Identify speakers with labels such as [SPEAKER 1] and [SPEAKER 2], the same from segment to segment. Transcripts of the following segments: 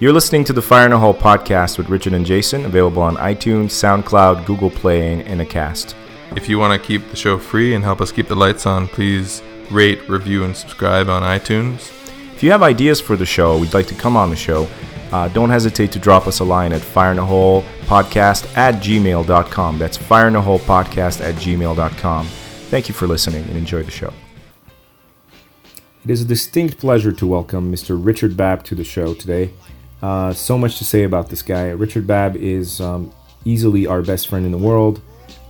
[SPEAKER 1] You're listening to the Fire in a Hole podcast with Richard and Jason, available on iTunes, SoundCloud, Google Play, and Acast.
[SPEAKER 2] If you want to keep the show free and help us keep the lights on, please rate, review, and subscribe on iTunes.
[SPEAKER 1] If you have ideas for the show, we'd like to come on the show, uh, don't hesitate to drop us a line at fireinaholepodcast at gmail.com. That's fireinaholepodcast at gmail.com. Thank you for listening and enjoy the show. It is a distinct pleasure to welcome Mr. Richard Babb to the show today. Uh, so much to say about this guy. Richard Babb is um, easily our best friend in the world.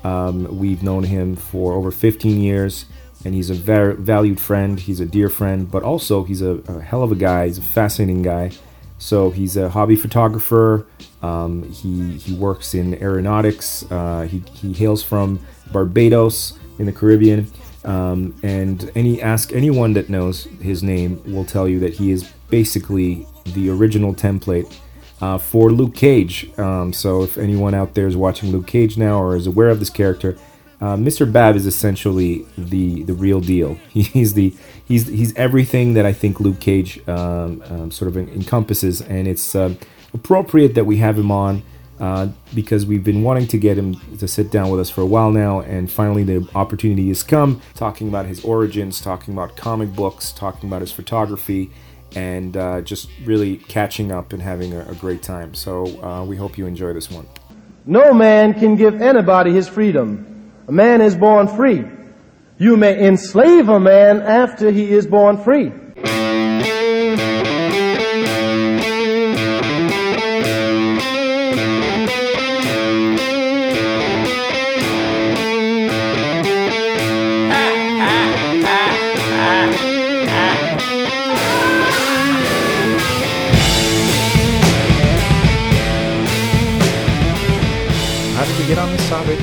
[SPEAKER 1] Um, we've known him for over 15 years, and he's a very valued friend. He's a dear friend, but also he's a, a hell of a guy. He's a fascinating guy. So he's a hobby photographer. Um, he he works in aeronautics. Uh, he he hails from Barbados in the Caribbean. Um, and any ask anyone that knows his name will tell you that he is basically the original template uh, for Luke Cage. Um, so if anyone out there is watching Luke Cage now or is aware of this character, uh, Mr. Bab is essentially the the real deal. He's the he's he's everything that I think Luke Cage um, um, sort of en- encompasses, and it's um appropriate that we have him on uh, because we've been wanting to get him to sit down with us for a while now, and finally the opportunity has come. Talking about his origins, talking about comic books, talking about his photography, and uh, just really catching up and having a, a great time. So uh, we hope you enjoy this one.
[SPEAKER 3] No man can give anybody his freedom. A man is born free. You may enslave a man after he is born free.
[SPEAKER 1] How did we get on this topic?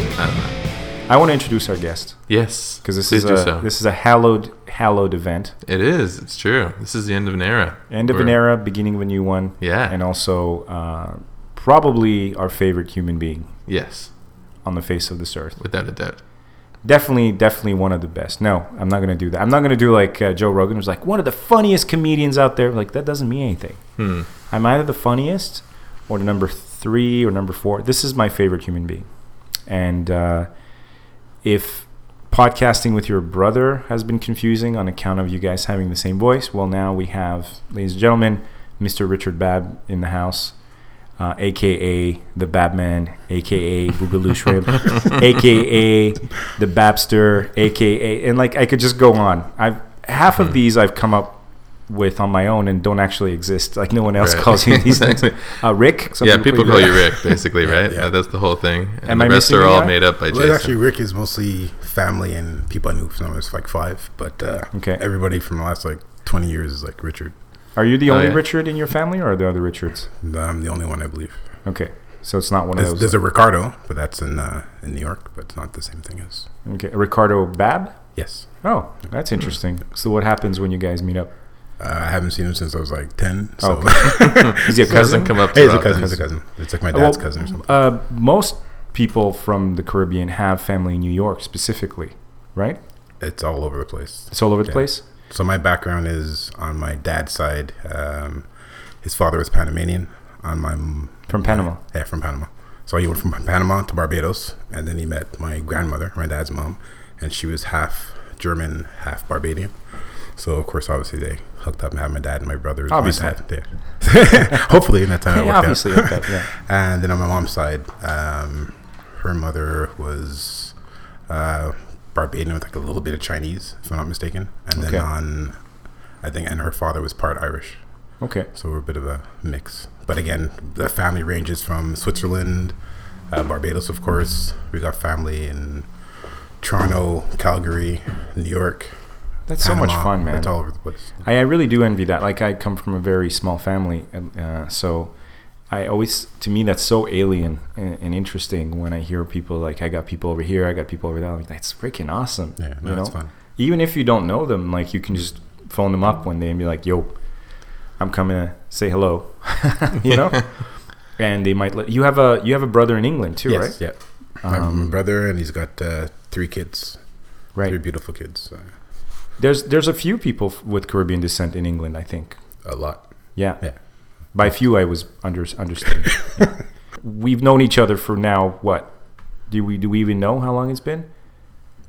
[SPEAKER 1] I want to introduce our guest
[SPEAKER 2] Yes,
[SPEAKER 1] because this
[SPEAKER 2] please
[SPEAKER 1] is
[SPEAKER 2] do
[SPEAKER 1] a
[SPEAKER 2] so.
[SPEAKER 1] this is a hallowed hallowed event,
[SPEAKER 2] uh, it is. It's true. This is the end of an era.
[SPEAKER 1] end of an
[SPEAKER 2] We're-
[SPEAKER 1] era, beginning of a new one.
[SPEAKER 2] Yeah.
[SPEAKER 1] and also uh, probably our favorite human being
[SPEAKER 2] Yes,
[SPEAKER 1] on the face of this earth.
[SPEAKER 2] without a doubt.
[SPEAKER 1] Definitely, definitely one of the best. No, I'm not gonna do that. I'm not gonna do like uh, Joe Rogan was like one of the funniest comedians out there. Like that doesn't mean anything.
[SPEAKER 2] Hmm.
[SPEAKER 1] I'm either the funniest or the number three or number four. This is my favorite human being. And uh, if podcasting with your brother has been confusing on account of you guys having the same voice, well, now we have, ladies and gentlemen, Mr. Richard Babb in the house. Uh, AKA the Babman, AKA Boogaloo Shrimp, AKA the Babster, AKA, and like I could just go on. I've half
[SPEAKER 2] Hmm.
[SPEAKER 1] of these I've come up with on my own and don't actually exist. Like no one else
[SPEAKER 2] Right.
[SPEAKER 1] calls you these things.
[SPEAKER 2] Exactly.
[SPEAKER 1] Uh, Rick. Some
[SPEAKER 2] yeah, people call you
[SPEAKER 1] Rick.
[SPEAKER 2] Rick, basically, right?
[SPEAKER 4] Yeah.
[SPEAKER 2] Uh, that's the whole thing. And
[SPEAKER 1] Am
[SPEAKER 2] the
[SPEAKER 1] I
[SPEAKER 2] rest
[SPEAKER 1] missing
[SPEAKER 2] are
[SPEAKER 1] any
[SPEAKER 2] all
[SPEAKER 1] out?
[SPEAKER 2] made up by
[SPEAKER 4] Well,
[SPEAKER 2] Jason.
[SPEAKER 4] actually, Rick is mostly family and people I knew from I was like five, but uh,
[SPEAKER 1] Okay.
[SPEAKER 4] everybody from the last like 20 years is like Richard.
[SPEAKER 1] Are you the
[SPEAKER 2] Oh,
[SPEAKER 1] only
[SPEAKER 2] yeah.
[SPEAKER 1] Richard in your family, or are there other Richards?
[SPEAKER 4] And I'm the only one, I believe.
[SPEAKER 1] Okay, so it's not one
[SPEAKER 4] There's,
[SPEAKER 1] of those.
[SPEAKER 4] there's a Ricardo, but that's in uh, in New York, but it's not the same thing as.
[SPEAKER 1] Okay, Ricardo Bab.
[SPEAKER 4] Yes.
[SPEAKER 1] Oh, that's interesting. So what happens when you guys meet up?
[SPEAKER 4] Uh, I haven't seen him since I was like 10. So.
[SPEAKER 1] Oh, Okay. Is he a cousin?
[SPEAKER 2] doesn't come up to
[SPEAKER 4] hey, he's a
[SPEAKER 2] that.
[SPEAKER 4] cousin. He's a cousin. It's like my
[SPEAKER 1] Well,
[SPEAKER 4] dad's cousin or something.
[SPEAKER 1] Uh, most people from the Caribbean have family in New York, specifically, right?
[SPEAKER 4] It's all over the place.
[SPEAKER 1] It's all over the
[SPEAKER 4] Yeah.
[SPEAKER 1] place.
[SPEAKER 4] So my background is on my dad's side. Um, his father was Panamanian. On my m-
[SPEAKER 1] From Panama.
[SPEAKER 4] yeah, from Panama. So he went from Panama to Barbados, and then he met my grandmother, my dad's mom, and she was half German, half Barbadian. So of course, obviously, they hooked up and had my dad and my brother. my
[SPEAKER 1] Obviously.
[SPEAKER 4] dad, yeah. Hopefully, in that time, it
[SPEAKER 1] Hey,
[SPEAKER 4] worked out.
[SPEAKER 1] obviously, okay, yeah.
[SPEAKER 4] And then on my mom's side, um, her mother was uh, Barbadian with like a little bit of Chinese, if I'm not mistaken. And
[SPEAKER 1] Okay.
[SPEAKER 4] then on, I think, and her father was part Irish.
[SPEAKER 1] Okay.
[SPEAKER 4] So we're a bit of a mix. But again, the family ranges from Switzerland, uh, Barbados, of course. We got family in Toronto, Calgary, New York.
[SPEAKER 1] That's so much
[SPEAKER 4] Panama.
[SPEAKER 1] fun, man.
[SPEAKER 4] It's all over the place.
[SPEAKER 1] I, I really do envy that. Like I come from a very small family, and, uh, so I always, to me, that's so alien and, and interesting when I hear people like, I got people over here, I got people over there. I'm like, that's freaking awesome.
[SPEAKER 4] Yeah, no,
[SPEAKER 1] you know?
[SPEAKER 4] it's fun.
[SPEAKER 1] Even if you don't know them, like you can just phone them up one day and be like, Yo, I'm coming to say hello, you know. And they might let you have a you have a brother in England too,
[SPEAKER 4] yes,
[SPEAKER 1] right? Um,
[SPEAKER 4] yeah. My- my brother, and he's got uh, three kids,
[SPEAKER 1] Right.
[SPEAKER 4] three beautiful kids. Uh,
[SPEAKER 1] There's there's a few people f- with Caribbean descent in England, I think.
[SPEAKER 4] a lot.
[SPEAKER 1] Yeah.
[SPEAKER 4] Yeah.
[SPEAKER 1] By few, I was under understand. We've known each other for now what? Do we do we even know how long it's been?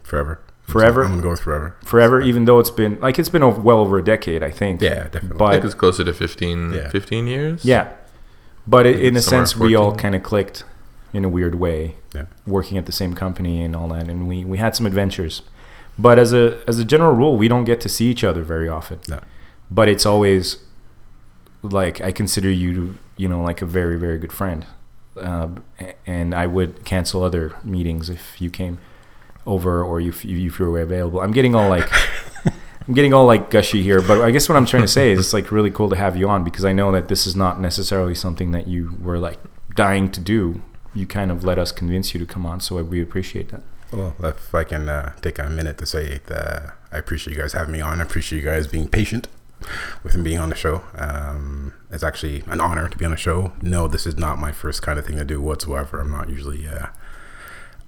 [SPEAKER 4] Forever.
[SPEAKER 1] Forever?
[SPEAKER 4] I'm gonna go with forever.
[SPEAKER 1] Forever, even though it's been like it's been over, well over a decade, I think.
[SPEAKER 4] Yeah, definitely.
[SPEAKER 2] I think
[SPEAKER 1] But
[SPEAKER 2] it's closer to 15,
[SPEAKER 4] Yeah.
[SPEAKER 2] 15 years.
[SPEAKER 1] yeah, but it, in a
[SPEAKER 2] Somewhere
[SPEAKER 1] sense, we all
[SPEAKER 2] 14.
[SPEAKER 1] kind of clicked in a weird way,
[SPEAKER 4] Yeah.
[SPEAKER 1] working at the same company and all that, and we we had some adventures. But as a as a general rule, we don't get to see each other very often.
[SPEAKER 4] No.
[SPEAKER 1] But it's always like I consider you, you know, like a very very good friend, uh, and I would cancel other meetings if you came over or if you if you were available. I'm getting all like. I'm getting all like gushy here, but I guess what I'm trying to say is it's like really cool to have you on because I know that this is not necessarily something that you were like dying to do. You kind of let us convince you to come on, so we appreciate that.
[SPEAKER 4] Well, if I can uh, take a minute to say that I appreciate you guys having me on. I appreciate you guys being patient with me being on the show. Um, it's actually an honor to be on the show. No, this is not my first kind of thing to do whatsoever. I'm not usually uh,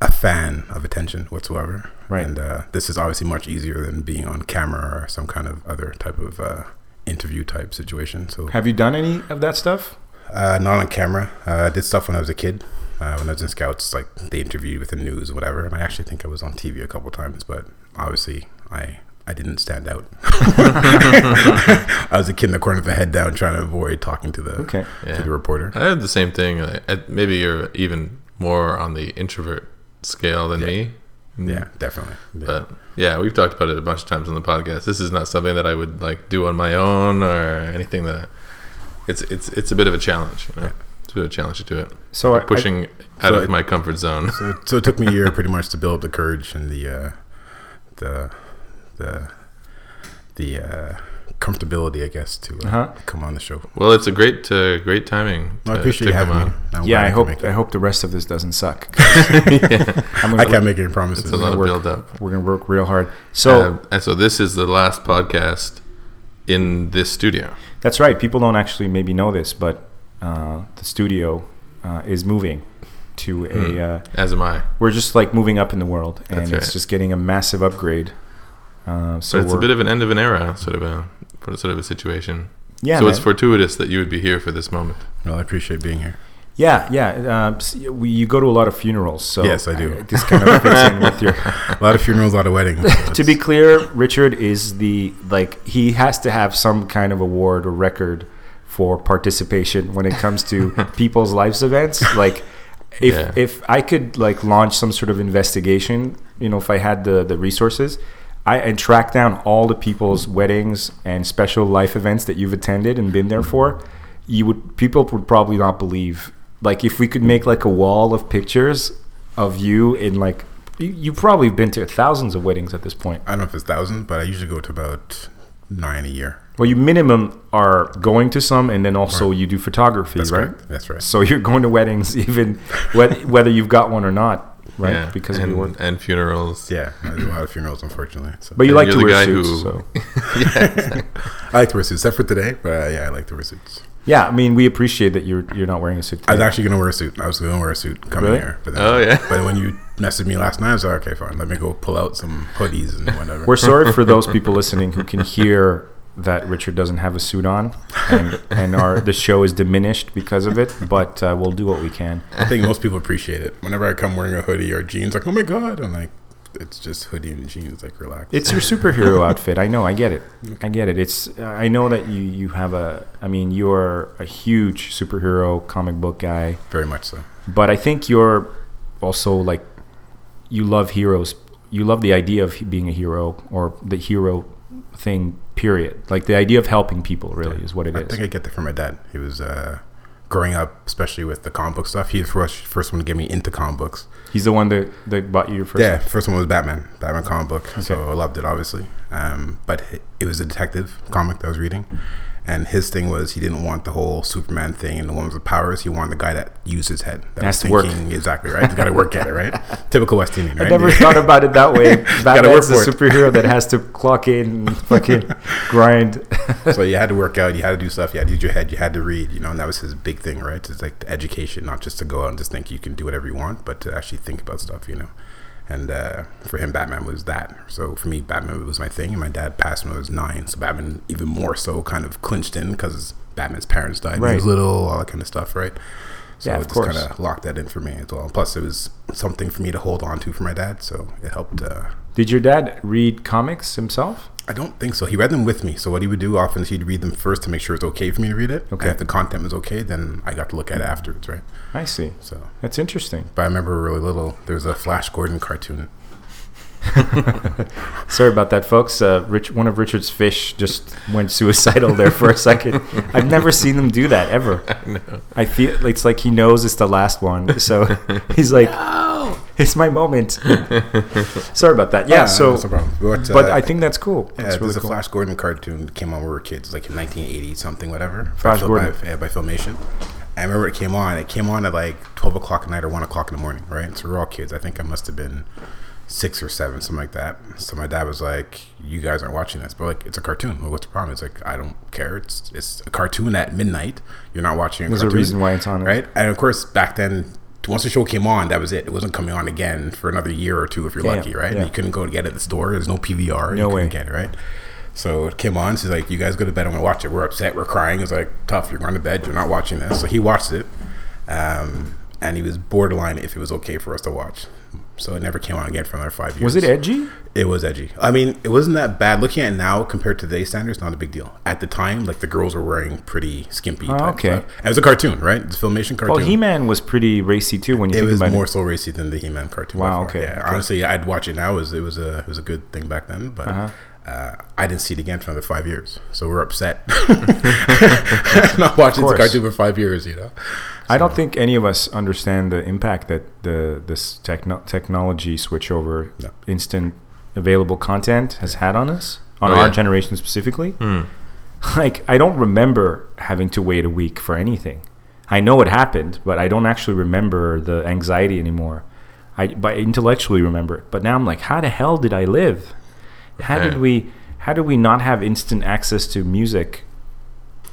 [SPEAKER 4] a fan of attention whatsoever.
[SPEAKER 1] Right.
[SPEAKER 4] And uh, this is obviously much easier than being on camera or some kind of other type of uh, interview type situation. So
[SPEAKER 1] Have you done any of that stuff?
[SPEAKER 4] uh, not on camera. Uh, I did stuff when I was a kid. Uh, when I was in scouts, like they interviewed with the news, or whatever. And I actually think I was on TV a couple times, but obviously I I didn't stand out. I was a kid in the corner with my head down, trying to avoid talking to the
[SPEAKER 1] Okay.
[SPEAKER 4] to
[SPEAKER 2] Yeah. Uh,
[SPEAKER 4] the reporter.
[SPEAKER 2] I had the same thing. like, at- Maybe you're even more on the introvert scale than me.
[SPEAKER 4] Yeah, definitely. Yeah.
[SPEAKER 2] But yeah, we've talked about it a bunch of times on the podcast. This is not something that I would like do on my own or anything that it's it's it's a bit of a challenge. You know? It's a bit of a challenge to do it.
[SPEAKER 1] So I-
[SPEAKER 2] Like pushing out
[SPEAKER 4] so
[SPEAKER 2] of
[SPEAKER 4] I-
[SPEAKER 2] my comfort zone.
[SPEAKER 4] so, so it took me a year pretty much to build the courage and the uh, the the the uh, comfortability, I guess, to uh,
[SPEAKER 1] Uh-huh.
[SPEAKER 4] come on the show.
[SPEAKER 2] Well, it's a great uh, great timing.
[SPEAKER 4] I
[SPEAKER 2] to-
[SPEAKER 4] appreciate
[SPEAKER 2] to
[SPEAKER 4] you having
[SPEAKER 2] come
[SPEAKER 4] me.
[SPEAKER 2] on.
[SPEAKER 4] I'm glad
[SPEAKER 1] yeah, I
[SPEAKER 4] could
[SPEAKER 1] hope
[SPEAKER 4] make it.
[SPEAKER 1] I hope the rest of this doesn't suck. I'm
[SPEAKER 4] I
[SPEAKER 1] gonna
[SPEAKER 4] can't make any promises.
[SPEAKER 2] It's a lot of
[SPEAKER 1] work.
[SPEAKER 2] build up.
[SPEAKER 1] We're gonna work real hard. So
[SPEAKER 2] Um, and so this is the last podcast in this studio.
[SPEAKER 1] that's right. People don't actually maybe know this, but uh, the studio uh, is moving to a. Uh,
[SPEAKER 2] As am I.
[SPEAKER 1] we're just like moving up in the world, and
[SPEAKER 2] Hmm. That's
[SPEAKER 1] it's
[SPEAKER 2] right.
[SPEAKER 1] just getting a massive upgrade. Uh, so
[SPEAKER 2] So it's
[SPEAKER 1] we're,
[SPEAKER 2] a bit of an end of an era, sort of a sort of a situation.
[SPEAKER 1] yeah,
[SPEAKER 2] so it's
[SPEAKER 1] man.
[SPEAKER 2] fortuitous that you would be here for this moment.
[SPEAKER 4] Well, I appreciate being here.
[SPEAKER 1] yeah, yeah. Uh, s- we, you go to a lot of funerals, so
[SPEAKER 4] Yes, I do.
[SPEAKER 1] this kind of fits in with your.
[SPEAKER 4] A lot of funerals, a lot of weddings.
[SPEAKER 1] to be clear, Richard is the like he has to have some kind of award or record for participation when it comes to people's lives events. Like if
[SPEAKER 2] Yeah.
[SPEAKER 1] if I could like launch some sort of investigation, you know, if I had the the resources, I and track down all the people's weddings and special life events that you've attended and been there for, you would people would probably not believe. Like if we could make like a wall of pictures of you in like you, you've probably been to thousands of weddings at this point.
[SPEAKER 4] I don't know if it's thousand, but I usually go to about nine a year.
[SPEAKER 1] Well, you minimum are going to some, and then also you do photography,
[SPEAKER 4] That's
[SPEAKER 1] right?
[SPEAKER 4] correct. That's right.
[SPEAKER 1] So you're going to weddings, even whe- whether you've got one or not, right?
[SPEAKER 2] Yeah.
[SPEAKER 1] Because
[SPEAKER 2] and,
[SPEAKER 1] we work.
[SPEAKER 2] and funerals.
[SPEAKER 4] Yeah, I do a lot of funerals, unfortunately. So.
[SPEAKER 1] But you
[SPEAKER 2] and
[SPEAKER 1] like
[SPEAKER 2] you're
[SPEAKER 1] to
[SPEAKER 2] the
[SPEAKER 1] wear
[SPEAKER 2] guy
[SPEAKER 1] suits,
[SPEAKER 2] who-
[SPEAKER 1] so
[SPEAKER 4] I like to wear suits, except for today. But uh, yeah, I like to wear suits.
[SPEAKER 1] yeah. I mean, we appreciate that you're you're not wearing a suit.
[SPEAKER 4] I
[SPEAKER 1] Today.
[SPEAKER 4] was actually gonna wear a suit. I was gonna wear a suit coming
[SPEAKER 1] Really?
[SPEAKER 4] here. But then,
[SPEAKER 2] Oh yeah.
[SPEAKER 4] But when you messaged me last night, I was like, okay, fine. Let me go pull out some hoodies and whatever.
[SPEAKER 1] We're sorry for those people listening who can hear that Richard doesn't have a suit on, and, and our the show is diminished because of it. But uh, we'll do what we can.
[SPEAKER 4] I think most people appreciate it. Whenever I come wearing a hoodie or jeans, like, oh my god, I'm like, it's just hoodie and jeans. Like, relax.
[SPEAKER 1] It's your superhero outfit. I know. I get it. I get it. It's. I know that you you have a. I mean, you're a huge superhero comic book guy,
[SPEAKER 4] Very much so.
[SPEAKER 1] but I think you're also like you love heroes. You love the idea of being a hero or the hero thing. Period. Like the idea of helping people really is what it
[SPEAKER 4] I
[SPEAKER 1] is.
[SPEAKER 4] think I get that from my dad. He was uh, growing up, especially with the comic book stuff. He was the first, first one to get me into comic books.
[SPEAKER 1] He's the one that that bought you your first.
[SPEAKER 4] Yeah, first one was Batman, Batman comic book. So I loved it, obviously. Um, but h- it was a detective comic that I was reading, and his thing was he didn't want the whole Superman thing and the one with the powers. He wanted the guy that used his head. That
[SPEAKER 1] Has
[SPEAKER 4] was
[SPEAKER 1] to work.
[SPEAKER 4] thinking- Exactly right. He's got to work at it, right? Typical West Indian, right?
[SPEAKER 1] I never thought about it that way. Batman's a
[SPEAKER 4] work for it.
[SPEAKER 1] superhero that has to clock in, and fucking grind.
[SPEAKER 4] so you had to work out, you had to do stuff, you had to use your head, you had to read, you know, and that was his big thing, right? It's like the education, not just to go out and just think you can do whatever you want, but to actually think about stuff, you know. And uh, for him, Batman was that. So for me, Batman was my thing, and my dad passed when I was nine, so Batman even more so kind of clinched in because Batman's parents died when he was
[SPEAKER 1] Right.
[SPEAKER 4] little, all that kind of stuff, right? So
[SPEAKER 1] Yeah,
[SPEAKER 4] it
[SPEAKER 1] of
[SPEAKER 4] just
[SPEAKER 1] course.
[SPEAKER 4] kind of locked that in for me as well. Plus, it was something for me to hold on to for my dad, so it helped. Uh,
[SPEAKER 1] Did your dad read comics himself?
[SPEAKER 4] I don't think so. He read them with me. So what he would do often is he'd read them first to make sure it's okay for me to read it.
[SPEAKER 1] Okay.
[SPEAKER 4] And if the content was okay, then I got to look at it afterwards, right?
[SPEAKER 1] I see.
[SPEAKER 4] So,
[SPEAKER 1] That's interesting.
[SPEAKER 4] but I remember really little. There was a Flash Gordon cartoon.
[SPEAKER 1] Sorry about that, folks. Uh, Rich, one of Richard's fish just went suicidal there for a second. I've never seen him do that ever. I, feel it's like he knows it's the last one, so he's like, "It's my moment." Sorry about that. Yeah.
[SPEAKER 4] Uh,
[SPEAKER 1] so,
[SPEAKER 4] that's no problem. But,
[SPEAKER 1] but
[SPEAKER 4] uh,
[SPEAKER 1] I think that's cool.
[SPEAKER 4] Yeah,
[SPEAKER 1] that's
[SPEAKER 4] there's
[SPEAKER 1] really
[SPEAKER 4] a
[SPEAKER 1] cool.
[SPEAKER 4] Flash Gordon cartoon that came on when we were kids, like in 1980 something, whatever.
[SPEAKER 1] Flash
[SPEAKER 4] by,
[SPEAKER 1] Gordon.
[SPEAKER 4] by, yeah, by Filmation. I remember it came on. It came on at like 12 o'clock at night or 1 o'clock in the morning, right? So we're all kids. I think I must have been six or seven, something like that. So my dad was like, "You guys aren't watching this," but like, it's a cartoon. Well, what's the problem? It's like I don't care. It's it's a cartoon at midnight. You're not watching. A
[SPEAKER 1] There's a
[SPEAKER 4] cartoon,
[SPEAKER 1] reason why it's on.
[SPEAKER 4] right? And of course, back then. Once the show came on, that was it. It wasn't coming on again for another year or two if you're
[SPEAKER 1] Damn,
[SPEAKER 4] lucky, right?
[SPEAKER 1] yeah.
[SPEAKER 4] You couldn't go to get it at the store. There's no
[SPEAKER 1] No
[SPEAKER 4] PVR. you couldn't
[SPEAKER 1] way.
[SPEAKER 4] Get it, right? So it came on. She's like, "You guys go to bed. I'm gonna watch it." We're upset. We're crying. It's like tough. You're going to bed. You're not watching this. So he watched it, um, and he was borderline if it was okay for us to watch. So it never came on again for another five years.
[SPEAKER 1] Was it edgy?
[SPEAKER 4] It was edgy. I mean, it wasn't that bad. Looking at it now compared to today's standards, not a big deal. At the time, like the girls were wearing pretty skimpy.
[SPEAKER 1] Oh,
[SPEAKER 4] type
[SPEAKER 1] okay.
[SPEAKER 4] stuff. And It was a cartoon, right? It's a filmation
[SPEAKER 1] Well,
[SPEAKER 4] cartoon.
[SPEAKER 1] He Man was pretty racy too when you
[SPEAKER 4] It
[SPEAKER 1] think
[SPEAKER 4] was
[SPEAKER 1] about
[SPEAKER 4] more
[SPEAKER 1] it.
[SPEAKER 4] so racy than the He-Man cartoon.
[SPEAKER 1] Wow,
[SPEAKER 4] before.
[SPEAKER 1] okay,
[SPEAKER 4] Yeah,
[SPEAKER 1] okay.
[SPEAKER 4] honestly, I'd watch it now. It was it was a it was a good thing back then, but. uh
[SPEAKER 1] Uh-huh.
[SPEAKER 4] I didn't see it again for another five years, so we're upset. Not watching this
[SPEAKER 1] course.
[SPEAKER 4] cartoon for five years, you know.
[SPEAKER 1] I don't think any of us understand the impact that the this techno- technology switchover,
[SPEAKER 4] No.
[SPEAKER 1] instant available content has had on us, on
[SPEAKER 2] Oh,
[SPEAKER 1] our
[SPEAKER 2] yeah. Hmm.
[SPEAKER 1] generation specifically. Like, I don't remember having to wait a week for anything. I know it happened, but I don't actually remember the anxiety anymore. I but I intellectually remember it. But now I'm like, how the hell did I live? How did
[SPEAKER 2] Yeah.
[SPEAKER 1] we? How did we not have instant access to music?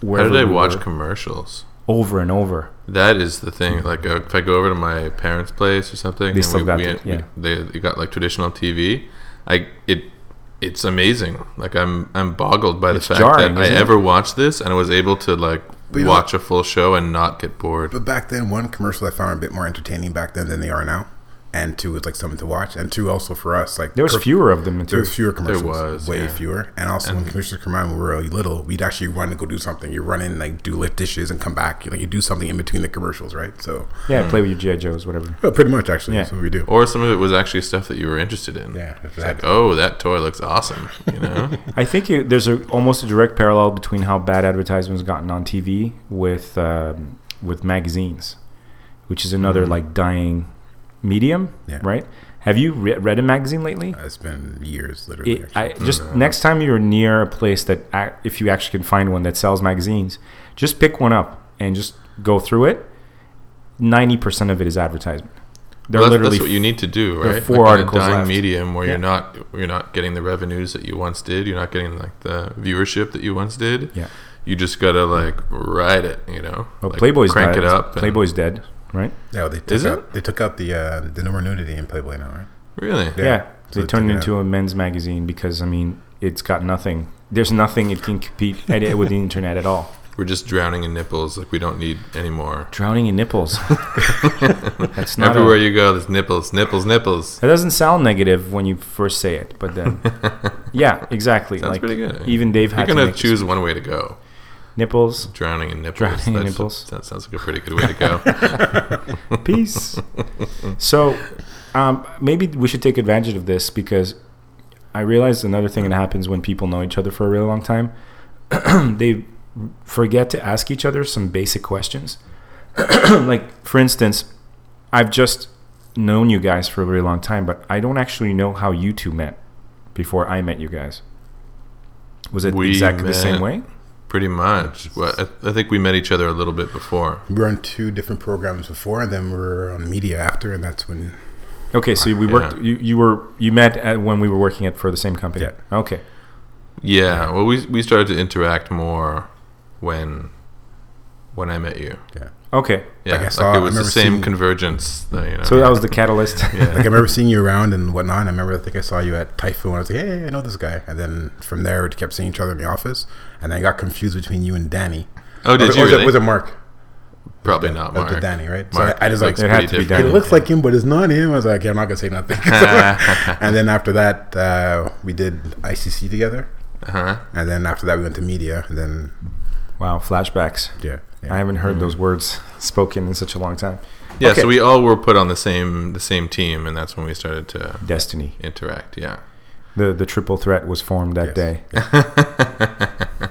[SPEAKER 2] How did I
[SPEAKER 1] we
[SPEAKER 2] watch
[SPEAKER 1] were?
[SPEAKER 2] commercials?
[SPEAKER 1] over and over?
[SPEAKER 2] That is the thing. Like, uh, if I go over to my parents' place or something,
[SPEAKER 1] They still got it, yeah.
[SPEAKER 2] they, they got like traditional TV. I it it's amazing. Like, I'm I'm boggled by the
[SPEAKER 1] It's
[SPEAKER 2] fact
[SPEAKER 1] jarring,
[SPEAKER 2] that I
[SPEAKER 1] isn't it?
[SPEAKER 2] ever watched this and I was able to like
[SPEAKER 4] you know-
[SPEAKER 2] watch a full show and not get bored.
[SPEAKER 4] But back then, one commercial I found a bit more entertaining back then than they are now, and two, it's like something to watch, and two, also for us, like
[SPEAKER 1] There was
[SPEAKER 4] per-
[SPEAKER 1] fewer of them.
[SPEAKER 4] There
[SPEAKER 1] Too.
[SPEAKER 4] was fewer commercials.
[SPEAKER 2] was,
[SPEAKER 4] way
[SPEAKER 2] yeah.
[SPEAKER 4] fewer. And also, when commercials come on, when we were really little, we'd actually run and go do something. You run in, like do lift dishes, and come back. You like you do something in between the commercials, right? So,
[SPEAKER 1] Yeah, play with your GI Joes, whatever.
[SPEAKER 4] well, pretty much actually,
[SPEAKER 1] Yeah.
[SPEAKER 4] that's what we do.
[SPEAKER 2] Or some of it was actually stuff that you were interested in.
[SPEAKER 4] Yeah,
[SPEAKER 2] It's like,
[SPEAKER 4] exactly.
[SPEAKER 2] oh, that toy looks awesome. You know,
[SPEAKER 1] I think it, there's a, almost a direct parallel between how bad advertisements gotten on TV with um, with magazines, which is another like dying medium,
[SPEAKER 4] Mm-hmm. Yeah.
[SPEAKER 1] right? Have you re- read a magazine lately?
[SPEAKER 4] It's been years, literally.
[SPEAKER 1] It,
[SPEAKER 4] actually. Mm-hmm.
[SPEAKER 1] I, just next time you're near a place that ac- if you actually can find one that sells magazines, just pick one up and just go through it. Ninety percent of it is advertisement. They're
[SPEAKER 2] Well, that's,
[SPEAKER 1] literally
[SPEAKER 2] that's what you need to do, right?
[SPEAKER 1] are four
[SPEAKER 2] in a
[SPEAKER 1] articles
[SPEAKER 2] dying
[SPEAKER 1] left.
[SPEAKER 2] medium where
[SPEAKER 1] Yeah.
[SPEAKER 2] you're not you're not getting the revenues that you once did. You're not getting like the viewership that you once did.
[SPEAKER 1] Yeah.
[SPEAKER 2] You just gotta like ride it, you know.
[SPEAKER 1] well,
[SPEAKER 2] Like,
[SPEAKER 1] Playboy's
[SPEAKER 2] crank
[SPEAKER 1] dead.
[SPEAKER 2] it up. and-
[SPEAKER 1] Playboy's dead, right?
[SPEAKER 4] no, they took
[SPEAKER 2] Is it?
[SPEAKER 4] out they took out the uh, the no more nudity in Playboy now, right?
[SPEAKER 2] really.
[SPEAKER 1] Yeah,
[SPEAKER 4] So
[SPEAKER 1] they turned it
[SPEAKER 4] they took it
[SPEAKER 1] into a men's magazine because I mean, it's got nothing. There's nothing it can compete at it with the internet at all.
[SPEAKER 2] We're just drowning in nipples. Like we don't need any more.
[SPEAKER 1] Drowning in nipples. That's not a-
[SPEAKER 2] Everywhere you go, there's nipples, nipples, nipples.
[SPEAKER 1] that doesn't sound negative when you first say it, but then, yeah, exactly.
[SPEAKER 2] Sounds
[SPEAKER 1] like
[SPEAKER 2] pretty good.
[SPEAKER 1] even Dave
[SPEAKER 2] You're
[SPEAKER 1] had to
[SPEAKER 2] gonna
[SPEAKER 1] make this-
[SPEAKER 2] choose one way to go.
[SPEAKER 1] nipples.
[SPEAKER 2] Drowning in nipples.
[SPEAKER 1] Drowning in
[SPEAKER 2] That's-
[SPEAKER 1] nipples.
[SPEAKER 2] that sounds like a pretty good way to go.
[SPEAKER 1] Peace. so, um, maybe we should take advantage of this because I realized another thing that happens when people know each other for a really long time. they forget to ask each other some basic questions. like, for instance, I've just known you guys for a really long time, but I don't actually know how you two met before I met you guys. Was it
[SPEAKER 2] We
[SPEAKER 1] exactly the same
[SPEAKER 2] met-
[SPEAKER 1] way?
[SPEAKER 2] pretty much. Well, I, I think we met each other a little bit before.
[SPEAKER 4] We were on two different programs before, and then we were on media after, and that's when
[SPEAKER 1] Okay, so we worked.
[SPEAKER 2] Yeah.
[SPEAKER 1] You, you were you met at, when we were working at for the same company.
[SPEAKER 4] Yeah.
[SPEAKER 1] Okay.
[SPEAKER 2] Yeah. Well, we we started to interact more when when I met you.
[SPEAKER 4] yeah.
[SPEAKER 1] Okay.
[SPEAKER 2] Yeah,
[SPEAKER 4] Like I
[SPEAKER 2] like
[SPEAKER 4] saw- I
[SPEAKER 2] it was the
[SPEAKER 4] remember
[SPEAKER 2] same
[SPEAKER 4] seeing-
[SPEAKER 2] convergence. That, you know.
[SPEAKER 1] So that was the catalyst.
[SPEAKER 4] Like I remember seeing you around and whatnot. and I remember I think I saw you at Typhoon. I was like, hey, I know this guy. And then from there, we kept seeing each other in the office, and then I got confused between you and Danny.
[SPEAKER 2] Oh, did
[SPEAKER 4] was,
[SPEAKER 2] you
[SPEAKER 4] was
[SPEAKER 2] really?
[SPEAKER 4] it, was it Mark?
[SPEAKER 2] Probably not
[SPEAKER 4] That was
[SPEAKER 2] Mark.
[SPEAKER 4] Danny, right?
[SPEAKER 2] Mark.
[SPEAKER 4] So I, I just like
[SPEAKER 2] It
[SPEAKER 1] It had to be
[SPEAKER 4] it
[SPEAKER 1] Danny.
[SPEAKER 4] looks like him, but it's not him. I was like, yeah, I'm not gonna say nothing. and then after that, uh, we did ICC together,
[SPEAKER 2] Uh-huh.
[SPEAKER 4] and then after that, we went to media, and then
[SPEAKER 1] Wow, flashbacks.
[SPEAKER 4] yeah, yeah.
[SPEAKER 1] I haven't heard those words spoken in such a long time.
[SPEAKER 2] Yeah,
[SPEAKER 1] Okay.
[SPEAKER 2] so we all were put on the same the same team, and that's when we started to
[SPEAKER 1] Destiny.
[SPEAKER 2] interact. Yeah,
[SPEAKER 1] The the triple threat was formed that day.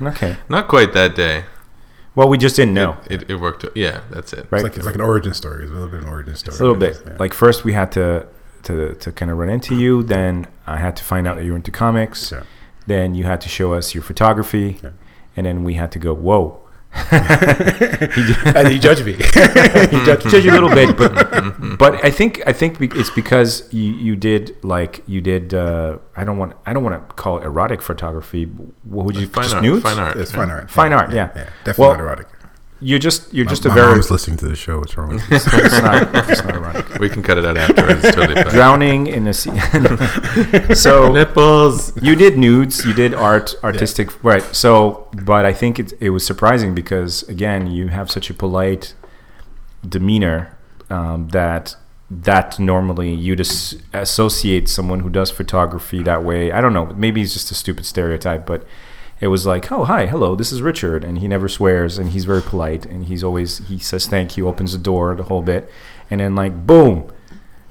[SPEAKER 1] okay.
[SPEAKER 2] not quite that day.
[SPEAKER 1] Well, we just didn't know.
[SPEAKER 2] It, it worked. Yeah, that's it.
[SPEAKER 1] Right.
[SPEAKER 4] It's like it's like an origin story. It's a little bit of an origin story.
[SPEAKER 1] a little bit.
[SPEAKER 4] Yeah.
[SPEAKER 1] Like first we had to to to kind of run into you. Then I had to find out that you were into comics.
[SPEAKER 4] Yeah.
[SPEAKER 1] Then you had to show us your photography,
[SPEAKER 4] Yeah.
[SPEAKER 1] and then we had to go whoa.
[SPEAKER 4] and he judged me. he judged me.
[SPEAKER 1] Just a
[SPEAKER 2] Mm-hmm.
[SPEAKER 1] little bit, but but I think I think be- it's because you, you did like you did. Uh, I don't want I don't want to call it erotic photography. What would you
[SPEAKER 2] Fine
[SPEAKER 1] just
[SPEAKER 2] art.
[SPEAKER 1] nudes?
[SPEAKER 2] Fine art.
[SPEAKER 4] It's fine art.
[SPEAKER 1] Fine art, yeah.
[SPEAKER 4] yeah. Definitely
[SPEAKER 1] Well,
[SPEAKER 4] not erotic.
[SPEAKER 1] You're just you're just
[SPEAKER 4] my
[SPEAKER 1] a very
[SPEAKER 4] mom's listening to the show. What's wrong with you?
[SPEAKER 1] it's not, it's not erotic.
[SPEAKER 2] We can cut it out afterwards. It's totally fine.
[SPEAKER 1] drowning in a sea. so
[SPEAKER 2] Nipples.
[SPEAKER 1] you did nudes, you did art, artistic, right? So, but I think it it was surprising because again, you have such a polite demeanor um, that that normally you'd as- associate someone who does photography that way. I don't know, maybe it's just a stupid stereotype, but it was like, oh hi, hello, this is Richard, and he never swears, and he's very polite, and he's always he says thank you, opens the door, the whole bit, and then like boom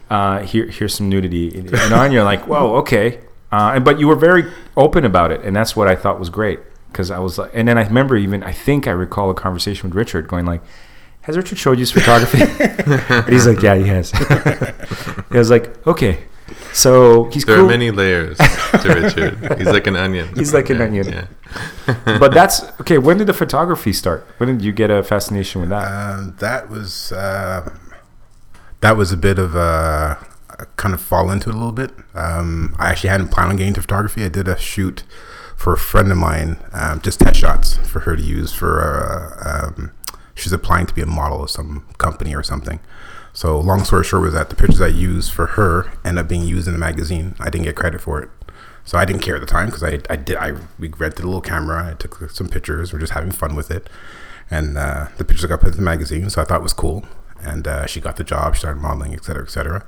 [SPEAKER 1] uh, here, here's some nudity. And and on you're like, whoa, okay. Uh, and, but you were very open about it, and that's what I thought was great because I was like, and then I remember even I think I recall a conversation with Richard going like, "Has Richard showed you his photography?" and he's like, "Yeah, he has." I was like, "Okay, so he's
[SPEAKER 2] There
[SPEAKER 1] cool."
[SPEAKER 2] are many layers to Richard. He's like an onion.
[SPEAKER 1] He's like an
[SPEAKER 2] Yeah,
[SPEAKER 1] onion.
[SPEAKER 2] Yeah.
[SPEAKER 1] but that's okay. When did the photography start? When did you get a fascination with
[SPEAKER 2] Uh,
[SPEAKER 1] that?
[SPEAKER 4] Um, that was uh, that was a bit of a, I kind of fall into it a little bit. Um, I actually hadn't planned on getting into photography. I did a shoot for a friend of mine, um, just test shots for her to use for. Uh, um, she's applying to be a model of some company or something. So long story short was that the pictures I used for her end up being used in a magazine. I didn't get credit for it. So I didn't care at the time because I, I did I we rented a little camera. I took some pictures. We're just having fun with it, and uh, the pictures got put in the magazine. So I thought it was cool. And uh, she got the job. She started modeling, et cetera, et cetera.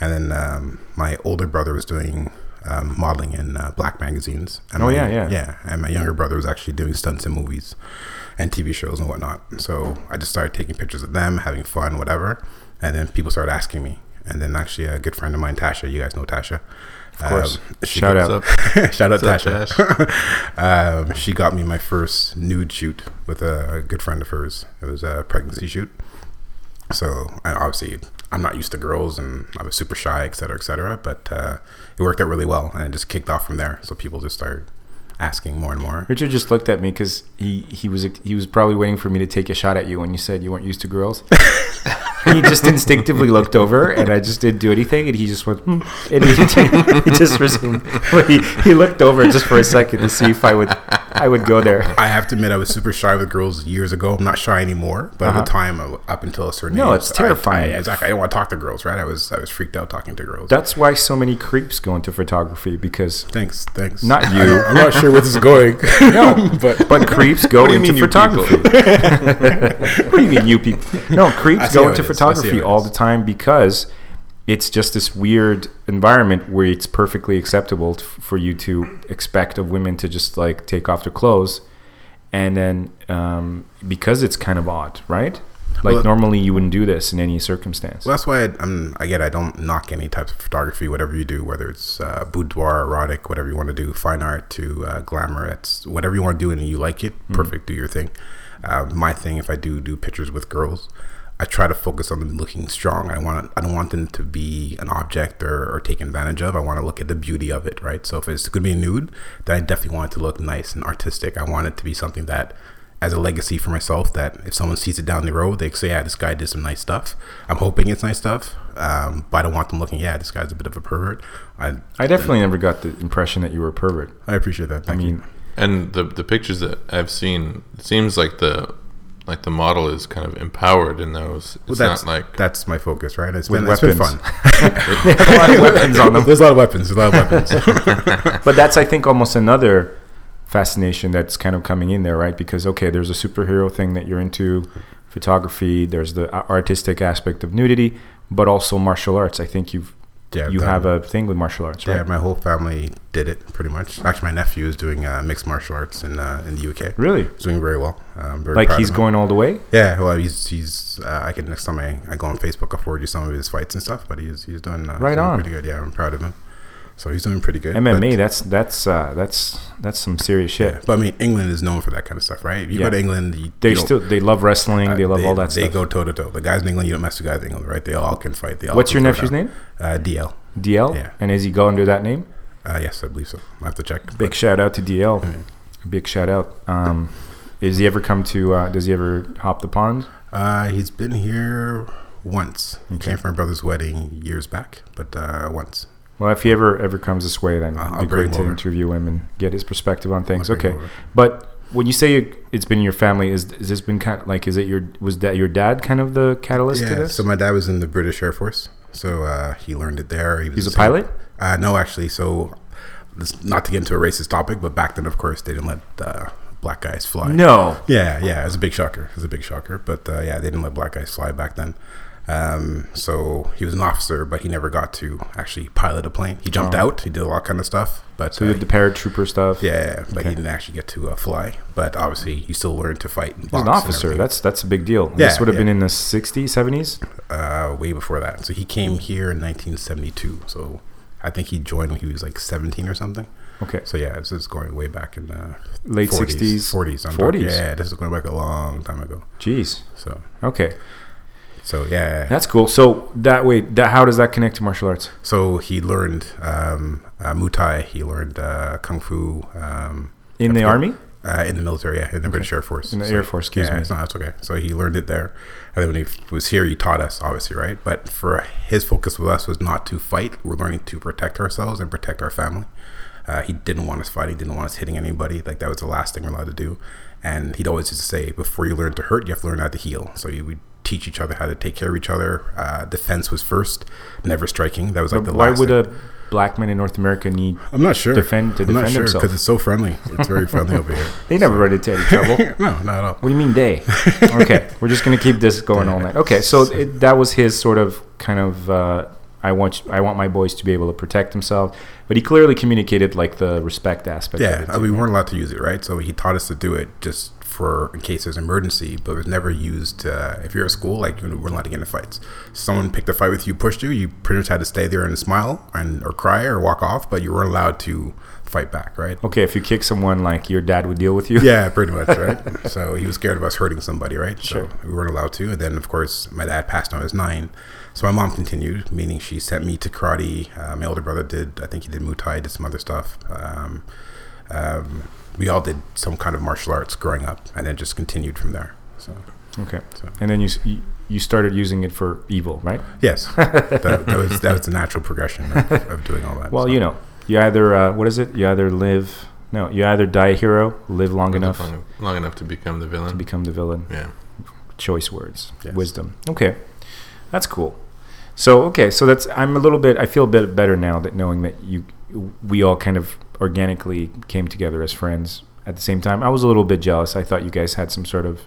[SPEAKER 4] And then um, my older brother was doing um, modeling in uh, black magazines. And
[SPEAKER 1] Oh,
[SPEAKER 4] my-
[SPEAKER 1] yeah, yeah.
[SPEAKER 4] yeah. And my younger brother was actually doing stunts in movies and TV shows and whatnot. So I just started taking pictures of them, having fun, whatever. And then people started asking me. And then actually a good friend of mine, Tasha, you guys know Tasha. Um, Of
[SPEAKER 1] course. Shout out.
[SPEAKER 2] What's
[SPEAKER 4] Shout out
[SPEAKER 2] What's up,
[SPEAKER 4] Tasha. um, she got me my first nude shoot with a, a good friend of hers. It was a pregnancy shoot. So I, obviously, I'm not used to girls, and I was super shy, et cetera, et cetera. But uh, it worked out really well, and it just kicked off from there. So people just started asking more and more.
[SPEAKER 1] Richard just looked at me because he, he was he was probably waiting for me to take a shot at you when you said you weren't used to girls. he just instinctively looked over, and I just didn't do anything, and he just went, hmm. and he, he just resumed. But he, he looked over just for a second to see if I would I would go there.
[SPEAKER 4] I have to admit, I was super shy with girls years ago. I'm not shy anymore, but at the time, I- up until a certain
[SPEAKER 1] No,
[SPEAKER 4] age,
[SPEAKER 1] it's
[SPEAKER 4] I-
[SPEAKER 1] terrifying.
[SPEAKER 4] I, exactly, I didn't want to talk to girls, right? I was I was freaked out talking to girls.
[SPEAKER 1] That's why so many creeps go into photography because
[SPEAKER 4] thanks, thanks.
[SPEAKER 1] Not
[SPEAKER 4] I-
[SPEAKER 1] you.
[SPEAKER 4] I'm not sure where this is going.
[SPEAKER 1] no,
[SPEAKER 4] but
[SPEAKER 1] but creeps go
[SPEAKER 2] do you
[SPEAKER 1] into
[SPEAKER 2] mean you
[SPEAKER 1] photography. what do you mean you people? No, creeps
[SPEAKER 4] see
[SPEAKER 1] go
[SPEAKER 4] how
[SPEAKER 1] into
[SPEAKER 4] it is. I see how
[SPEAKER 1] photography
[SPEAKER 4] it
[SPEAKER 1] all
[SPEAKER 4] is.
[SPEAKER 1] the time because it's just this weird environment where it's perfectly acceptable t- for you to expect of women to just like take off their clothes, and then um, because it's kind of odd, right? Like
[SPEAKER 4] Well-
[SPEAKER 1] normally you wouldn't do this in any circumstance.
[SPEAKER 4] Well, that's why I, I'm again. I don't knock any types of photography, whatever you do, whether it's uh, boudoir, erotic, whatever you want to do, fine art to uh, glamour. That's whatever you want to do, and you like it,
[SPEAKER 1] Mm-hmm.
[SPEAKER 4] perfect. Do your thing. Uh, my thing, if I do do pictures with girls, I try to focus on them looking strong. I want. I don't want them to be an object or, or taken advantage of. I want to look at the beauty of it, right? So if it's going to be nude, then I definitely want it to look nice and artistic. I want it to be something that as a legacy for myself that if someone sees it down the road, they say, "Yeah, this guy did some nice stuff." I'm hoping it's nice stuff, um, but I don't want them looking. Yeah, this guy's a bit of a pervert. I
[SPEAKER 1] I definitely never got the impression that you were a pervert.
[SPEAKER 4] I appreciate that.
[SPEAKER 1] I
[SPEAKER 4] Thank
[SPEAKER 1] mean,
[SPEAKER 2] And the the pictures that I've seen, it seems like the like the model is kind of empowered in those.
[SPEAKER 4] Well,
[SPEAKER 2] It's
[SPEAKER 4] that's
[SPEAKER 2] not like
[SPEAKER 4] that's my focus, right? It's
[SPEAKER 1] With
[SPEAKER 4] been, it's been
[SPEAKER 1] weapons.
[SPEAKER 4] fun.
[SPEAKER 1] a lot of weapons on them.
[SPEAKER 4] There's a lot of weapons. There's a lot of weapons.
[SPEAKER 1] But that's, I think, almost another fascination that's kind of coming in there, right? Because okay, there's a superhero thing that you're into, photography. There's the a- artistic aspect of nudity, but also martial arts. I think you've
[SPEAKER 4] Yeah,
[SPEAKER 1] you
[SPEAKER 4] that-
[SPEAKER 1] have a thing with martial arts,
[SPEAKER 4] Yeah,
[SPEAKER 1] right?
[SPEAKER 4] my whole family did it pretty much. Actually, my nephew is doing uh, mixed martial arts in uh, in the UK.
[SPEAKER 1] Really?
[SPEAKER 4] He's doing very well. Um, very
[SPEAKER 1] Like
[SPEAKER 4] proud
[SPEAKER 1] he's
[SPEAKER 4] of him.
[SPEAKER 1] going all the way.
[SPEAKER 4] Yeah, well, he's he's. Uh, I can next time I, I go on Facebook, I'll forward you some of his fights and stuff. But he's he's doing uh, he's
[SPEAKER 1] Right
[SPEAKER 4] doing
[SPEAKER 1] on.
[SPEAKER 4] pretty good. Yeah, I'm proud of him. So he's doing pretty good.
[SPEAKER 1] MMA.
[SPEAKER 4] but,
[SPEAKER 1] That's that's uh, that's that's some serious shit.
[SPEAKER 4] but I mean, England is known for that kind of stuff, right? If you
[SPEAKER 1] Yeah.
[SPEAKER 4] go to England, you,
[SPEAKER 1] They
[SPEAKER 4] you don't-
[SPEAKER 1] still they love wrestling.
[SPEAKER 4] uh,
[SPEAKER 1] they love all that
[SPEAKER 4] They
[SPEAKER 1] stuff.
[SPEAKER 4] go toe to toe. The guys in England, you don't mess with guys in England, right? They all can fight. They all
[SPEAKER 1] What's
[SPEAKER 4] can
[SPEAKER 1] your
[SPEAKER 4] throw
[SPEAKER 1] nephew's
[SPEAKER 4] down.
[SPEAKER 1] name?
[SPEAKER 4] Uh, DL.
[SPEAKER 1] DL.
[SPEAKER 4] Yeah.
[SPEAKER 1] And is he go under that name?
[SPEAKER 4] Uh, yes, I believe so. I have to check.
[SPEAKER 1] Big shout out to DL. Big shout out. Um, is he ever come to? Uh, does he ever hop the pond?
[SPEAKER 4] Uh, he's been here once. He came for my brother's wedding years back, but uh, once.
[SPEAKER 1] Well, if he ever ever comes this way, then
[SPEAKER 4] I'll-
[SPEAKER 1] it'd
[SPEAKER 4] I'll
[SPEAKER 1] be
[SPEAKER 4] bring
[SPEAKER 1] great to
[SPEAKER 4] him over.
[SPEAKER 1] interview him and get his perspective on things.
[SPEAKER 4] I'll bring
[SPEAKER 1] Okay,
[SPEAKER 4] him over.
[SPEAKER 1] but when you say it- it's been your family, is is this been kind of like is it your was that your dad kind of the catalyst to
[SPEAKER 4] yeah.
[SPEAKER 1] this?
[SPEAKER 4] So my dad was in the British Air Force, so uh, he learned it there. He was
[SPEAKER 1] He's
[SPEAKER 4] the
[SPEAKER 1] a
[SPEAKER 4] same-
[SPEAKER 1] pilot?
[SPEAKER 4] Uh, no, actually. So this, not to get into a racist topic, but back then, of course, they didn't let uh, black guys fly.
[SPEAKER 1] no,
[SPEAKER 4] Yeah, yeah, it was a big shocker. It was a big shocker, but uh, yeah, they didn't let black guys fly back then. Um, so he was an officer, but he never got to actually pilot a plane. He jumped out. He did all kind of stuff, but
[SPEAKER 1] Oh. so you
[SPEAKER 4] uh,
[SPEAKER 1] did the paratrooper stuff.
[SPEAKER 4] Yeah, yeah, but he didn't actually get to uh, fly. But obviously, he still learned to fight. And
[SPEAKER 1] He's
[SPEAKER 4] box
[SPEAKER 1] an
[SPEAKER 4] and
[SPEAKER 1] officer.
[SPEAKER 4] everything,
[SPEAKER 1] That's that's a big deal.
[SPEAKER 4] Yeah,
[SPEAKER 1] this would have
[SPEAKER 4] yeah.
[SPEAKER 1] been in the '60s, '70s.
[SPEAKER 4] uh, way before that. So he
[SPEAKER 1] Hmm.
[SPEAKER 4] came here in 1972. So I think he joined when he was like 17 or something.
[SPEAKER 1] Okay,
[SPEAKER 4] So yeah, this is going way back in the
[SPEAKER 1] Late 60s,
[SPEAKER 4] 40s, I'm
[SPEAKER 1] 40s.
[SPEAKER 4] Yeah, this is going back a long time ago.
[SPEAKER 1] jeez.
[SPEAKER 4] So
[SPEAKER 1] Okay,
[SPEAKER 4] so yeah,
[SPEAKER 1] that's cool. So that way, that how does that connect to martial arts?
[SPEAKER 4] so he learned um, uh, Muay Thai. He learned uh, Kung Fu. Um,
[SPEAKER 1] In
[SPEAKER 4] I
[SPEAKER 1] the
[SPEAKER 4] forget-
[SPEAKER 1] army?
[SPEAKER 4] Uh, in the military, yeah, in the British Air Force.
[SPEAKER 1] In the Air Force, excuse
[SPEAKER 4] yeah,
[SPEAKER 1] me.
[SPEAKER 4] it's not- that's okay. So he learned it there. And then when he was here, he taught us, obviously, right? But for his focus with us was not to fight. We're learning to protect ourselves and protect our family. Uh, he didn't want us fighting, didn't want us hitting anybody. Like, that was the last thing we're allowed to do. And he'd always used to say, before you learn to hurt, you have to learn how to heal. So you would teach each other how to take care of each other. Uh, defense was first, never striking. That was like the
[SPEAKER 1] Why
[SPEAKER 4] last
[SPEAKER 1] would
[SPEAKER 4] thing.
[SPEAKER 1] a black man in North America need?
[SPEAKER 4] I'm not sure.
[SPEAKER 1] defend- to
[SPEAKER 4] I'm not
[SPEAKER 1] defend
[SPEAKER 4] sure
[SPEAKER 1] himself?
[SPEAKER 4] because it's so friendly. It's very friendly over here.
[SPEAKER 1] They never run into any trouble.
[SPEAKER 4] No, not at all.
[SPEAKER 1] What do you mean they? okay, we're just gonna keep this going all night. Okay, so it, that was his sort of kind of uh, I want I want my boys to be able to protect themselves, but he clearly communicated like the respect aspect.
[SPEAKER 4] Yeah,
[SPEAKER 1] of it.
[SPEAKER 4] uh, we weren't allowed to use it, right? So he taught us to do it just for in case there's an emergency, but it was never used. Uh, if you're at school, like you know, we're not allowed to get into fights. Someone picked a fight with you, pushed you, you pretty much had to stay there and smile and or cry or walk off, but you weren't allowed to fight back, right?
[SPEAKER 1] Okay, if you kick someone, like your dad would deal with you.
[SPEAKER 4] Yeah, pretty much, right? so he was scared of us hurting somebody, right?
[SPEAKER 1] Sure.
[SPEAKER 4] So we weren't allowed to. And then, of course, my dad passed when I was nine. So my mom continued, meaning she sent me to karate. Uh, my older brother did, I think he did Muay Thai, did some other stuff. Um, um, we all did some kind of martial arts growing up and then just continued from there. So,
[SPEAKER 1] Okay,
[SPEAKER 4] So-
[SPEAKER 1] and then you s- you- you started using it for evil, right?
[SPEAKER 4] yes, that, that, was, that was the natural progression of, of doing all that.
[SPEAKER 1] Well,
[SPEAKER 4] So-
[SPEAKER 1] you know, you either uh, what is it? You either live no, you either die a hero, live long enough
[SPEAKER 2] Long, long enough to become the
[SPEAKER 1] to
[SPEAKER 2] villain.
[SPEAKER 1] become the villain.
[SPEAKER 2] yeah.
[SPEAKER 1] choice words
[SPEAKER 4] Yes.
[SPEAKER 1] wisdom okay that's cool so okay so that's i'm a little bit i feel a bit better now that knowing that you we all kind of organically came together as friends at the same time i was a little bit jealous i thought you guys had some sort of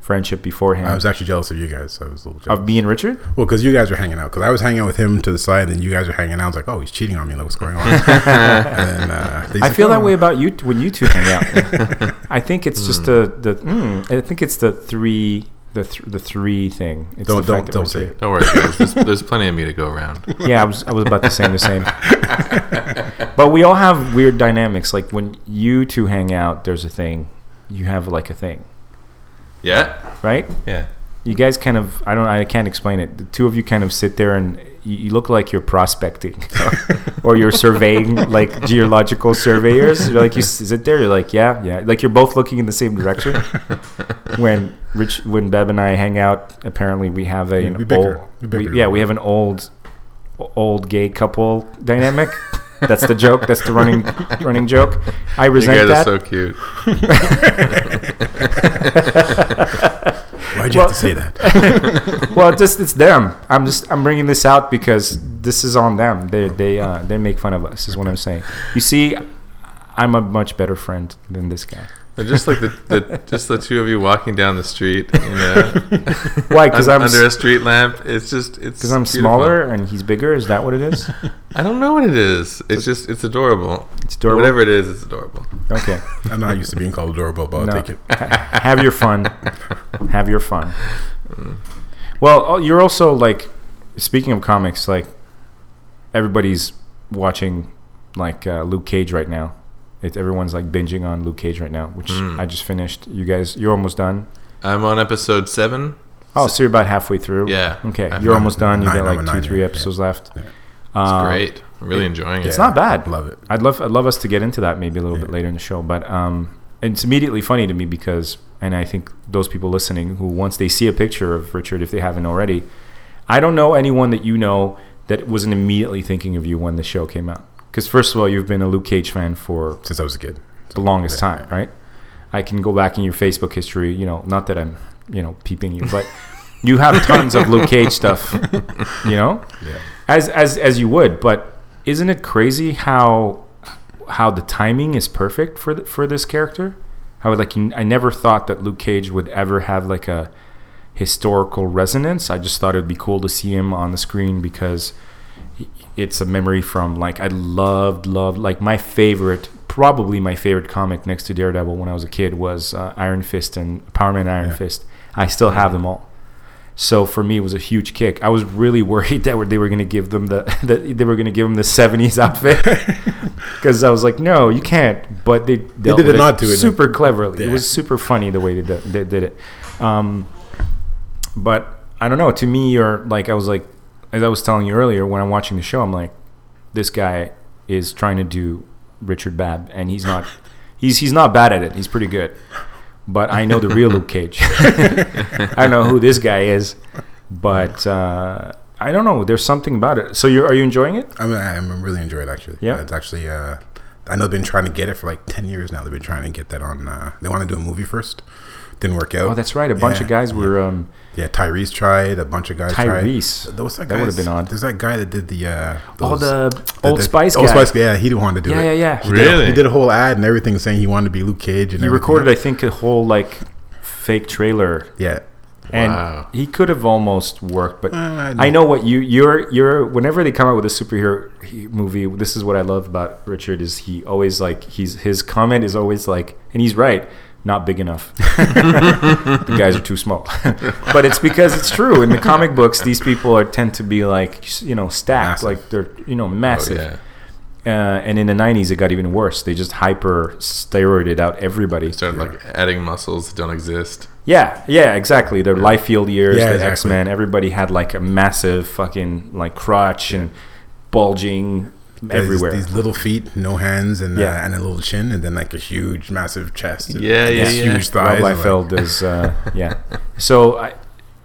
[SPEAKER 1] friendship beforehand
[SPEAKER 4] I was actually jealous of you guys. I was a little jealous.
[SPEAKER 1] of me and richard
[SPEAKER 4] Well, because you guys were hanging out. Because I was hanging out with him to the side, and you guys were hanging out. I was like, "Oh, he's cheating on me. Like, what's going on?" and, then, uh, he's
[SPEAKER 1] i
[SPEAKER 4] like,
[SPEAKER 1] feel that
[SPEAKER 4] "Oh."
[SPEAKER 1] way about you t- when you two hang out i think it's just the the mm, i think it's the three the, th- the three thing it's
[SPEAKER 4] Don't-
[SPEAKER 1] the
[SPEAKER 4] don't-
[SPEAKER 1] fact that
[SPEAKER 4] don't
[SPEAKER 1] we're
[SPEAKER 4] say
[SPEAKER 1] three.
[SPEAKER 4] it.
[SPEAKER 2] Don't worry, guys. There's, there's plenty of me to go around.
[SPEAKER 1] yeah, I was, I was about to say the same. but we all have weird dynamics. Like when you two hang out, there's a thing. You have like a thing,
[SPEAKER 2] Yeah?
[SPEAKER 1] right?
[SPEAKER 2] Yeah.
[SPEAKER 1] You guys kind of, I don't, I can't explain it. The two of you kind of sit there and you, you look like you're prospecting or you're surveying, like geological surveyors. You're like, you s- sit there, you're like, yeah, yeah. Like you're both looking in the same direction. when Rich, when Bev and I hang out, apparently we have a,
[SPEAKER 4] We-
[SPEAKER 1] an
[SPEAKER 4] we bicker.
[SPEAKER 1] old,
[SPEAKER 4] We bicker.
[SPEAKER 1] we- yeah, we have an old, old gay couple dynamic. That's the joke. That's the running, running joke. I
[SPEAKER 2] You guys
[SPEAKER 1] resent
[SPEAKER 2] are
[SPEAKER 1] that.
[SPEAKER 2] so cute.
[SPEAKER 4] Why'd you
[SPEAKER 1] Well-
[SPEAKER 4] have to say that?
[SPEAKER 1] well, it's just it's them. I'm just I'm bringing this out because this is on them. They they uh, they make fun of us. Is what I'm saying. You see, I'm a much better friend than this guy.
[SPEAKER 2] They're just like the, the just the two of you walking down the street. You know,
[SPEAKER 1] Why? Because
[SPEAKER 2] un-
[SPEAKER 1] I'm
[SPEAKER 2] under a street lamp. It's just it's
[SPEAKER 1] because I'm
[SPEAKER 2] beautiful.
[SPEAKER 1] smaller and he's bigger. Is that what it is?
[SPEAKER 2] I don't know what it is. It's just it's adorable.
[SPEAKER 1] It's adorable?
[SPEAKER 2] Whatever it is, it's adorable.
[SPEAKER 1] Okay.
[SPEAKER 4] I'm not used to being called adorable, but I'll
[SPEAKER 1] No.
[SPEAKER 4] take it.
[SPEAKER 1] Ha- have your fun. Have your fun. Well, oh, you're also like speaking of comics, like everybody's watching like uh, Luke Cage right now. It, everyone's like binging on Luke Cage right now, which
[SPEAKER 2] Hmm.
[SPEAKER 1] I just finished. You guys, you're almost done.
[SPEAKER 2] I'm on episode seven.
[SPEAKER 1] Oh, so you're about halfway through.
[SPEAKER 2] Yeah.
[SPEAKER 1] Okay,
[SPEAKER 2] I'm-
[SPEAKER 1] you're almost done. You
[SPEAKER 4] nine,
[SPEAKER 1] got
[SPEAKER 4] I'm
[SPEAKER 1] like
[SPEAKER 4] a
[SPEAKER 1] two,
[SPEAKER 4] nine,
[SPEAKER 1] three
[SPEAKER 4] yeah.
[SPEAKER 1] episodes left.
[SPEAKER 4] Yeah.
[SPEAKER 2] It's
[SPEAKER 1] Uh,
[SPEAKER 2] great. I'm really enjoying it.
[SPEAKER 1] It's not bad.
[SPEAKER 4] Love it.
[SPEAKER 1] I'd love I'd love us to get into that maybe a little bit later in the show, but um, it's immediately funny to me because, and I think those people listening who once they see a picture of Richard, if they haven't already, I don't know anyone that you know that wasn't immediately thinking of you when the show came out. Because first of all, you've been a Luke Cage fan for
[SPEAKER 4] Since I was a kid.
[SPEAKER 1] the longest time, right? I can go back in your Facebook history. You know, not that I'm you know peeping you, but you have tons of Luke Cage stuff. You know,
[SPEAKER 4] Yeah.
[SPEAKER 1] as as as you would but isn't it crazy how how the timing is perfect for th for this character how like you, i never thought that luke cage would ever have like a historical resonance i just thought it would be cool to see him on the screen because he- it's a memory from like i loved loved like my favorite probably my favorite comic next to daredevil when i was a kid was uh, iron fist and power man iron fist i still have them all so for me, it was a huge kick. I was really worried that they were going to give them the that they were going to give them the '70s outfit because I was like, no, you can't. But they dealt
[SPEAKER 4] did
[SPEAKER 1] with
[SPEAKER 4] not do it in-
[SPEAKER 1] super cleverly. It
[SPEAKER 4] Yeah.
[SPEAKER 1] was super funny the way they did, they did it. Um, but I don't know. To me, you're like I was like as I was telling you earlier when I'm watching the show, I'm like, this guy is trying to do Richard Babb, and he's not. He's he's not bad at it. He's pretty good. But I know the real Luke Cage. I don't know who this guy is, but uh, I don't know. There's something about it. So you're are you enjoying it?
[SPEAKER 4] I mean, I'm really enjoying it actually.
[SPEAKER 1] Yeah.
[SPEAKER 4] It's actually, uh, I know they've been trying to get it for like 10 years now. They've been trying to get that on, uh, they want to do a movie first. Didn't work out.
[SPEAKER 1] Oh, that's right. A bunch of
[SPEAKER 4] Yeah.
[SPEAKER 1] guys were. Um,
[SPEAKER 4] Yeah, Tyrese tried. A bunch of guys
[SPEAKER 1] Tyrese.
[SPEAKER 4] tried. There was that,
[SPEAKER 1] That would've
[SPEAKER 4] guy's-
[SPEAKER 1] been odd.
[SPEAKER 4] There's that guy that did the uh,
[SPEAKER 1] oh,
[SPEAKER 4] those-
[SPEAKER 1] the Old Spice
[SPEAKER 4] Old
[SPEAKER 1] guy.
[SPEAKER 4] Spice. Yeah, he wanted to do
[SPEAKER 1] Yeah,
[SPEAKER 4] it.
[SPEAKER 1] yeah, yeah.
[SPEAKER 4] He did,
[SPEAKER 2] Really?
[SPEAKER 4] he did a whole ad and everything saying he wanted to be Luke Cage. And
[SPEAKER 1] He
[SPEAKER 4] everything.
[SPEAKER 1] recorded, I think, a whole like fake trailer
[SPEAKER 4] Yeah,
[SPEAKER 1] and
[SPEAKER 2] Wow.
[SPEAKER 1] he could have almost worked but
[SPEAKER 4] I
[SPEAKER 1] I, know what you you're you're whenever they come out with a superhero he- movie this is what i love about richard is he always like he's his comment is always like and he's right not big enough the guys are too small but it's because it's true in the comic books these people are tend to be like you know stacked
[SPEAKER 4] Massive.
[SPEAKER 1] like they're you know
[SPEAKER 2] Oh,
[SPEAKER 1] massive
[SPEAKER 2] yeah.
[SPEAKER 1] uh, and in the 90s it got even worse they just hyper steroided out everybody
[SPEAKER 2] Started like adding muscles that don't exist.
[SPEAKER 1] yeah, yeah, exactly. Their life field years,
[SPEAKER 4] Yeah,
[SPEAKER 1] the
[SPEAKER 4] exactly.
[SPEAKER 1] X Men, everybody had like a massive fucking like crotch and bulging
[SPEAKER 4] There's
[SPEAKER 1] everywhere.
[SPEAKER 4] These little feet, no hands, and
[SPEAKER 1] Yeah.
[SPEAKER 4] uh, and a little chin, and then like a huge, massive chest. and
[SPEAKER 2] Yeah, yeah,
[SPEAKER 4] these
[SPEAKER 2] yeah.
[SPEAKER 4] Huge
[SPEAKER 1] Rob
[SPEAKER 4] thighs. and, like-
[SPEAKER 1] Liefeld is, uh, yeah. So, I,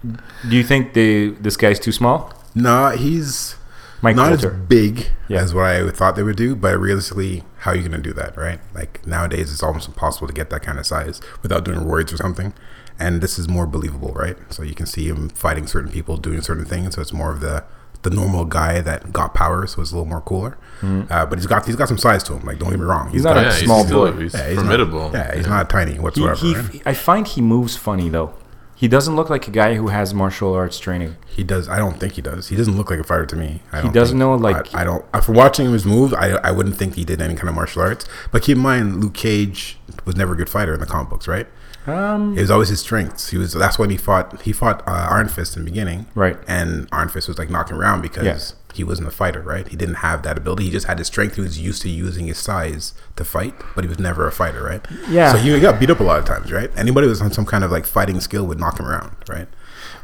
[SPEAKER 1] do you think the this guy's too small?
[SPEAKER 4] No, he's
[SPEAKER 1] Mike
[SPEAKER 4] not
[SPEAKER 1] Coulter.
[SPEAKER 4] as big
[SPEAKER 1] Yeah.
[SPEAKER 4] as what I thought they would do, but realistically, how are you going to do that, right? Like nowadays, it's almost impossible to get that kind of size without doing roids or something. And this is more believable, right? So you can see him fighting certain people, doing certain things. So it's more of the the normal guy that got power, so it's a little more cooler. Uh, but he's got he's got some size to him. Like don't get me wrong, he's,
[SPEAKER 1] Mm-hmm. not a
[SPEAKER 2] yeah,
[SPEAKER 1] small
[SPEAKER 2] he's still,
[SPEAKER 1] boy.
[SPEAKER 2] He's
[SPEAKER 4] yeah, he's not-
[SPEAKER 2] formidable.
[SPEAKER 4] yeah, he's not tiny
[SPEAKER 1] He,
[SPEAKER 4] whatsoever.
[SPEAKER 1] he,
[SPEAKER 4] right?
[SPEAKER 1] I find he moves funny though. He doesn't look like a guy who has martial arts training.
[SPEAKER 4] He does. I don't think he does. He doesn't look like a fighter to me. I don't
[SPEAKER 1] doesn't
[SPEAKER 4] think-
[SPEAKER 1] know, like-
[SPEAKER 4] I, I don't. After watching his moves, I I wouldn't think he did any kind of martial arts. But keep in mind, Luke Cage was never a good fighter in the comic books, right?
[SPEAKER 1] Um,
[SPEAKER 4] It was always his strengths. He was. That's when he fought. He fought uh, Iron Fist in the beginning,
[SPEAKER 1] Right.
[SPEAKER 4] And Iron Fist was like knocking around because
[SPEAKER 1] Yeah.
[SPEAKER 4] he wasn't a fighter, right? He didn't have that ability. He just had his strength. He was used to using his size to fight, but he was never a fighter, right?
[SPEAKER 1] Yeah.
[SPEAKER 4] So he got beat up a lot of times, right? Anybody with some, some kind of like fighting skill would knock him around, right?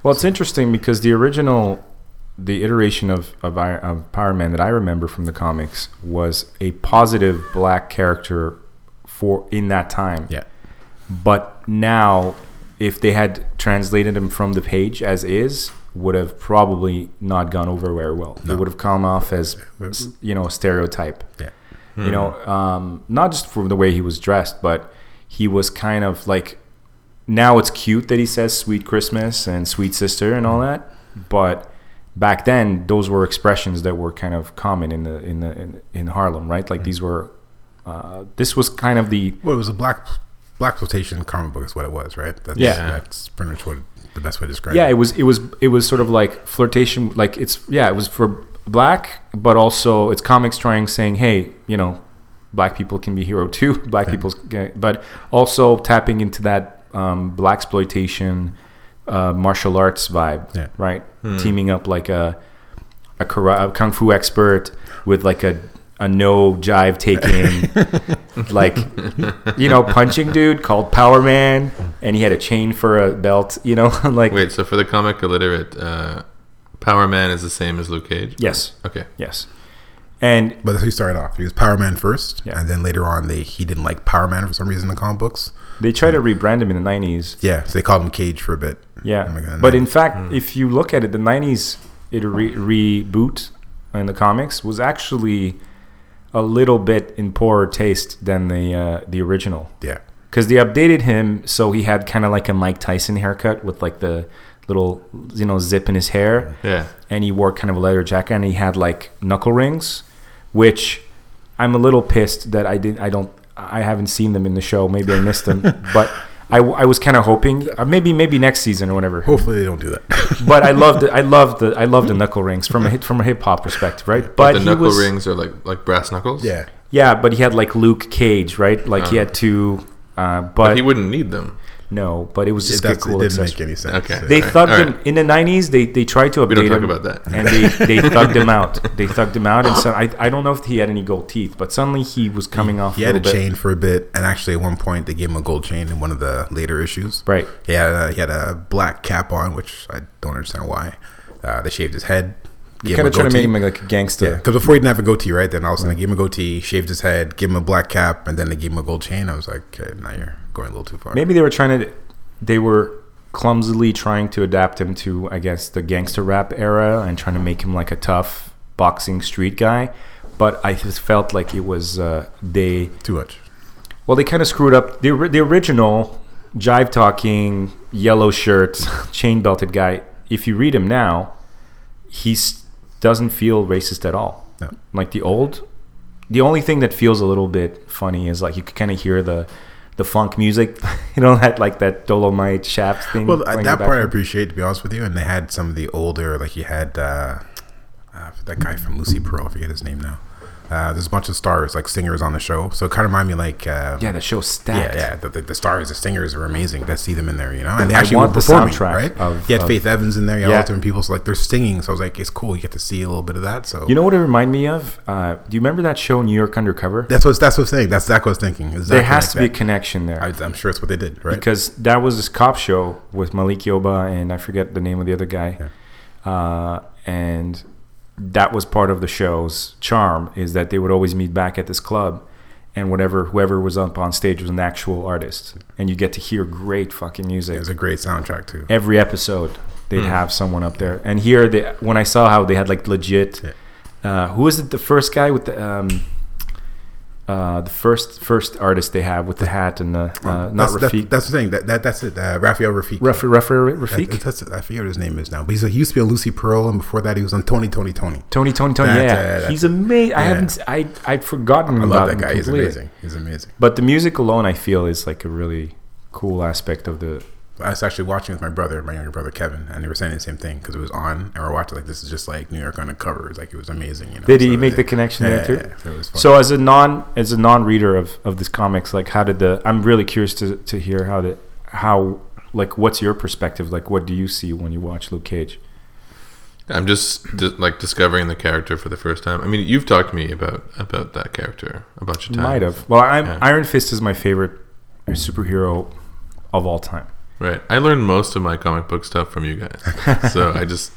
[SPEAKER 1] Well, it's interesting because the original, the iteration of, of, Ir- of Power Man that I remember from the comics was a positive black character for in that time.
[SPEAKER 4] Yeah.
[SPEAKER 1] But now, if they had translated him from the page as is, would have probably not gone over very well. It would have come off as you know a stereotype.
[SPEAKER 4] Yeah.
[SPEAKER 1] You know, um, not just from the way he was dressed, but he was kind of like. Now it's cute that he says "Sweet Christmas" and "Sweet Sister" and all that, but back then those were expressions that were kind of common in the in the in, in Harlem, right? Like these were Uh, this was kind of the
[SPEAKER 4] Well, it was a black black exploitation comic book is what it was, right? That's,
[SPEAKER 1] Yeah.
[SPEAKER 4] that's pretty much what the best way to describe
[SPEAKER 1] yeah.
[SPEAKER 4] it.
[SPEAKER 1] It was it was it was sort of like flirtation. Like it's yeah. It was for black, but also it's comics trying saying, hey, you know, black people can be hero too. Black people's people, but also tapping into that um, black exploitation uh, martial arts vibe,
[SPEAKER 4] Yeah.
[SPEAKER 1] right? Teaming up like a a, kara- a kung fu expert with like a a no jive taking like you know punching dude called power man and he had a chain for a belt you know like
[SPEAKER 2] Wait, so for the comic illiterate, uh, Power Man is the same as Luke Cage?
[SPEAKER 1] yes
[SPEAKER 2] Okay.
[SPEAKER 1] yes and
[SPEAKER 4] But that's how he started off. He was Power Man first,
[SPEAKER 1] Yeah.
[SPEAKER 4] and then later on, they he didn't like Power Man for some reason in the comic books.
[SPEAKER 1] they tried to rebrand him in the 90s
[SPEAKER 4] Yeah, so they called him Cage for a bit.
[SPEAKER 1] yeah
[SPEAKER 4] Oh my God,
[SPEAKER 1] but
[SPEAKER 4] no.
[SPEAKER 1] in fact if you look at it the 90s it re- reboot in the comics was actually a little bit in poorer taste than the uh, the original
[SPEAKER 4] yeah,
[SPEAKER 1] because they updated him so he had kind of like a Mike Tyson haircut with like the little you know zip in his hair,
[SPEAKER 2] Yeah.
[SPEAKER 1] and he wore kind of a leather jacket and he had like knuckle rings, which I'm a little pissed that I didn't I don't I haven't seen them in the show. Maybe I missed them, but. I, w- I was kind of hoping uh, maybe maybe next season or whatever.
[SPEAKER 4] hopefully they don't do that.
[SPEAKER 1] But I loved it. I loved the I loved the knuckle rings from a hip- from a hip hop perspective, right?
[SPEAKER 2] But
[SPEAKER 1] But
[SPEAKER 2] the
[SPEAKER 1] he
[SPEAKER 2] knuckle
[SPEAKER 1] was-
[SPEAKER 2] rings are like like brass knuckles?
[SPEAKER 4] yeah,
[SPEAKER 1] Yeah, but he had like Luke Cage, right? Like
[SPEAKER 2] Uh-huh.
[SPEAKER 1] he had two. Uh, but,
[SPEAKER 2] He wouldn't need them.
[SPEAKER 1] no, but it was just a
[SPEAKER 4] that's,
[SPEAKER 1] cool
[SPEAKER 4] it didn't
[SPEAKER 1] accessory.
[SPEAKER 4] make any sense.
[SPEAKER 2] Okay.
[SPEAKER 4] So-
[SPEAKER 1] They
[SPEAKER 2] Alright,
[SPEAKER 1] thugged
[SPEAKER 2] alright.
[SPEAKER 1] him in the nineties. They they tried to update
[SPEAKER 2] We don't talk
[SPEAKER 1] him,
[SPEAKER 2] about that.
[SPEAKER 1] and they they thugged him out. They thugged him out, and so I I don't know if he had any gold teeth, but suddenly he was coming off.
[SPEAKER 4] He had a
[SPEAKER 1] little bit.
[SPEAKER 4] chain for a bit, and actually at one point they gave him a gold chain in one of the later issues.
[SPEAKER 1] Right.
[SPEAKER 4] He had a, he had a black cap on, which I don't understand why. Uh, they shaved his head. gave
[SPEAKER 1] Kind
[SPEAKER 4] him a
[SPEAKER 1] of trying to
[SPEAKER 4] goatee.
[SPEAKER 1] make him like a gangster.
[SPEAKER 4] Because before he didn't have a goatee, right? Then all of a sudden they gave him a goatee, shaved his head, gave him a black cap, and then they gave him a gold chain. I was like, okay, now you're going a little too far.
[SPEAKER 1] Maybe they were trying to, they were clumsily trying to adapt him to I guess the gangster rap era and trying to make him like a tough boxing street guy. But I just felt like it was uh, they
[SPEAKER 4] Too much.
[SPEAKER 1] Well, they kind of screwed up the ori- the original jive talking yellow shirt chain belted guy. If you read him now, he s- doesn't feel racist at all.
[SPEAKER 4] No.
[SPEAKER 1] Like the old, the only thing that feels a little bit funny is like you could kind of hear the the funk music, you know, that like that Dolomite Shaft thing.
[SPEAKER 4] Well,
[SPEAKER 1] playing
[SPEAKER 4] at
[SPEAKER 1] in the
[SPEAKER 4] that part I
[SPEAKER 1] background.
[SPEAKER 4] appreciate, to be honest with you. And they had some of the older, like you had uh, uh, that guy from Lucy Pearl. I forget his name now. Uh, there's a bunch of stars, like singers on the show. So it kind of reminded me like uh,
[SPEAKER 1] yeah, the show's
[SPEAKER 4] Yeah,
[SPEAKER 1] stacked.
[SPEAKER 4] yeah. The, the, the stars, the singers are amazing to see them in there, you know? And they
[SPEAKER 1] I
[SPEAKER 4] actually
[SPEAKER 1] want
[SPEAKER 4] were
[SPEAKER 1] the
[SPEAKER 4] performing,
[SPEAKER 1] soundtrack
[SPEAKER 4] right?
[SPEAKER 1] of-
[SPEAKER 4] you had
[SPEAKER 1] of-
[SPEAKER 4] Faith Evans in there, you had
[SPEAKER 1] Yeah.
[SPEAKER 4] all different people. So, like, they're singing. So I was like, it's cool. You get to see a little bit of that. So,
[SPEAKER 1] You know what it reminded me of? Uh, do you remember that show New York Undercover?
[SPEAKER 4] that's what, that's what I'm saying. That's exactly what I was thinking.
[SPEAKER 1] there has to be a connection there.
[SPEAKER 4] I, I'm sure it's what they did, right?
[SPEAKER 1] because that was this cop show with Malik Yoba and I forget the name of the other guy, uh, and that was part of the show's charm is that they would always meet back at this club, and whatever whoever was up on stage was an actual artist, and you get to hear great fucking music
[SPEAKER 4] it was a great soundtrack, too.
[SPEAKER 1] every episode. They'd
[SPEAKER 4] Hmm.
[SPEAKER 1] have someone up there, and here they when I saw how they had like legit, uh, who was it? The first guy with the. Um, uh, the first first artist they have with the hat and the uh, not
[SPEAKER 4] that's, that-
[SPEAKER 1] Rafiq.
[SPEAKER 4] that's the thing. That, that, that's it. Uh, Raphael Rafiq.
[SPEAKER 1] Ref, ref,
[SPEAKER 4] That-
[SPEAKER 1] Rafiq?
[SPEAKER 4] that's, I forget what his name is now, but he's, he used to be on Lucy Pearl, and before that, he was on Tony, Tony, Tony.
[SPEAKER 1] Tony, Tony, Tony.
[SPEAKER 4] That's- yeah,
[SPEAKER 1] yeah,
[SPEAKER 4] that's
[SPEAKER 1] he's
[SPEAKER 4] it.
[SPEAKER 1] amazing. I
[SPEAKER 4] uh, Yeah.
[SPEAKER 1] haven't. I I'd forgotten
[SPEAKER 4] I
[SPEAKER 1] about
[SPEAKER 4] love that
[SPEAKER 1] him
[SPEAKER 4] guy. He's
[SPEAKER 1] completely.
[SPEAKER 4] amazing. He's amazing.
[SPEAKER 1] But the music alone, I feel, is like a really cool aspect of the.
[SPEAKER 4] I was actually watching with my brother, my younger brother Kevin, and they were saying the same thing because it was on, and we're watching like this is just like New York Undercover. It's like it was amazing. You know?
[SPEAKER 1] Did he
[SPEAKER 4] So
[SPEAKER 1] make
[SPEAKER 4] they-
[SPEAKER 1] the connection
[SPEAKER 4] yeah,
[SPEAKER 1] there too?
[SPEAKER 4] Yeah, yeah. It was fun.
[SPEAKER 1] So as a non as a non reader of of this comics, like how did the? I'm really curious to to hear how the how like what's your perspective? Like what do you see when you watch Luke Cage?
[SPEAKER 2] I'm just di- like discovering the character for the first time. I mean, you've talked to me about about that character a bunch of times.
[SPEAKER 1] Might have. Well, I'm
[SPEAKER 2] Yeah.
[SPEAKER 1] Iron Fist is my favorite superhero of all time.
[SPEAKER 2] Right. I learned most of my comic book stuff from you guys. so I just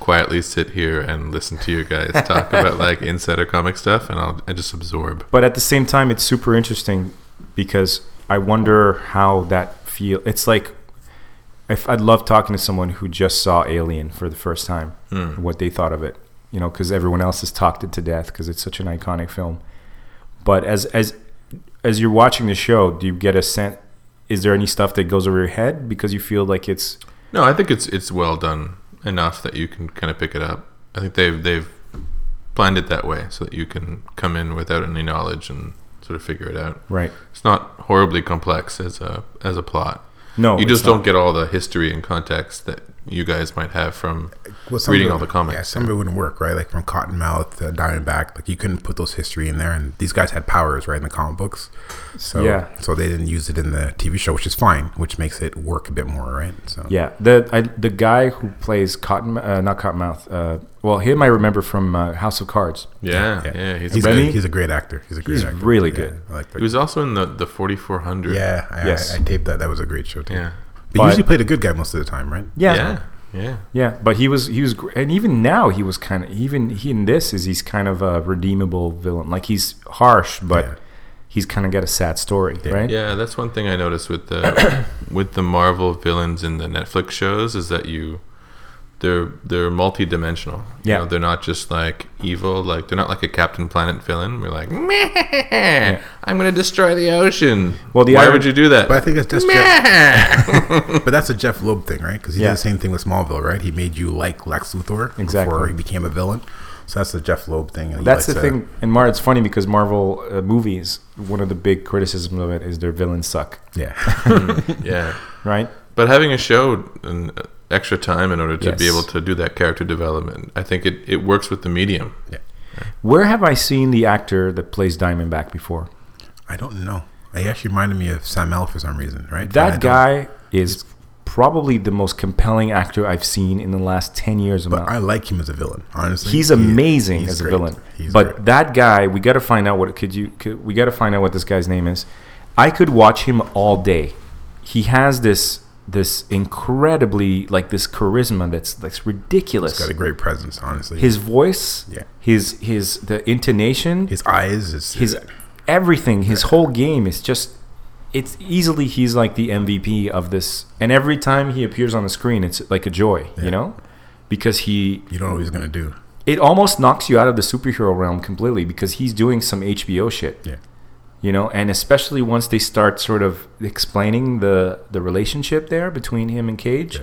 [SPEAKER 2] quietly sit here and listen to you guys talk about like insider comic stuff and I'll I just absorb.
[SPEAKER 1] but at the same time it's super interesting because i wonder how that feel it's like if i'd love talking to someone who just saw alien for the first time
[SPEAKER 2] Hmm.
[SPEAKER 1] what they thought of it you know because everyone else has talked it to death because it's such an iconic film but as as as you're watching the show do you get a sense is there any stuff that goes over your head because you feel like it's
[SPEAKER 2] No, I think it's it's well done enough that you can kind of pick it up. I think they've they've planned it that way so that you can come in without any knowledge and sort of figure it out.
[SPEAKER 1] Right.
[SPEAKER 2] It's not horribly complex as a as a plot.
[SPEAKER 1] No,
[SPEAKER 2] you
[SPEAKER 1] Oh, it's
[SPEAKER 2] just
[SPEAKER 1] not.
[SPEAKER 2] don't get all the history and context that you guys might have from
[SPEAKER 4] Well, some
[SPEAKER 2] reading
[SPEAKER 4] of it-
[SPEAKER 2] all the comics.
[SPEAKER 4] Yeah, some of it wouldn't work, right? Like from Cottonmouth to Diamondback, like you couldn't put those history in there. And these guys had powers, right, in the comic books. So
[SPEAKER 1] Yeah.
[SPEAKER 4] so they didn't use it in the TV show, which is fine, which makes it work a bit more, right? So
[SPEAKER 1] Yeah, the I, the guy who plays Cotton, uh, not Cottonmouth. Uh, well, him I remember from uh, House of Cards.
[SPEAKER 2] yeah, yeah,
[SPEAKER 4] he's,
[SPEAKER 2] He's,
[SPEAKER 4] a,
[SPEAKER 1] Remy?
[SPEAKER 4] good- he's a great actor. He's a great
[SPEAKER 1] He's
[SPEAKER 4] actor.
[SPEAKER 1] really
[SPEAKER 4] Yeah,
[SPEAKER 1] good.
[SPEAKER 4] I like that.
[SPEAKER 2] he was also in the the 4400.
[SPEAKER 4] yeah, I,
[SPEAKER 1] Yes.
[SPEAKER 4] I, I taped that. That was a great show. Too.
[SPEAKER 2] yeah,
[SPEAKER 4] They
[SPEAKER 1] But-
[SPEAKER 4] usually played a good guy most of the time, right?
[SPEAKER 1] Yeah,
[SPEAKER 2] yeah, yeah.
[SPEAKER 1] Yeah, but he was he was, gr- and even now he was kind of even he in this is he's kind of a redeemable villain. Like he's harsh, but
[SPEAKER 4] Yeah.
[SPEAKER 1] he's kind of got a sad story, right?
[SPEAKER 2] Yeah, that's one thing I noticed with the with the Marvel villains in the Netflix shows is that you they're they're multi-dimensional. You
[SPEAKER 1] Yeah.
[SPEAKER 2] know, they're not just like evil, like they're not like a Captain Planet villain. We're like, meh, I'm gonna destroy the ocean.
[SPEAKER 1] Well, the
[SPEAKER 2] why
[SPEAKER 1] iron-
[SPEAKER 2] would you do that?
[SPEAKER 4] But I think it's just Jeff,
[SPEAKER 2] Meh.
[SPEAKER 4] but that's a Jeff Loeb thing, right? Because he
[SPEAKER 1] Yeah.
[SPEAKER 4] did the same thing with Smallville, right? He made you like Lex Luthor before
[SPEAKER 1] Exactly.
[SPEAKER 4] he became a villain. So that's the Jeff Loeb thing. and he
[SPEAKER 1] That's the
[SPEAKER 4] likes to-
[SPEAKER 1] thing, and Mar, it's funny because Marvel uh, movies, one of the big criticisms of it is their villains suck,
[SPEAKER 4] Yeah.
[SPEAKER 2] yeah,
[SPEAKER 1] right?
[SPEAKER 2] but having a show and uh, extra time in order to be
[SPEAKER 1] Yes.
[SPEAKER 2] able to do that character development, I think it, it works with the medium.
[SPEAKER 1] Where have I seen the actor that plays Diamondback before?
[SPEAKER 4] I don't know. He actually reminded me of Sam L for some reason, right? And I
[SPEAKER 1] That
[SPEAKER 4] don't-
[SPEAKER 1] guy is probably the most compelling actor I've seen in the last 10 years.
[SPEAKER 4] But
[SPEAKER 1] amount.
[SPEAKER 4] I like him as a villain, honestly.
[SPEAKER 1] he's
[SPEAKER 4] He-
[SPEAKER 1] amazing
[SPEAKER 4] he's
[SPEAKER 1] as a
[SPEAKER 4] great.
[SPEAKER 1] villain.
[SPEAKER 4] He's
[SPEAKER 1] but
[SPEAKER 4] great.
[SPEAKER 1] that guy, we got to find out what could you could, we got to find out what this guy's name is. I could watch him all day. He has this this incredibly like this charisma that's that's ridiculous.
[SPEAKER 4] he's got a great presence, honestly. His,
[SPEAKER 1] his voice,
[SPEAKER 4] Yeah.
[SPEAKER 1] his his the intonation, his,
[SPEAKER 4] eyes, his,
[SPEAKER 1] everything, his whole game is just it's easily he's like the MVP of this. And every time he appears on the screen, it's like a joy, you know? Because he
[SPEAKER 4] you don't know what he's gonna do.
[SPEAKER 1] it almost knocks you out of the superhero realm completely because he's doing some HBO shit,
[SPEAKER 4] Yeah.
[SPEAKER 1] you know, and especially once they start sort of explaining the the relationship there between him and Cage,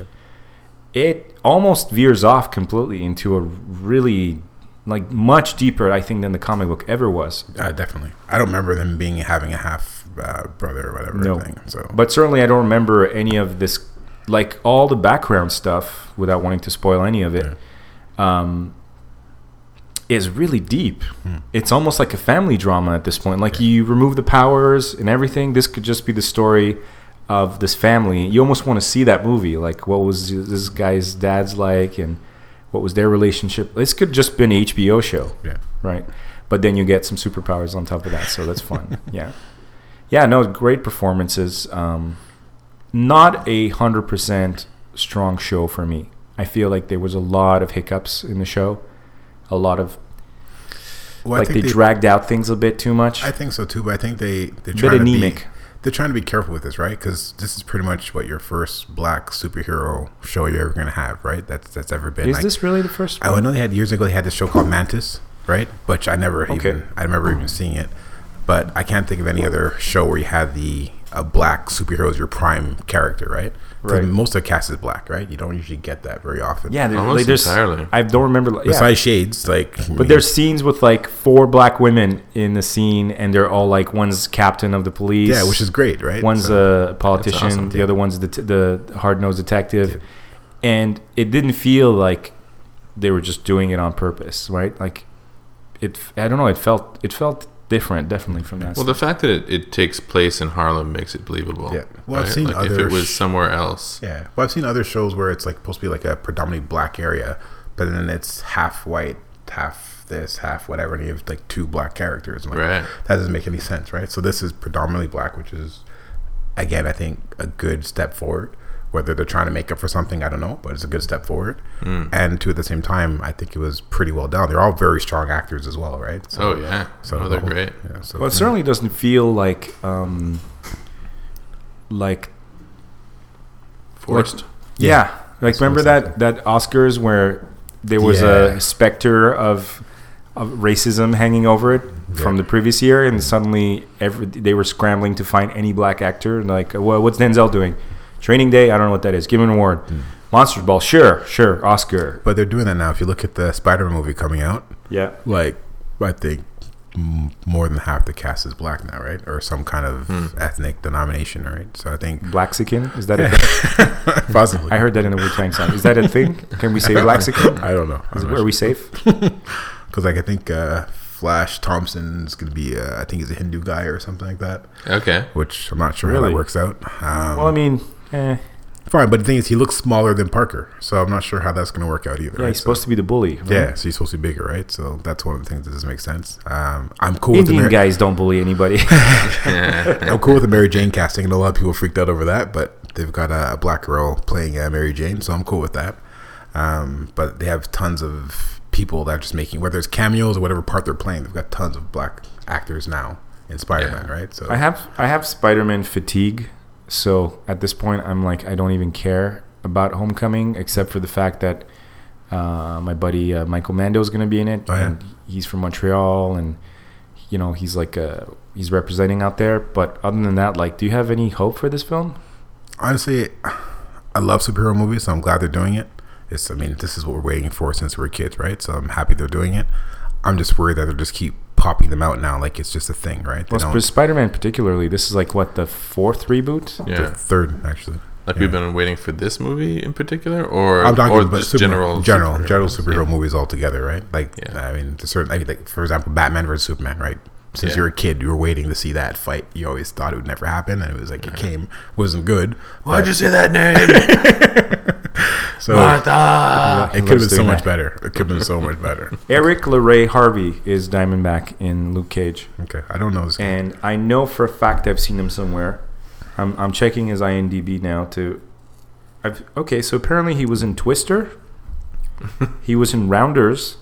[SPEAKER 1] it almost veers off completely into a really like much deeper, I think, than the comic book ever was.
[SPEAKER 4] Uh, definitely. I don't remember them being having a half uh, brother or whatever
[SPEAKER 1] No.
[SPEAKER 4] thing. So
[SPEAKER 1] But certainly, I don't remember any of this, like all the background stuff, without wanting to spoil any of it, um, is really deep. It's almost like a family drama at this point. Like you remove the powers and everything, this could just be the story of this family. You almost want to see that movie. Like, what was this guy's dad's like, and what was their relationship? This could just been an HBO show
[SPEAKER 4] yeah.
[SPEAKER 1] right? But then you get some superpowers on top of that, so that's fun. yeah, yeah, no, great performances. Um, not a hundred percent strong show for me. I feel like there was a lot of hiccups in the show, a lot of
[SPEAKER 4] Well,
[SPEAKER 1] like they, dragged out things a bit too much.
[SPEAKER 4] I think so too, but I think they they're
[SPEAKER 1] Bit
[SPEAKER 4] trying to
[SPEAKER 1] anemic.
[SPEAKER 4] be they're trying to be careful with this, right? Because this is pretty much what your first black superhero show you're ever gonna have, right? That's that's ever been.
[SPEAKER 1] Is
[SPEAKER 4] like-
[SPEAKER 1] this really the first?
[SPEAKER 4] I know they had years ago. They had this show called Mantis, right? Which I never
[SPEAKER 1] Okay.
[SPEAKER 4] even I remember even seeing it, but I can't think of any other show where you had the a black superhero as your prime character, right? 'Cause
[SPEAKER 1] Right.
[SPEAKER 4] Most of the cast is black, right? You don't usually get that very often.
[SPEAKER 1] yeah, there-
[SPEAKER 2] Almost
[SPEAKER 1] like, there's,
[SPEAKER 2] entirely.
[SPEAKER 1] I don't remember. like, Yeah.
[SPEAKER 4] Besides Shades, like,
[SPEAKER 1] But there's scenes with like four black women in the scene, and they're all like one's captain of the police.
[SPEAKER 4] yeah, which is great, right?
[SPEAKER 1] One's uh,
[SPEAKER 4] So-
[SPEAKER 1] a politician,
[SPEAKER 2] awesome,
[SPEAKER 1] the other one's the, t- the hard nosed detective. And it didn't feel like they were just doing it on purpose, right? Like it, f- I don't know. It felt it felt different, definitely from that.
[SPEAKER 2] Well, the fact that it, it takes place in Harlem makes it believable.
[SPEAKER 4] Yeah. Well, I've seen
[SPEAKER 2] like if
[SPEAKER 4] other
[SPEAKER 2] it was
[SPEAKER 4] sh-
[SPEAKER 2] somewhere else.
[SPEAKER 4] Yeah. Well, I've seen other shows where it's like supposed to be like a predominantly black area, but then it's half white, half this, half whatever, and you have like two black characters. I'm like,
[SPEAKER 2] Right.
[SPEAKER 4] That doesn't make any sense, right? So this is predominantly black, which is, again, I think a good step forward. Whether they're trying to make up for something, I don't know, but it's a good step forward.
[SPEAKER 2] Hmm.
[SPEAKER 4] And two, at the same time, I think it was pretty well done. They're all very strong actors as well, right? So,
[SPEAKER 2] Oh yeah.
[SPEAKER 4] so
[SPEAKER 2] oh,
[SPEAKER 4] the
[SPEAKER 2] they're
[SPEAKER 4] whole-
[SPEAKER 2] great.
[SPEAKER 4] Yeah, so
[SPEAKER 1] Well, it certainly doesn't feel like um, like
[SPEAKER 2] Forced.
[SPEAKER 1] yeah, like remember that that Oscars where there was
[SPEAKER 4] Yeah.
[SPEAKER 1] a specter of of racism hanging over it from the previous year, and suddenly every they were scrambling to find any black actor. And like, well, what's Denzel doing? Training Day? I don't know what that is. Give him an award.
[SPEAKER 4] Hmm.
[SPEAKER 1] Monsters Ball? Sure, sure. Oscar.
[SPEAKER 4] but they're doing that now. If you look at the Spider-Man movie coming out,
[SPEAKER 1] Yeah.
[SPEAKER 4] like I think m- more than half the cast is black now, right? Or some kind of ethnic denomination, right? So I think
[SPEAKER 1] Blaxican? Hmm. Is that a thing?
[SPEAKER 4] possibly.
[SPEAKER 1] I heard that in a Wu Tang song. Is that a thing? Can we say Blaxican?
[SPEAKER 4] I don't know.
[SPEAKER 1] Is- Are we safe?
[SPEAKER 4] Because like I think uh, Flash Thompson's gonna be, uh, I think he's a Hindu guy or something like that.
[SPEAKER 2] Okay.
[SPEAKER 4] Which I'm not sure how
[SPEAKER 1] Really?
[SPEAKER 4] that works out. Um,
[SPEAKER 1] Well, I mean, eh.
[SPEAKER 4] fine, but the thing is, he looks smaller than Parker, so I'm not sure how that's gonna work out either.
[SPEAKER 1] yeah,
[SPEAKER 4] right?
[SPEAKER 1] he's supposed to be the bully. right?
[SPEAKER 4] So, yeah, so he's supposed to be bigger, right? So that's one of the things that doesn't make sense. Um, I'm cool with the
[SPEAKER 1] Indian
[SPEAKER 4] Mary-
[SPEAKER 1] guys don't bully anybody.
[SPEAKER 4] I'm cool with the Mary Jane casting, and a lot of people freaked out over that, but they've got a, a black girl playing uh, Mary Jane, so I'm cool with that. Um, but they have tons of people that are just making, whether it's cameos or whatever part they're playing, they've got tons of black actors now in Spider Man,
[SPEAKER 2] Yeah.
[SPEAKER 4] right? So
[SPEAKER 1] I have I have Spider-Man fatigue, so at this point I'm like I don't even care about Homecoming except for the fact that uh, my buddy uh, Michael Mando is going to be in it,
[SPEAKER 4] Oh, yeah.
[SPEAKER 1] and he's from Montreal, and you know he's like uh, he's representing out there. But other than that, like, do you have any hope for this film?
[SPEAKER 4] honestly, I love superhero movies, so I'm glad they're doing it. It's, I mean, this is what we're waiting for since we were kids, right? So I'm happy they're doing it. I'm just worried that they'll just keep popping them out now, like it's just a thing, right? They
[SPEAKER 1] Well, for Spider-Man particularly, this is like what the fourth reboot.
[SPEAKER 4] the
[SPEAKER 2] Yeah.
[SPEAKER 4] third, actually.
[SPEAKER 2] Like we've been waiting for this movie in particular, or
[SPEAKER 4] I'm talking
[SPEAKER 2] or
[SPEAKER 4] about
[SPEAKER 2] just
[SPEAKER 4] super-
[SPEAKER 2] general
[SPEAKER 4] general,
[SPEAKER 2] superhero
[SPEAKER 4] general
[SPEAKER 2] movies?
[SPEAKER 4] superhero movies altogether, right? Like,
[SPEAKER 2] Yeah.
[SPEAKER 4] I mean, there's certain, like, like, for example, Batman versus Superman, right? Since
[SPEAKER 2] Yeah.
[SPEAKER 4] you were a kid, you were waiting to see that fight. You always thought it would never happen, and it was like it came, wasn't good.
[SPEAKER 2] Uh-huh. Why'd
[SPEAKER 4] but-
[SPEAKER 2] you say that name?
[SPEAKER 4] so
[SPEAKER 2] Martha.
[SPEAKER 4] it
[SPEAKER 1] He
[SPEAKER 4] could have
[SPEAKER 1] loves
[SPEAKER 4] been so
[SPEAKER 1] doing
[SPEAKER 4] much
[SPEAKER 1] that.
[SPEAKER 4] better. It could have been so much better.
[SPEAKER 1] Eric LeRae Harvey is Diamondback in Luke Cage.
[SPEAKER 4] Okay, I don't know. This
[SPEAKER 1] and I know for a fact I've seen him somewhere. I'm, I'm checking his IMDb now to. I've, okay, so apparently he was in Twister. he was in Rounders,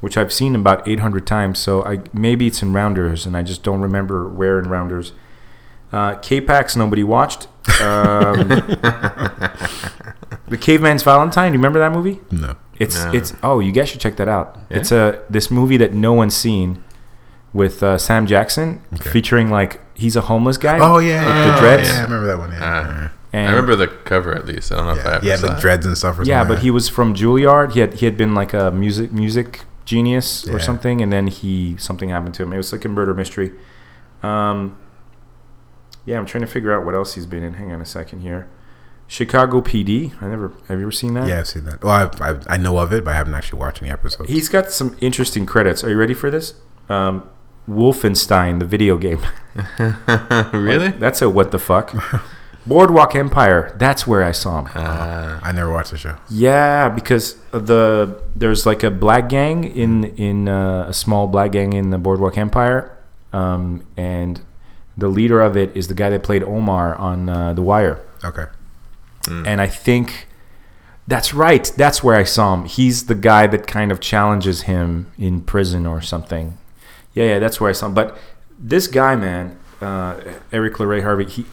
[SPEAKER 1] which I've seen about 800 times. So I maybe it's in Rounders, and I just don't remember where in Rounders. Uh, K-Pax, nobody watched. Um, the Caveman's Valentine. You remember that movie?
[SPEAKER 4] no.
[SPEAKER 1] It's
[SPEAKER 2] No.
[SPEAKER 1] it's oh you guys should check that out.
[SPEAKER 2] Yeah?
[SPEAKER 1] It's a this movie that no one's seen with uh, Sam Jackson
[SPEAKER 4] Okay.
[SPEAKER 1] featuring like he's a homeless guy.
[SPEAKER 4] Oh yeah, yeah, yeah,
[SPEAKER 1] dreads?
[SPEAKER 4] Yeah, I remember that one. Yeah,
[SPEAKER 1] and,
[SPEAKER 2] I remember the cover at least. I don't know if I
[SPEAKER 4] yeah.
[SPEAKER 2] Uh, ever
[SPEAKER 4] yeah
[SPEAKER 2] saw
[SPEAKER 4] the
[SPEAKER 2] it.
[SPEAKER 4] dreads and stuff. Or
[SPEAKER 1] Yeah,
[SPEAKER 4] something
[SPEAKER 1] but he was from Juilliard. He had he had been like a music music genius
[SPEAKER 4] Yeah.
[SPEAKER 1] or something, and then he something happened to him. It was like a murder mystery. Um, yeah, I'm trying to figure out what else he's been in. Hang on a second here. Chicago PD. I never have you ever seen that?
[SPEAKER 4] Yeah, I've seen that. Well, I, I, I know of it, but I haven't actually watched any episodes.
[SPEAKER 1] He's got some interesting credits. Are you ready for this? Um, Wolfenstein, the video game.
[SPEAKER 2] really?
[SPEAKER 1] That's a what the fuck. Boardwalk Empire. That's where I saw him.
[SPEAKER 2] Uh,
[SPEAKER 4] I never watched the show.
[SPEAKER 1] Yeah, because the there's like a black gang in in uh, a small black gang in the Boardwalk Empire, um, and the leader of it is the guy that played Omar on uh, The Wire.
[SPEAKER 4] Okay, Mm-hmm.
[SPEAKER 1] And I think that's right. That's where I saw him. He's the guy that kind of challenges him in prison or something. Yeah, yeah, that's where I saw him. But this guy, man, uh, Eric LeRae Harvey, he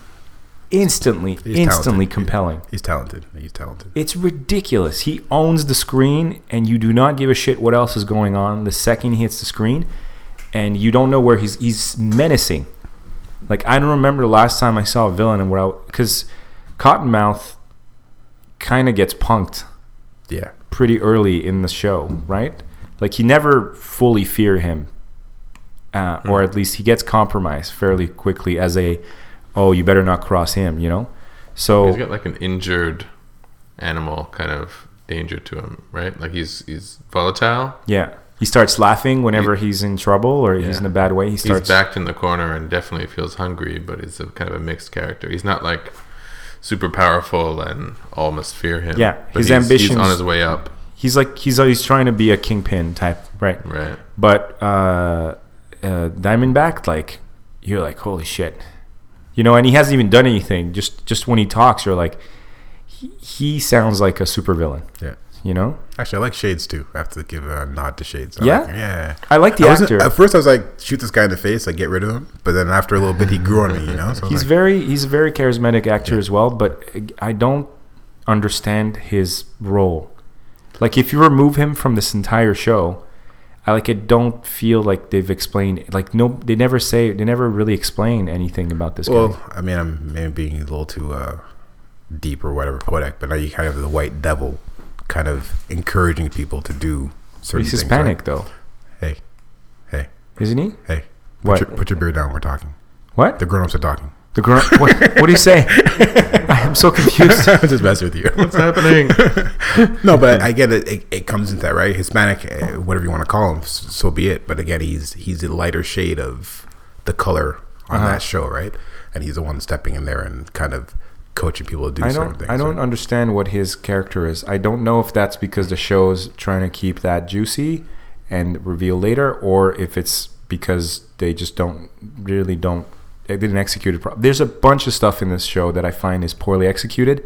[SPEAKER 1] instantly,
[SPEAKER 4] He's
[SPEAKER 1] instantly
[SPEAKER 4] talented.
[SPEAKER 1] compelling.
[SPEAKER 4] he's talented. He's talented.
[SPEAKER 1] It's ridiculous. He owns the screen, and you do not give a shit what else is going on the second he hits the screen, and you don't know where he's. He's menacing. Like I don't remember the last time I saw a villain and where I because Cottonmouth kind of gets punked
[SPEAKER 4] Yeah,
[SPEAKER 1] pretty early in the show, right? Like you never fully fear him, uh, or at least he gets compromised fairly quickly as a, oh, you better not cross him, you know.
[SPEAKER 4] oh.
[SPEAKER 1] So
[SPEAKER 2] he's got like an injured animal kind of danger to him, right? Like he's he's volatile.
[SPEAKER 1] Yeah. He starts laughing whenever he's in trouble or he's
[SPEAKER 2] Yeah.
[SPEAKER 1] in a bad way. He starts.
[SPEAKER 2] He's backed in the corner and definitely feels hungry, but he's a kind of a mixed character. He's not like super powerful and all must fear him.
[SPEAKER 1] Yeah,
[SPEAKER 2] but
[SPEAKER 1] his
[SPEAKER 2] he's, he's
[SPEAKER 1] ambitions-
[SPEAKER 2] on his way up,
[SPEAKER 1] He's like he's always trying to be a kingpin type, right?
[SPEAKER 2] right?
[SPEAKER 1] But uh, uh, Diamondback, like you're like holy shit, you know. And he hasn't even done anything. Just just when he talks, you're like, he, he sounds like a supervillain,
[SPEAKER 4] yeah.
[SPEAKER 1] you know.
[SPEAKER 4] Actually, I like Shades too. I have to give a nod to Shades. I
[SPEAKER 1] Yeah?
[SPEAKER 4] like him. yeah.
[SPEAKER 1] I like the
[SPEAKER 4] I wasn't-
[SPEAKER 1] actor.
[SPEAKER 4] At first, I was like, shoot this guy in the face, like get rid of him. But then after a little bit, he grew on me, you know. So I was
[SPEAKER 1] He's
[SPEAKER 4] like,
[SPEAKER 1] very he's a very charismatic actor as well, but I don't understand his role. Like if you remove him from this entire show, I like I don't feel like they've explained like no they never say they never really explain anything about this guy.
[SPEAKER 4] Well, I mean, I'm maybe being a little too uh, deep or whatever poetic, but now you kind of have the white devil, kind of encouraging people to do certain
[SPEAKER 1] He's
[SPEAKER 4] things.
[SPEAKER 1] Hispanic though.
[SPEAKER 4] right? Hey, hey,
[SPEAKER 1] Isn't he?
[SPEAKER 4] Hey, put,
[SPEAKER 1] What?
[SPEAKER 4] Your, put your beer down. We're talking.
[SPEAKER 1] What?
[SPEAKER 4] The grown ups are talking.
[SPEAKER 1] The girl. what, what do you say? I'm so confused.
[SPEAKER 4] I'm just messing with you.
[SPEAKER 2] What's happening?
[SPEAKER 4] no, but I get it. It, it comes into that, right? Hispanic, eh, whatever you want to call him, s- so be it. But again, he's he's a lighter shade of the color on
[SPEAKER 1] Uh-huh.
[SPEAKER 4] that show, right? And he's the one stepping in there and kind of coaching people to do
[SPEAKER 1] I
[SPEAKER 4] certain
[SPEAKER 1] don't.
[SPEAKER 4] things.
[SPEAKER 1] I don't
[SPEAKER 4] right?
[SPEAKER 1] understand what his character is. I don't know if that's because the show's trying to keep that juicy and reveal later, or if it's because they just don't really don't. They didn't execute it. Pro- There's a bunch of stuff in this show that I find is poorly executed,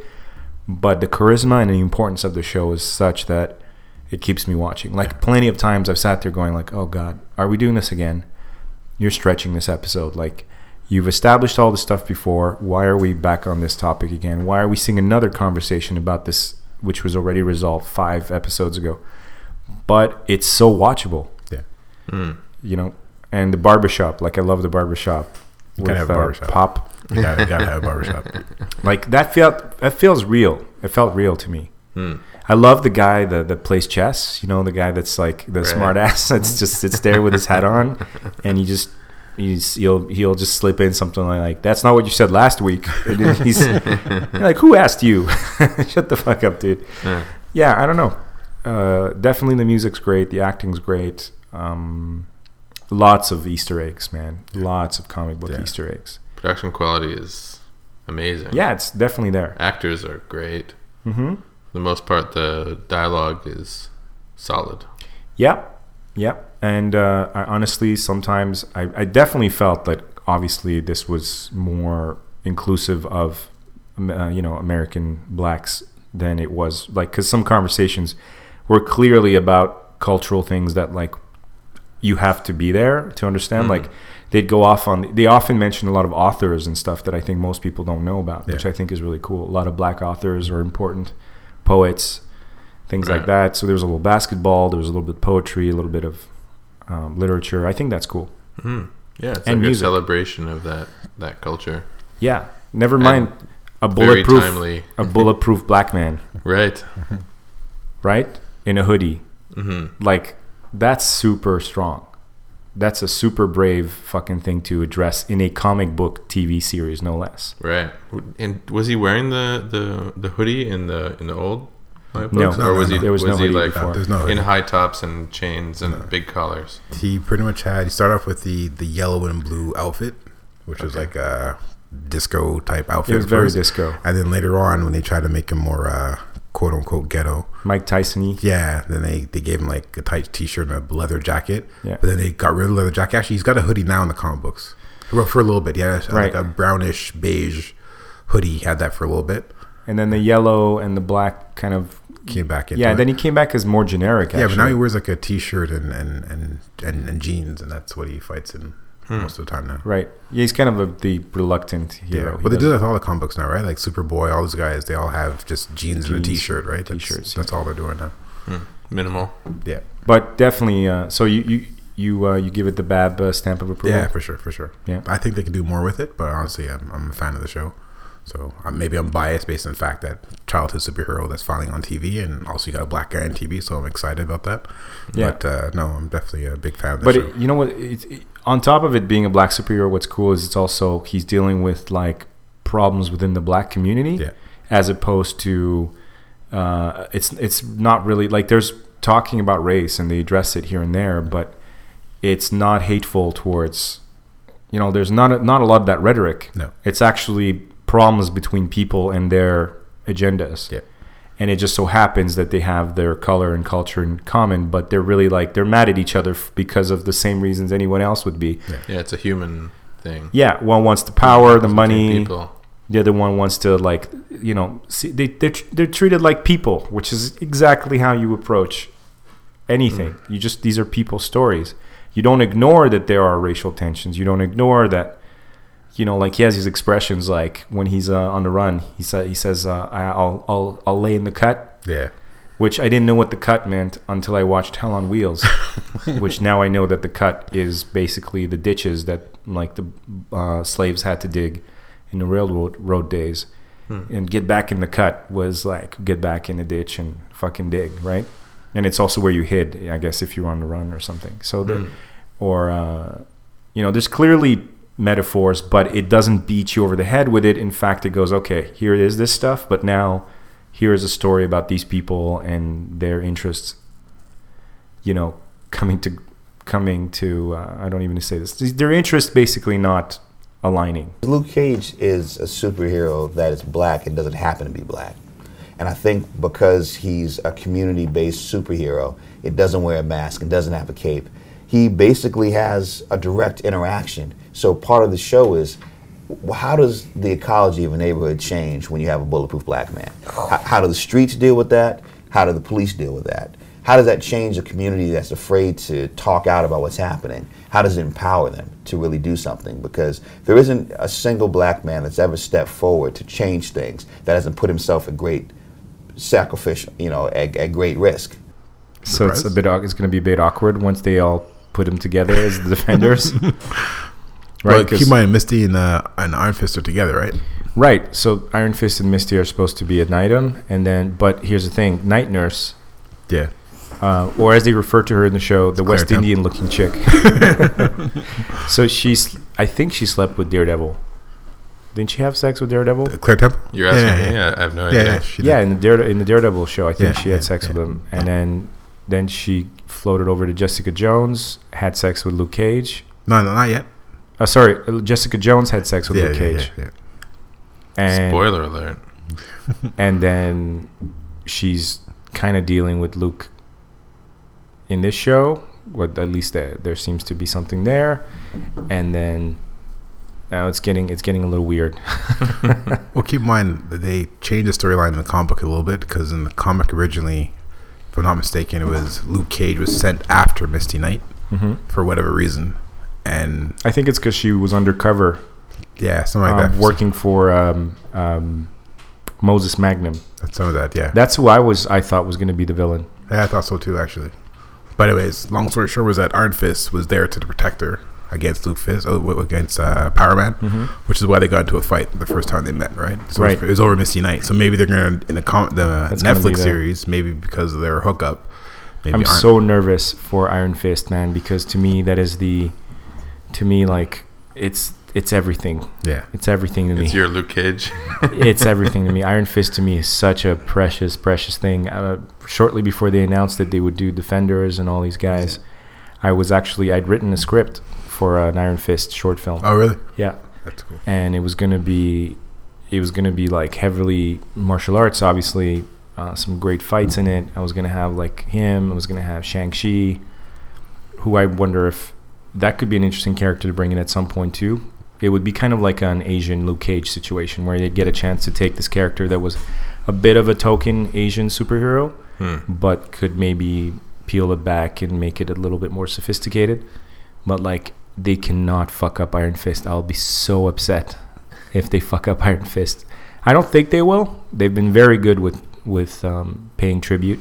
[SPEAKER 1] but the charisma and the importance of the show is such that it keeps me watching. Like plenty of times I've sat there going like, "Oh God, are we doing this again?" You're stretching this episode like you've established all this stuff before. Why are we back on this topic again? Why are we seeing another conversation about this, which was already resolved five episodes ago? But it's so watchable,
[SPEAKER 4] Yeah.
[SPEAKER 1] you know. And the barbershop, like I love the barbershop with uh,
[SPEAKER 4] gotta have a barbershop.
[SPEAKER 1] pop.
[SPEAKER 4] You gotta, gotta have a barbershop.
[SPEAKER 1] Like that felt that feels real. It felt real to me. I love the guy that, that plays chess. You know, the guy that's like the smart ass that's just sits there with his hat on, and he just he's, he'll he'll just slip in something like, like that's not what you said last week. And then he's you're like, who asked you? Shut the fuck up, dude. Yeah, I don't know. Uh, definitely, the music's great. The acting's great. Um, lots of Easter eggs, man. Lots of comic book
[SPEAKER 4] Yeah.
[SPEAKER 1] Easter eggs.
[SPEAKER 2] Production quality is amazing.
[SPEAKER 1] Yeah, it's definitely there.
[SPEAKER 2] Actors are great.
[SPEAKER 1] Mm-hmm.
[SPEAKER 2] For the most part, the dialogue is solid.
[SPEAKER 1] Yep. Yep. And uh, I honestly, sometimes I, I definitely felt that obviously this was more inclusive of, um, uh, you know, American blacks than it was like, because some conversations were clearly about cultural things that like you have to be there to understand.
[SPEAKER 2] Mm-hmm.
[SPEAKER 1] Like they'd go off on, they often mention a lot of authors and stuff that I think most people don't know about, which
[SPEAKER 4] Yeah.
[SPEAKER 1] I think is really cool. A lot of black authors are important, poets, things like
[SPEAKER 2] Right.
[SPEAKER 1] that. So there was a little basketball, there was a little bit of poetry, a little bit of um, literature. I think that's cool.
[SPEAKER 2] Yeah, it's
[SPEAKER 1] And
[SPEAKER 2] like
[SPEAKER 1] music.
[SPEAKER 2] a celebration of that that culture.
[SPEAKER 1] Yeah. Never mind a
[SPEAKER 2] Very
[SPEAKER 1] bulletproof,
[SPEAKER 2] timely,
[SPEAKER 1] a bulletproof black man,
[SPEAKER 2] right?
[SPEAKER 1] right? In a hoodie.
[SPEAKER 2] hmm
[SPEAKER 4] Mm-hmm.
[SPEAKER 1] Like that's super strong. That's a super brave fucking thing to address in a comic book TV series, no less.
[SPEAKER 2] Right. And was he wearing the, the, the hoodie in the in the old? comic
[SPEAKER 1] No.
[SPEAKER 2] books?
[SPEAKER 1] No,
[SPEAKER 2] or
[SPEAKER 4] no,
[SPEAKER 2] was
[SPEAKER 4] no.
[SPEAKER 2] he
[SPEAKER 1] There was
[SPEAKER 2] was,
[SPEAKER 1] no
[SPEAKER 2] he
[SPEAKER 1] hoodie
[SPEAKER 2] like
[SPEAKER 1] before.
[SPEAKER 4] There's
[SPEAKER 2] in
[SPEAKER 4] no hoodie.
[SPEAKER 2] high tops and chains and big collars?
[SPEAKER 4] He pretty much had. He started off with the the yellow and blue outfit, which was like a disco type outfit.
[SPEAKER 1] It was
[SPEAKER 4] at
[SPEAKER 1] very
[SPEAKER 4] first.
[SPEAKER 1] disco.
[SPEAKER 4] And then later on, when they tried to make him more uh, quote unquote ghetto,
[SPEAKER 1] Mike Tyson
[SPEAKER 4] yeah, then they, they gave him like a tight t shirt and a leather jacket.
[SPEAKER 1] Yeah.
[SPEAKER 4] But then they got rid of the leather jacket. Actually, he's got a hoodie now in the comic books. Well, for a little bit, yeah,
[SPEAKER 1] Right.
[SPEAKER 4] like a brownish beige hoodie. He had that for a little bit.
[SPEAKER 1] and then the yellow and the black kind of
[SPEAKER 4] Came back into
[SPEAKER 1] yeah,
[SPEAKER 4] it.
[SPEAKER 1] then he came back as more generic actually.
[SPEAKER 4] yeah, but now he wears like a t shirt and and, and and and jeans, and that's what he fights in most of the time now.
[SPEAKER 1] Right. Yeah, he's kind of a, the reluctant hero.
[SPEAKER 4] Yeah,
[SPEAKER 1] He
[SPEAKER 4] but they do
[SPEAKER 1] doesn't-
[SPEAKER 4] that with all the comic books now, right? Like Superboy, all those guys, they all have just jeans, and a
[SPEAKER 1] Jeans,
[SPEAKER 4] t-shirt, right? That's,
[SPEAKER 1] t-shirts,
[SPEAKER 4] That's all they're doing now.
[SPEAKER 2] Minimal.
[SPEAKER 4] Yeah,
[SPEAKER 1] But definitely, uh, so you you you, uh, you give it the Bab uh, stamp of approval.
[SPEAKER 4] yeah, for sure, for sure.
[SPEAKER 1] Yeah.
[SPEAKER 4] I think they can do more with it, but honestly, I'm, I'm a fan of the show. So uh, maybe I'm biased based on the fact that childhood superhero that's finally on TV, and also you got a black guy on TV, so I'm excited about that.
[SPEAKER 1] Yeah.
[SPEAKER 4] But uh, no, I'm definitely a big fan of the
[SPEAKER 1] But
[SPEAKER 4] show.
[SPEAKER 1] it, you know what? It's it, on top of it being a black superhero, what's cool is it's also he's dealing with like problems within the black community,
[SPEAKER 4] Yeah.
[SPEAKER 1] as opposed to uh, it's it's not really like there's talking about race and they address it here and there, but it's not hateful towards you know. There's not a, not a lot of that rhetoric.
[SPEAKER 4] No.
[SPEAKER 1] it's actually problems between people and their agendas.
[SPEAKER 4] Yeah.
[SPEAKER 1] And it just so happens that they have their color and culture in common, but they're really like they're mad at each other f- because of the same reasons anyone else would be. Yeah,
[SPEAKER 2] Yeah, it's a human thing.
[SPEAKER 1] one wants the power, the
[SPEAKER 2] Between
[SPEAKER 1] money.
[SPEAKER 2] People.
[SPEAKER 1] The other one wants to like you know see, they they're, tr- they're treated like people, which is exactly how you approach anything. You just these are people stories. You don't ignore that there are racial tensions. You don't ignore that you know, like he has his expressions like when he's uh, on the run. He sa- he says, uh, I- "I'll I'll I'll lay in the cut,"
[SPEAKER 4] yeah,
[SPEAKER 1] which I didn't know what the cut meant until I watched Hell on Wheels, which now I know that the cut is basically the ditches that like the uh, slaves had to dig in the railroad road days, and get back in the cut was like get back in the ditch and fucking dig, right? And it's also where you hid, I guess, if you were on the run or something. So the or uh, you know, there's clearly metaphors, but it doesn't beat you over the head with it. In fact, it goes, okay, here it is, this stuff, but now here is a story about these people and their interests. You know, coming to coming to uh, I don't even say this. Their interests basically not aligning.
[SPEAKER 5] Luke Cage is a superhero that is black and doesn't happen to be black. And I think because he's a community based superhero, it doesn't wear a mask and doesn't have a cape. He basically has a direct interaction. So part of the show is w- how does the ecology of a neighborhood change when you have a bulletproof black man? How, how do the streets deal with that? How do the police deal with that? How does that change a community that's afraid to talk out about what's happening? How does it empower them to really do something? Because there isn't a single black man that's ever stepped forward to change things that hasn't put himself at great sacrificial, you know, at, at great risk.
[SPEAKER 1] So it's a bit au- it's going to be a bit awkward once they all put them together as the defenders. right,
[SPEAKER 4] Right. Well,
[SPEAKER 1] 'cause-
[SPEAKER 4] keep mind Misty and uh, and Iron Fist are together, right?
[SPEAKER 1] right. So Iron Fist and Misty are supposed to be at Nightum, and then but here's the thing: Night Nurse,
[SPEAKER 4] Yeah.
[SPEAKER 1] uh, or as they refer to her in the show, the West
[SPEAKER 4] Temple.
[SPEAKER 1] Indian looking chick. so she's, I think she slept with Daredevil. Didn't she have sex with Daredevil?
[SPEAKER 4] Claire Temple.
[SPEAKER 2] You're asking
[SPEAKER 4] Yeah,
[SPEAKER 2] me?
[SPEAKER 4] yeah,
[SPEAKER 2] Yeah, I have no
[SPEAKER 4] yeah.
[SPEAKER 2] idea.
[SPEAKER 4] yeah, she did.
[SPEAKER 1] yeah, in the Dare, in the Daredevil show, I think
[SPEAKER 4] Yeah,
[SPEAKER 1] she had
[SPEAKER 4] yeah,
[SPEAKER 1] sex
[SPEAKER 4] yeah.
[SPEAKER 1] with him, and then then she floated over to Jessica Jones, had sex with Luke Cage.
[SPEAKER 4] No, no, not yet.
[SPEAKER 1] Uh, sorry, uh, Jessica Jones had sex with
[SPEAKER 4] Yeah,
[SPEAKER 1] Luke
[SPEAKER 4] yeah, yeah,
[SPEAKER 1] Cage,
[SPEAKER 4] yeah.
[SPEAKER 1] and
[SPEAKER 2] Spoiler alert.
[SPEAKER 1] and then she's kind of dealing with Luke in this show. Well, at least there, there seems to be something there, and then now it's getting it's getting a little weird.
[SPEAKER 4] Well, keep in mind that they changed the storyline in the comic book a little bit because in the comic originally, if I'm not mistaken, it was Luke Cage was sent after Misty Knight
[SPEAKER 1] Mm-hmm.
[SPEAKER 4] for whatever reason, and
[SPEAKER 1] I think it's because she was undercover
[SPEAKER 4] yeah, something like
[SPEAKER 1] um,
[SPEAKER 4] that.
[SPEAKER 1] working for um, um, Moses Magnum.
[SPEAKER 4] Some of that, yeah.
[SPEAKER 1] That's who I was. I thought was going to be the villain.
[SPEAKER 4] Yeah, I thought so too, actually. But anyways, long story short was that Iron Fist was there to protect her against Luke Fist, oh, w- against uh, Power Man, which is why they got into a fight the first time they met, right? So it was-
[SPEAKER 1] Mm-hmm. Right.
[SPEAKER 4] It was over Misty Night, so maybe they're gonna in the com- the
[SPEAKER 1] That's gonna be
[SPEAKER 4] Netflix
[SPEAKER 1] the-
[SPEAKER 4] series, maybe because of their hookup. Maybe
[SPEAKER 1] I'm
[SPEAKER 4] Iron-
[SPEAKER 1] so nervous for Iron Fist, man, because to me that is the, to me like it's it's everything.
[SPEAKER 4] yeah.
[SPEAKER 1] It's everything to me.
[SPEAKER 2] It's your Luke Cage.
[SPEAKER 1] it's everything to me. Iron Fist to me is such a precious, precious thing. Uh, shortly before they announced that they would do Defenders and all these guys, I was actually I'd written a script for an Iron Fist short film.
[SPEAKER 4] Oh really?
[SPEAKER 1] Yeah,
[SPEAKER 4] That's cool.
[SPEAKER 1] and it was gonna be, it was gonna be like heavily martial arts, obviously. Uh, some great fights in it. I was gonna have like him. I was gonna have Shang Chi, who I wonder if that could be an interesting character to bring in at some point too. It would be kind of like an Asian Luke Cage situation where they'd get a chance to take this character that was a bit of a token Asian superhero,
[SPEAKER 2] Hmm.
[SPEAKER 1] but could maybe peel it back and make it a little bit more sophisticated. But like they cannot fuck up Iron Fist. I'll be so upset if they fuck up Iron Fist. I don't think they will. They've been very good with with um, paying tribute.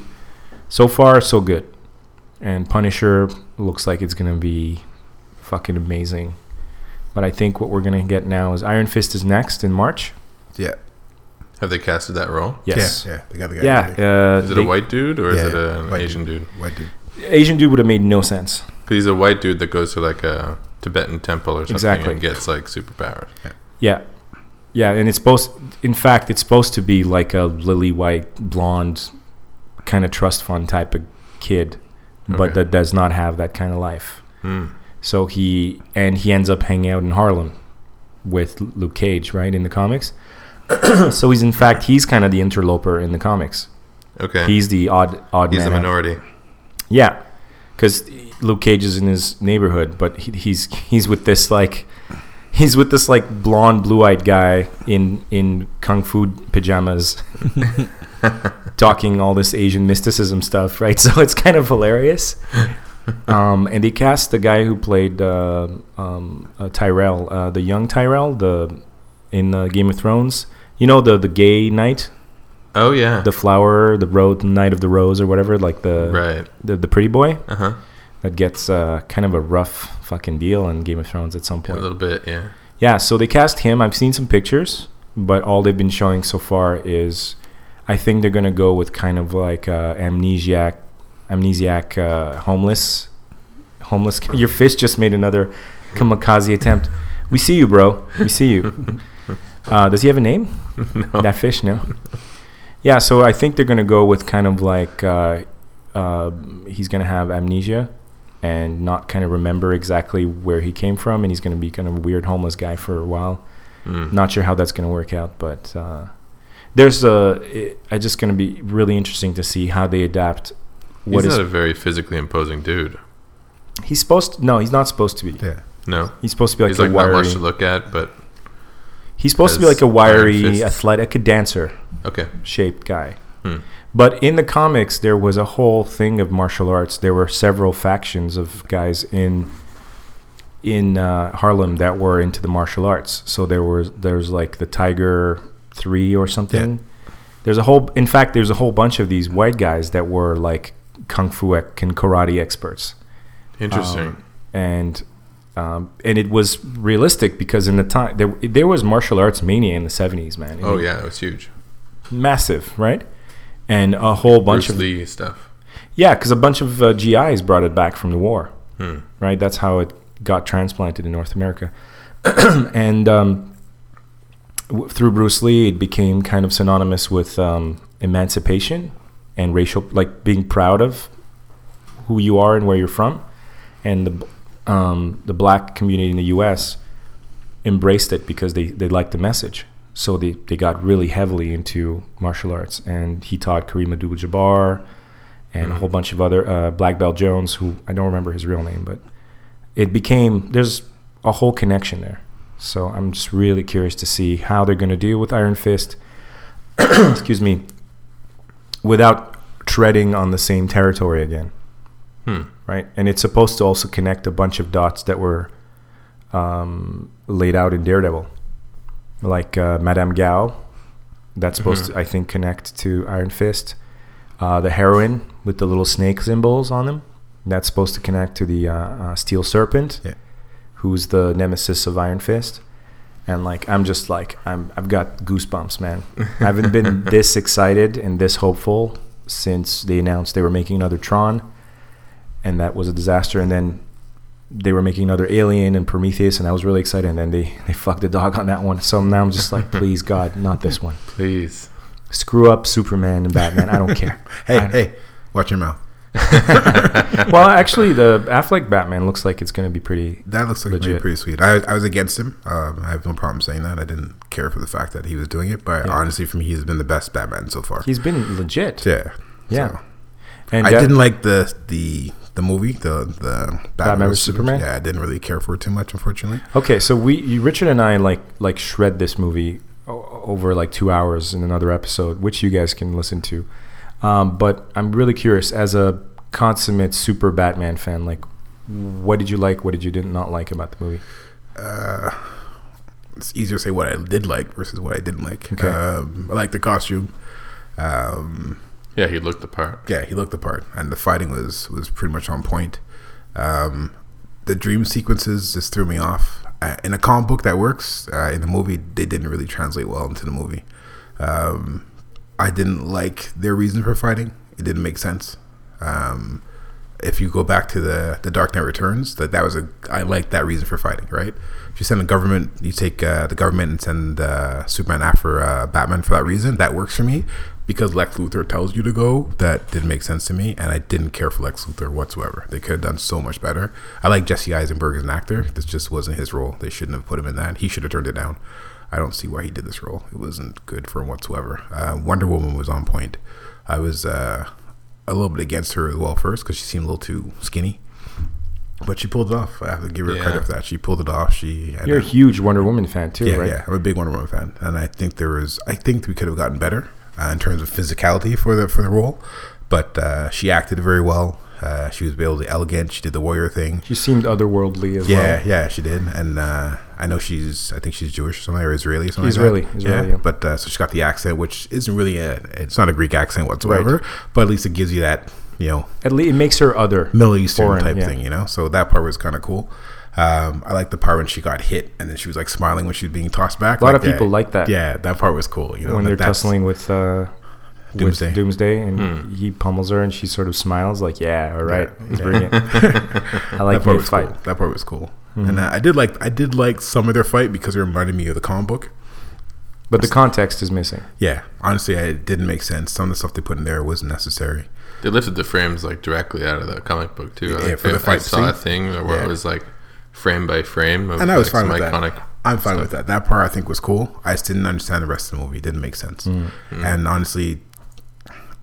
[SPEAKER 1] So far, so good. And Punisher looks like it's gonna be fucking amazing. But I think what we're gonna get now is Iron Fist is next in March.
[SPEAKER 4] Yeah.
[SPEAKER 2] Have they casted that role?
[SPEAKER 1] Yes.
[SPEAKER 4] Yeah. Yeah. They got the guy.
[SPEAKER 1] Yeah.
[SPEAKER 4] Yeah.
[SPEAKER 1] uh,
[SPEAKER 2] Is it
[SPEAKER 1] they-
[SPEAKER 2] a white dude or
[SPEAKER 4] Yeah,
[SPEAKER 2] is it an
[SPEAKER 4] white
[SPEAKER 2] Asian dude?
[SPEAKER 4] White dude.
[SPEAKER 1] Asian dude would have made no sense.
[SPEAKER 2] Because he's a white dude that goes to like a Tibetan temple or something
[SPEAKER 1] Exactly.
[SPEAKER 2] and gets like superpowers.
[SPEAKER 1] Yeah. Yeah, and it's supposed in fact it's supposed to be like a lily white blonde kind of trust fund type of kid, but
[SPEAKER 2] Okay. Hmm.
[SPEAKER 1] that does not have that kind of life. So he and he ends up hanging out in Harlem with Luke Cage, right, in the comics. so he's in fact he's kind of the interloper in the comics.
[SPEAKER 2] Okay. He's,
[SPEAKER 1] He's the odd odd man
[SPEAKER 2] the
[SPEAKER 1] out.
[SPEAKER 2] minority.
[SPEAKER 1] Yeah, because Luke Cage is in his neighborhood, but he, he's he's with this like he's with this like blonde, blue-eyed guy in in kung fu pajamas, talking all this Asian mysticism stuff, right? So it's kind of hilarious. Um, and they cast the guy who played uh, um, uh, Tyrell, uh, the young Tyrell, the in uh, Game of Thrones. You know the the gay knight,
[SPEAKER 2] Oh, yeah.
[SPEAKER 1] the flower, the road, knight of the rose, or whatever, like the
[SPEAKER 2] right.
[SPEAKER 1] the, the pretty boy
[SPEAKER 2] Uh huh.
[SPEAKER 1] that gets uh, kind of a rough fucking deal in Game of Thrones at some
[SPEAKER 2] A
[SPEAKER 1] point. Yeah,
[SPEAKER 2] little bit, yeah.
[SPEAKER 1] so they cast him. I've seen some pictures, but all they've been showing so far is I think they're going to go with kind of like uh, amnesiac, amnesiac uh, homeless, homeless. ca- Your fist just made another kamikaze attempt. We see you, bro. We see you. Uh, does he have a name? That fish, no. Yeah, so I think they're gonna go with kind of like uh, uh, he's gonna have amnesia and not kind of remember exactly where he came from, and he's gonna be kind of a weird homeless guy for a while.
[SPEAKER 2] Hmm.
[SPEAKER 1] Not sure how that's gonna work out, but uh, there's a. It, it's just gonna be really interesting to see how they adapt. What
[SPEAKER 2] he's
[SPEAKER 1] is
[SPEAKER 2] not a very physically imposing dude.
[SPEAKER 1] he's supposed? To, no, he's not supposed to be.
[SPEAKER 4] Yeah.
[SPEAKER 2] No,
[SPEAKER 1] He's supposed to be like
[SPEAKER 2] he's
[SPEAKER 1] a
[SPEAKER 2] like not
[SPEAKER 1] wiry.
[SPEAKER 2] much to look at, but
[SPEAKER 1] he's supposed to be like
[SPEAKER 2] has
[SPEAKER 1] a
[SPEAKER 2] iron
[SPEAKER 1] wiry,
[SPEAKER 2] fists.
[SPEAKER 1] athletic, a dancer.
[SPEAKER 2] okay.
[SPEAKER 1] shaped guy.
[SPEAKER 2] Hmm.
[SPEAKER 1] But in the comics, there was a whole thing of martial arts. There were several factions of guys in in uh, Harlem that were into the martial arts. So there was there's like the Tiger Three or something. There's a whole. In fact, there's a whole bunch of these white guys that were like kung fu ec- and karate experts
[SPEAKER 2] Interesting.
[SPEAKER 1] and um, and it was realistic because in the time there there was martial arts mania in the 70s man
[SPEAKER 2] oh yeah, it was huge.
[SPEAKER 1] massive right and a whole bunch
[SPEAKER 2] Bruce
[SPEAKER 1] of
[SPEAKER 2] Lee stuff.
[SPEAKER 1] Yeah, because a bunch of uh, GIs brought it back from the war, right? That's how it got transplanted in North America, and um, w- through Bruce Lee, it became kind of synonymous with um, emancipation and racial, like being proud of who you are and where you're from, and the b- um, the black community in the U.S. embraced it because they they liked the message. So they, they got really heavily into martial arts, and he taught Kareem Abdul-Jabbar, and a whole bunch of other uh, Black Belt Jones, who I don't remember his real name, but it became there's a whole connection there. So I'm just really curious to see how they're going to deal with Iron Fist. excuse me, without treading on the same territory again, right? And it's supposed to also connect a bunch of dots that were um, laid out in Daredevil, like uh, Madame Gao. That's supposed to, I think, connect to Iron Fist uh, the heroin with the little snake symbols on them. That's supposed to connect to the uh, uh, Steel Serpent,
[SPEAKER 4] Yeah.
[SPEAKER 1] who's the nemesis of Iron Fist. And like, I'm just like, I'm, I've got goosebumps, man. I haven't been this excited and this hopeful since they announced they were making another Tron, and that was a disaster. And then they were making another Alien and Prometheus, and I was really excited. And then they they fucked the dog on that one. So now I'm just like, please God, not this one.
[SPEAKER 2] Please.
[SPEAKER 1] Screw up Superman and Batman. I don't care.
[SPEAKER 4] Hey, hey, watch your mouth.
[SPEAKER 1] well, actually, the Affleck Batman looks like it's going to be pretty.
[SPEAKER 4] That looks like it'd be
[SPEAKER 1] Legit.
[SPEAKER 4] pretty sweet. I, I was against him. Um, I have no problem saying that. I didn't care for the fact that he was doing it, but honestly, for me, he's been the best Batman so far.
[SPEAKER 1] He's been legit.
[SPEAKER 4] yeah,
[SPEAKER 1] Yeah.
[SPEAKER 4] So,
[SPEAKER 1] And
[SPEAKER 4] I
[SPEAKER 1] that-
[SPEAKER 4] didn't like the the the movie, the the Batman,
[SPEAKER 1] Batman
[SPEAKER 4] vs
[SPEAKER 1] vs Superman?
[SPEAKER 4] Yeah, I didn't really care for it too much, unfortunately.
[SPEAKER 1] Okay, so we you, Richard and I like like shred this movie o- over like two hours in another episode, which you guys can listen to. Um, but I'm really curious, as a consummate super Batman fan, like what did you like? What did you did not like about the movie?
[SPEAKER 4] It's easier to say what I did like versus what I didn't like.
[SPEAKER 1] Okay.
[SPEAKER 4] Um, I like the costume.
[SPEAKER 2] Yeah, he looked the part.
[SPEAKER 4] Yeah, he looked the part, and the fighting was was pretty much on point. Um, the dream sequences just threw me off. Uh, in a comic book, that works. Uh, in the movie, they didn't really translate well into the movie. Um, I didn't like their reason for fighting. It didn't make sense. Um, if you go back to the the Dark Knight Returns, that that was a I like that reason for fighting, right? If you send a government, you take uh, the government and send uh, Superman after uh, Batman for that reason. That works for me because Lex Luthor tells you to go. That didn't make sense to me, and I didn't care for Lex Luthor whatsoever. They could have done so much better. I like Jesse Eisenberg as an actor. This just wasn't his role. They shouldn't have put him in that. He should have turned it down. I don't see why he did this role. It wasn't good for him whatsoever. Uh, Wonder Woman was on point. I was. Uh, a little bit against her as well first because she seemed a little too skinny. But she pulled it off. I have to give her
[SPEAKER 2] Yeah.
[SPEAKER 4] credit for that. She pulled it off. She and
[SPEAKER 1] You're a
[SPEAKER 4] uh,
[SPEAKER 1] huge Wonder Woman fan too,
[SPEAKER 4] yeah,
[SPEAKER 1] right?
[SPEAKER 4] yeah. I'm a big Wonder Woman fan, and I think there was. I think we could have gotten better uh, in terms of physicality for the for the role, but uh, she acted very well. Uh, she was able to elegant. She did the warrior thing.
[SPEAKER 1] She seemed otherworldly as
[SPEAKER 4] Yeah,
[SPEAKER 1] well.
[SPEAKER 4] yeah, she did, and uh, I know she's. I think she's Jewish or something, or Israeli or something.
[SPEAKER 1] Israeli,
[SPEAKER 4] like that.
[SPEAKER 1] Israeli,
[SPEAKER 4] yeah.
[SPEAKER 1] yeah.
[SPEAKER 4] But uh, so she got the accent, which isn't really a. It's not a Greek accent whatsoever, but at least it gives you that you know
[SPEAKER 1] At least it makes her other.
[SPEAKER 4] Middle Eastern
[SPEAKER 1] Foreign,
[SPEAKER 4] type
[SPEAKER 1] yeah.
[SPEAKER 4] thing, you know. So that part was kind of cool. Um, I like the part when she got hit and then she was like smiling when she was being tossed back. A
[SPEAKER 1] lot of people like that.
[SPEAKER 4] Yeah, that part was cool. You know,
[SPEAKER 1] when
[SPEAKER 4] that-
[SPEAKER 1] they're
[SPEAKER 4] that's-
[SPEAKER 1] tussling with uh,
[SPEAKER 4] Doomsday.
[SPEAKER 1] with Doomsday, and
[SPEAKER 2] Hmm.
[SPEAKER 1] he pummels her, and she sort of smiles like, "Yeah, all right, bring it." I like
[SPEAKER 4] that part
[SPEAKER 1] the
[SPEAKER 4] was
[SPEAKER 1] fight. Mm-hmm.
[SPEAKER 4] cool. That part was cool. And uh, I, I did like I did like some of their fight because it reminded me of the comic book.
[SPEAKER 1] But the context is missing.
[SPEAKER 4] Yeah, honestly, I, it didn't make sense. Some of the stuff they put in there wasn't necessary.
[SPEAKER 2] They lifted the frames like directly out of the comic book too.
[SPEAKER 4] Yeah,
[SPEAKER 2] like,
[SPEAKER 4] for the
[SPEAKER 2] I- I
[SPEAKER 4] fight
[SPEAKER 2] saw a
[SPEAKER 4] scene.
[SPEAKER 2] thing where
[SPEAKER 4] Yeah.
[SPEAKER 2] it was like frame by frame of
[SPEAKER 4] And I was
[SPEAKER 2] like,
[SPEAKER 4] fine with
[SPEAKER 2] some iconic.
[SPEAKER 4] that. I'm fine with that. That part I think was cool. I just didn't understand the rest of the movie. It didn't make sense.
[SPEAKER 1] Mm-hmm.
[SPEAKER 4] And honestly,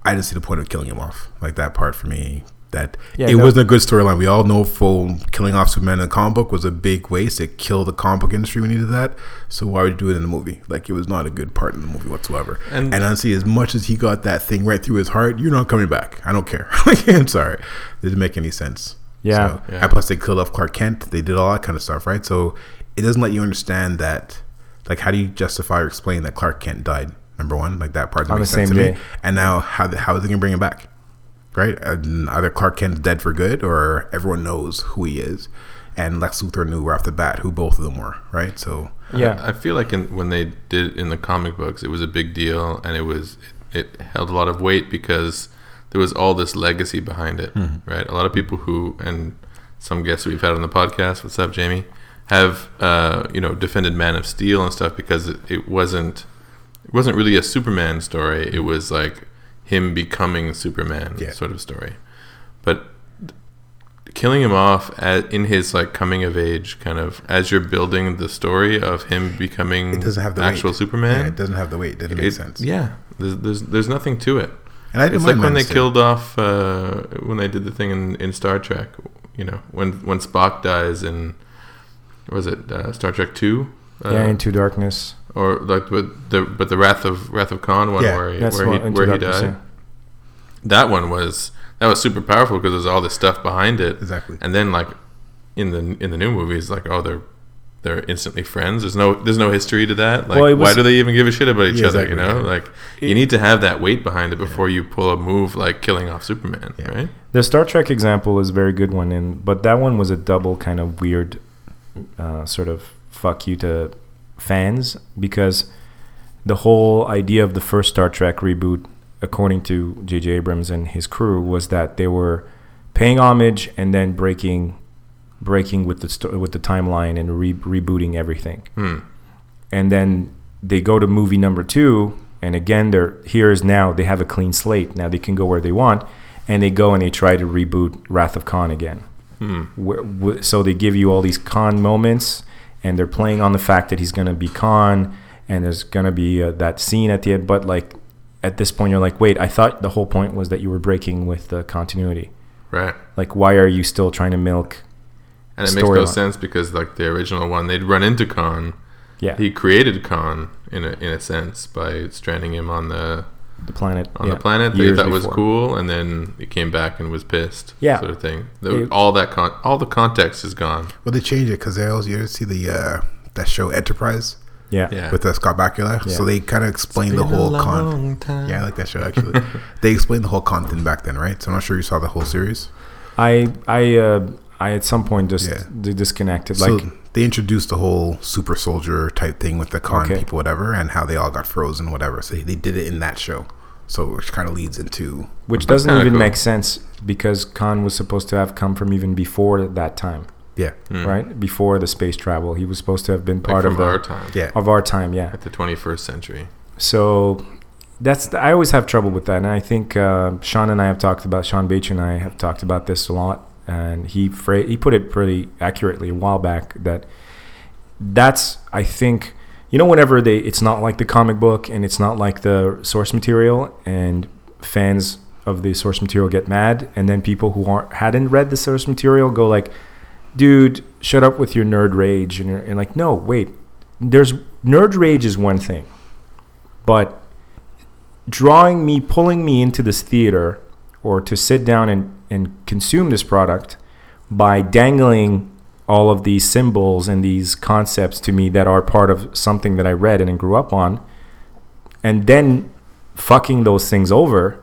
[SPEAKER 4] I didn't see the point of killing him off. Like that part for me, that
[SPEAKER 1] Yeah,
[SPEAKER 4] it
[SPEAKER 1] no.
[SPEAKER 4] wasn't a good storyline. We all know for killing off Superman in the comic book was a big waste. It killed the comic book industry. We needed that. So why would you do it in the movie? Like it was not a good part in the movie whatsoever. And,
[SPEAKER 2] And-
[SPEAKER 4] honestly, as much as he got that thing right through his heart, you're not coming back. I don't care. Like, I'm sorry. It didn't make any sense.
[SPEAKER 1] Yeah.
[SPEAKER 4] So,
[SPEAKER 2] Yeah.
[SPEAKER 4] and plus, they killed off Clark Kent. They did all that kind of stuff, right? So it doesn't let you understand that. Like, how do you justify or explain that Clark Kent died? Number one, like that part doesn't
[SPEAKER 1] On
[SPEAKER 4] make
[SPEAKER 1] the
[SPEAKER 4] sense
[SPEAKER 1] same
[SPEAKER 4] to
[SPEAKER 1] day.
[SPEAKER 4] me. And now, how the, how is he gonna bring him back? Right? And either Clark Kent's dead for good, or everyone knows who he is, and Lex Luthor knew right off the bat who both of them were. Right? So
[SPEAKER 1] Yeah,
[SPEAKER 2] I feel like in, when they did in the comic books, it was a big deal, and it was it held a lot of weight because there was all this legacy behind it, right? A lot of people who and some guests we've had on the podcast. What's up, Jamie? Have uh, you know defended Man of Steel and stuff because it, it wasn't it wasn't really a Superman story. It was like him becoming Superman
[SPEAKER 4] Yeah.
[SPEAKER 2] sort of story, but killing him off at, in his like coming of age kind of as you're building the story of him becoming
[SPEAKER 4] it doesn't have the
[SPEAKER 2] actual
[SPEAKER 4] weight. Yeah,
[SPEAKER 2] Superman.
[SPEAKER 4] it doesn't have the weight. It didn't make
[SPEAKER 2] it-
[SPEAKER 4] sense.
[SPEAKER 2] yeah, there's, there's there's nothing to it.
[SPEAKER 4] And I didn't
[SPEAKER 2] It's like
[SPEAKER 4] mind
[SPEAKER 2] when
[SPEAKER 4] Man
[SPEAKER 2] they
[SPEAKER 4] of Steel.
[SPEAKER 2] killed off uh, when they did the thing in, in Star Trek. You know when when Spock dies in what was it uh, Star Trek Two? Uh,
[SPEAKER 1] yeah. Into darkness.
[SPEAKER 2] or like with the but the Wrath of Wrath of Khan one
[SPEAKER 4] Yeah,
[SPEAKER 2] where he,
[SPEAKER 1] That's
[SPEAKER 2] where he,
[SPEAKER 1] what. Into
[SPEAKER 2] where he
[SPEAKER 1] darkness.
[SPEAKER 2] died. That one was that was super powerful because there's all this stuff behind it.
[SPEAKER 4] Exactly.
[SPEAKER 2] And then like in the in the new movies, like oh they're they're instantly friends. There's no there's no history to that. Like
[SPEAKER 1] Well, it
[SPEAKER 2] why
[SPEAKER 1] was-
[SPEAKER 2] do they even give a shit about each
[SPEAKER 4] Yeah,
[SPEAKER 2] other? You know,
[SPEAKER 4] exactly,
[SPEAKER 2] like you need to have that weight behind it before you pull a move like killing off Superman,
[SPEAKER 4] Yeah.
[SPEAKER 2] right?
[SPEAKER 1] The Star Trek example is a very good one, and but that one was a double kind of weird, uh, sort of fuck you to fans because the whole idea of the first Star Trek reboot, according to J.J. Abrams and his crew, was that they were paying homage and then breaking, breaking with the sto- with the timeline and re- rebooting everything and then they go to movie number two and again they're here is now they have a clean slate now they can go where they want and they go and they try to reboot wrath of khan again
[SPEAKER 2] Hmm.
[SPEAKER 1] Where- wh- so they give you all these khan moments and they're playing on the fact that he's going to be khan and there's going to be uh, that scene at the end but like at this point you're like wait i thought the whole point was that you were breaking with the continuity
[SPEAKER 2] Right.
[SPEAKER 1] like why are you still trying to milk
[SPEAKER 2] And it makes no
[SPEAKER 1] Storyline.
[SPEAKER 2] sense because like the original one, they'd run into Khan.
[SPEAKER 1] yeah
[SPEAKER 2] He created Khan in a in a sense by stranding him on the
[SPEAKER 1] the planet
[SPEAKER 2] on
[SPEAKER 1] yeah,
[SPEAKER 2] the planet they
[SPEAKER 1] years
[SPEAKER 2] thought was
[SPEAKER 1] before.
[SPEAKER 2] cool, and then he came back and was pissed.
[SPEAKER 1] Yeah.
[SPEAKER 2] sort of thing.
[SPEAKER 1] It-
[SPEAKER 2] The, all that con- all the context is gone.
[SPEAKER 4] Well, they changed it because they always you ever see the uh, that show Enterprise
[SPEAKER 1] yeah
[SPEAKER 2] Yeah.
[SPEAKER 4] with uh, Scott Bakula. So they kind of explained the whole con. Yeah, I like that show actually. they explained the whole content back then, right? So I'm not sure you saw the whole series.
[SPEAKER 1] I I uh, I at some point just
[SPEAKER 4] Yeah.
[SPEAKER 1] d- disconnected. Like
[SPEAKER 4] so they introduced the whole super soldier type thing with the con
[SPEAKER 1] Okay.
[SPEAKER 4] people, whatever, and how they all got frozen, whatever. So they did it in that show. So which kind of leads into
[SPEAKER 1] which doesn't
[SPEAKER 2] kinda
[SPEAKER 1] even
[SPEAKER 2] cool.
[SPEAKER 1] make sense because Khan was supposed to have come from even before that time,
[SPEAKER 4] yeah,
[SPEAKER 1] right? Before the space travel, he was supposed to have been part
[SPEAKER 2] Hmm. like
[SPEAKER 1] of
[SPEAKER 2] from
[SPEAKER 1] the
[SPEAKER 2] our time,
[SPEAKER 4] yeah.
[SPEAKER 1] of our time. Yeah.
[SPEAKER 2] the 21st century.
[SPEAKER 1] So that's the- I always have trouble with that, and I think uh, Sean and I have talked about Sean Bache and I have talked about this a lot, and he fra- he put it pretty accurately a while back that that's I think you know whenever they it's not like the comic book and it's not like the source material and fans of the source material get mad and then people who aren't hadn't read the source material go like dude shut up with your nerd rage and, you're, and like no wait there's nerd rage is one thing but drawing me pulling me into this theater or to sit down and, and consume this product by dangling all of these symbols and these concepts to me that are part of something that I read and grew up on and then fucking those things over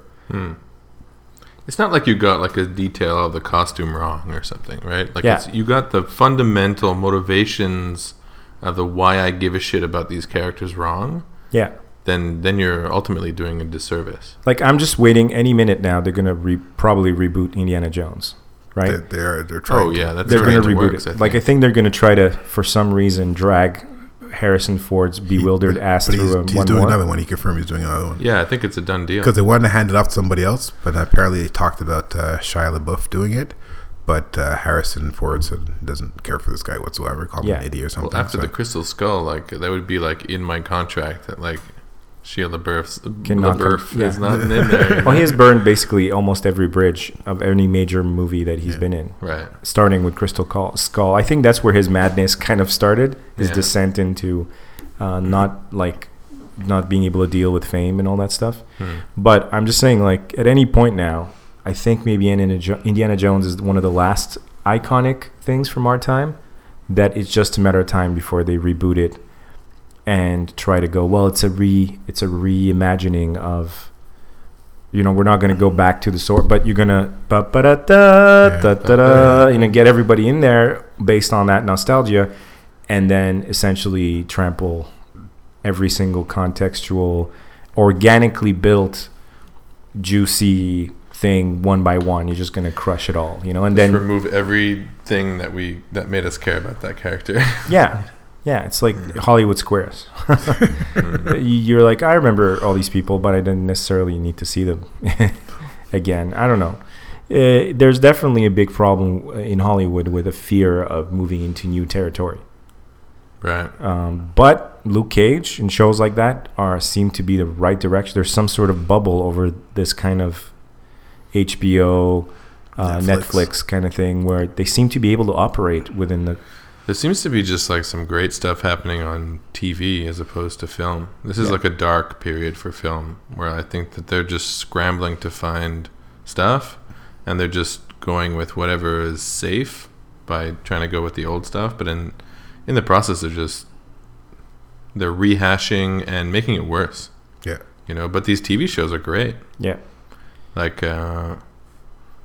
[SPEAKER 2] It's not like you got like a detail of the costume wrong or something, right? Like
[SPEAKER 1] Yeah.
[SPEAKER 2] it's, you got the fundamental motivations of the why I give a shit about these characters wrong.
[SPEAKER 1] yeah
[SPEAKER 2] then then you're ultimately doing a disservice.
[SPEAKER 1] Like I'm just waiting any minute now. They're gonna re- probably reboot Indiana Jones, right?
[SPEAKER 4] They, they're they're trying.
[SPEAKER 2] Oh yeah, that's
[SPEAKER 1] they're
[SPEAKER 2] going
[SPEAKER 1] gonna reboot it. like I think they're gonna try to, for some reason, drag Harrison Ford's bewildered ass
[SPEAKER 4] but
[SPEAKER 1] through
[SPEAKER 4] he's,
[SPEAKER 1] a
[SPEAKER 4] he's
[SPEAKER 1] one
[SPEAKER 4] doing
[SPEAKER 1] more.
[SPEAKER 4] another one. He confirmed he's doing another one
[SPEAKER 2] yeah, I think it's a done deal.
[SPEAKER 4] because they wanted to hand it off to somebody else, but apparently they talked about uh, Shia LaBeouf doing it. But uh, Harrison Ford said doesn't care for this guy whatsoever. Called him
[SPEAKER 1] Yeah.
[SPEAKER 4] an idiot or something.
[SPEAKER 2] Well, after
[SPEAKER 4] so-
[SPEAKER 2] the Crystal Skull, like that would be like in my contract that like Sheila LaBeouf's
[SPEAKER 1] Cannot come-
[SPEAKER 2] LaBeouf is
[SPEAKER 1] yeah.
[SPEAKER 2] not in there.
[SPEAKER 1] Well, he has burned basically almost every bridge of any major movie that he's been in,
[SPEAKER 2] right.
[SPEAKER 1] starting with Crystal Call- Skull. I think that's where his madness kind of started, his
[SPEAKER 2] Yeah.
[SPEAKER 1] descent into uh, not like not being able to deal with fame and all that stuff.
[SPEAKER 4] Hmm.
[SPEAKER 1] But I'm just saying, like at any point now, I think maybe Indiana, jo- Indiana Jones is one of the last iconic things from our time that it's just a matter of time before they reboot it and try to go well it's a re it's a reimagining of you know we're not going to go back to the source but you're going to da da da da you know get everybody in there based on that nostalgia and then essentially trample every single contextual organically built juicy thing one by one you're just going to crush it all you know and then
[SPEAKER 2] remove everything that we that made us care about that character.
[SPEAKER 1] Yeah. Yeah, it's like Hollywood Squares. You- You're like, I remember all these people, but I didn't necessarily need to see them again. I don't know. Uh, there's definitely a big problem in Hollywood with a fear of moving into new territory.
[SPEAKER 2] right.
[SPEAKER 1] Um, but Luke Cage and shows like that are seem to be the right direction. There's some sort of bubble over this kind of HBO, uh,
[SPEAKER 4] Netflix.
[SPEAKER 1] Netflix kind of thing where they seem to be able to operate within the
[SPEAKER 2] There seems to be just like some great stuff happening on TV as opposed to film. This is like a dark period for film where I think that they're just scrambling to find stuff and they're just going with whatever is safe by trying to go with the old stuff, but in in the process they're just they're rehashing and making it worse,
[SPEAKER 4] yeah,
[SPEAKER 2] you know, but these TV shows are great.
[SPEAKER 1] yeah.
[SPEAKER 2] Like uh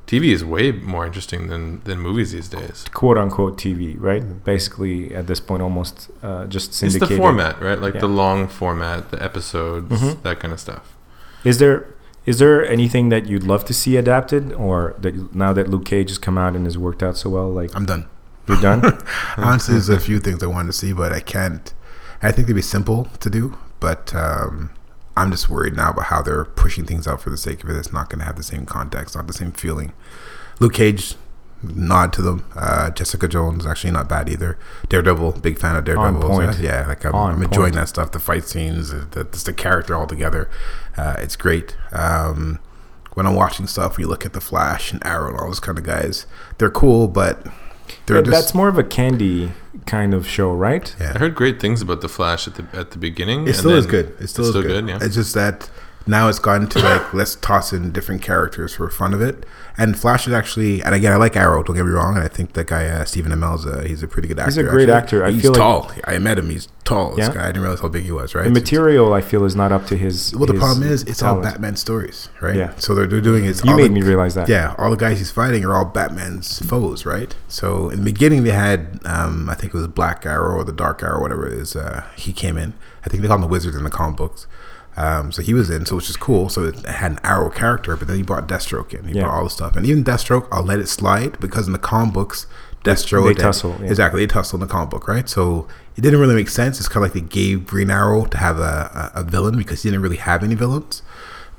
[SPEAKER 2] TV is way more interesting than than movies these days.
[SPEAKER 1] quote unquote TV, right?
[SPEAKER 4] Mm-hmm.
[SPEAKER 1] Basically, at this point, almost uh, just
[SPEAKER 2] it's
[SPEAKER 1] syndicated.
[SPEAKER 2] the format, right? Like
[SPEAKER 1] Yeah.
[SPEAKER 2] the long format, the episodes,
[SPEAKER 4] Mm-hmm.
[SPEAKER 1] Mhm.
[SPEAKER 2] that kind of stuff.
[SPEAKER 1] Is there is there anything that you'd love to see adapted, or that you- now that Luke Cage has come out and has worked out so well, like
[SPEAKER 4] I'm done.
[SPEAKER 1] you're done?
[SPEAKER 4] Honestly, there's a few things I wanted to see, but I can't. I think they'd be simple to do, but um, I'm just worried now about how they're pushing things out for the sake of it. It's not going to have the same context, not the same feeling. Luke Cage, nod to them. Uh, Jessica Jones, actually not bad either. Daredevil, big fan of Daredevil. So,
[SPEAKER 1] point.
[SPEAKER 4] yeah, like I'm,
[SPEAKER 1] On
[SPEAKER 4] I'm enjoying
[SPEAKER 1] point.
[SPEAKER 4] that stuff. The fight scenes, uh, the, just the character altogether. Uh, it's great. Um, when I'm watching stuff, you look at the Flash and Arrow and all those kind of guys. They're cool, but they're
[SPEAKER 1] But
[SPEAKER 4] just
[SPEAKER 1] That's more of a candy kind of show, right?
[SPEAKER 4] Yeah.
[SPEAKER 2] I heard great things about the Flash at the at the beginning.
[SPEAKER 4] It
[SPEAKER 2] and
[SPEAKER 4] still is
[SPEAKER 2] then
[SPEAKER 4] good. It still
[SPEAKER 2] it's
[SPEAKER 4] is good.
[SPEAKER 2] Yeah.
[SPEAKER 4] It's just that now it's gotten to like let's toss in different characters for fun of it. And Flash is actually, and again, I like Arrow. Don't get me wrong. And I think that guy uh, Stephen Amell's a, he's a pretty good actor.
[SPEAKER 1] He's a great
[SPEAKER 4] actually.
[SPEAKER 1] actor. I
[SPEAKER 4] he's
[SPEAKER 1] feel like-
[SPEAKER 4] tall. I met him. He's tall.
[SPEAKER 1] Yeah?
[SPEAKER 4] This guy. I didn't realize how big he was. Right.
[SPEAKER 1] The material I feel is not up to his.
[SPEAKER 4] well, the
[SPEAKER 1] his
[SPEAKER 4] problem is it's all
[SPEAKER 1] talent.
[SPEAKER 4] Batman stories, right?
[SPEAKER 1] Yeah.
[SPEAKER 4] So they're, they're doing it's
[SPEAKER 1] You
[SPEAKER 4] all
[SPEAKER 1] made
[SPEAKER 4] the-
[SPEAKER 1] me realize that.
[SPEAKER 4] yeah, all the guys he's fighting are all Batman's foes, right? So in the beginning, they had, um, I think it was Black Arrow or the Dark Arrow, whatever it is. Uh, he came in. I think they call him the Wizard in the comic books. Um, so he was in, so which is cool. So it had an Arrow character, but then he brought Deathstroke in. He
[SPEAKER 1] Yeah.
[SPEAKER 4] brought all the stuff, and even Deathstroke, I'll let it slide because in the comic books, Deathstroke
[SPEAKER 1] They tussle, yeah.
[SPEAKER 4] exactly they tussle in the comic book, right? So it didn't really make sense. It's kind of like they gave Green Arrow to have a, a, a villain because he didn't really have any villains.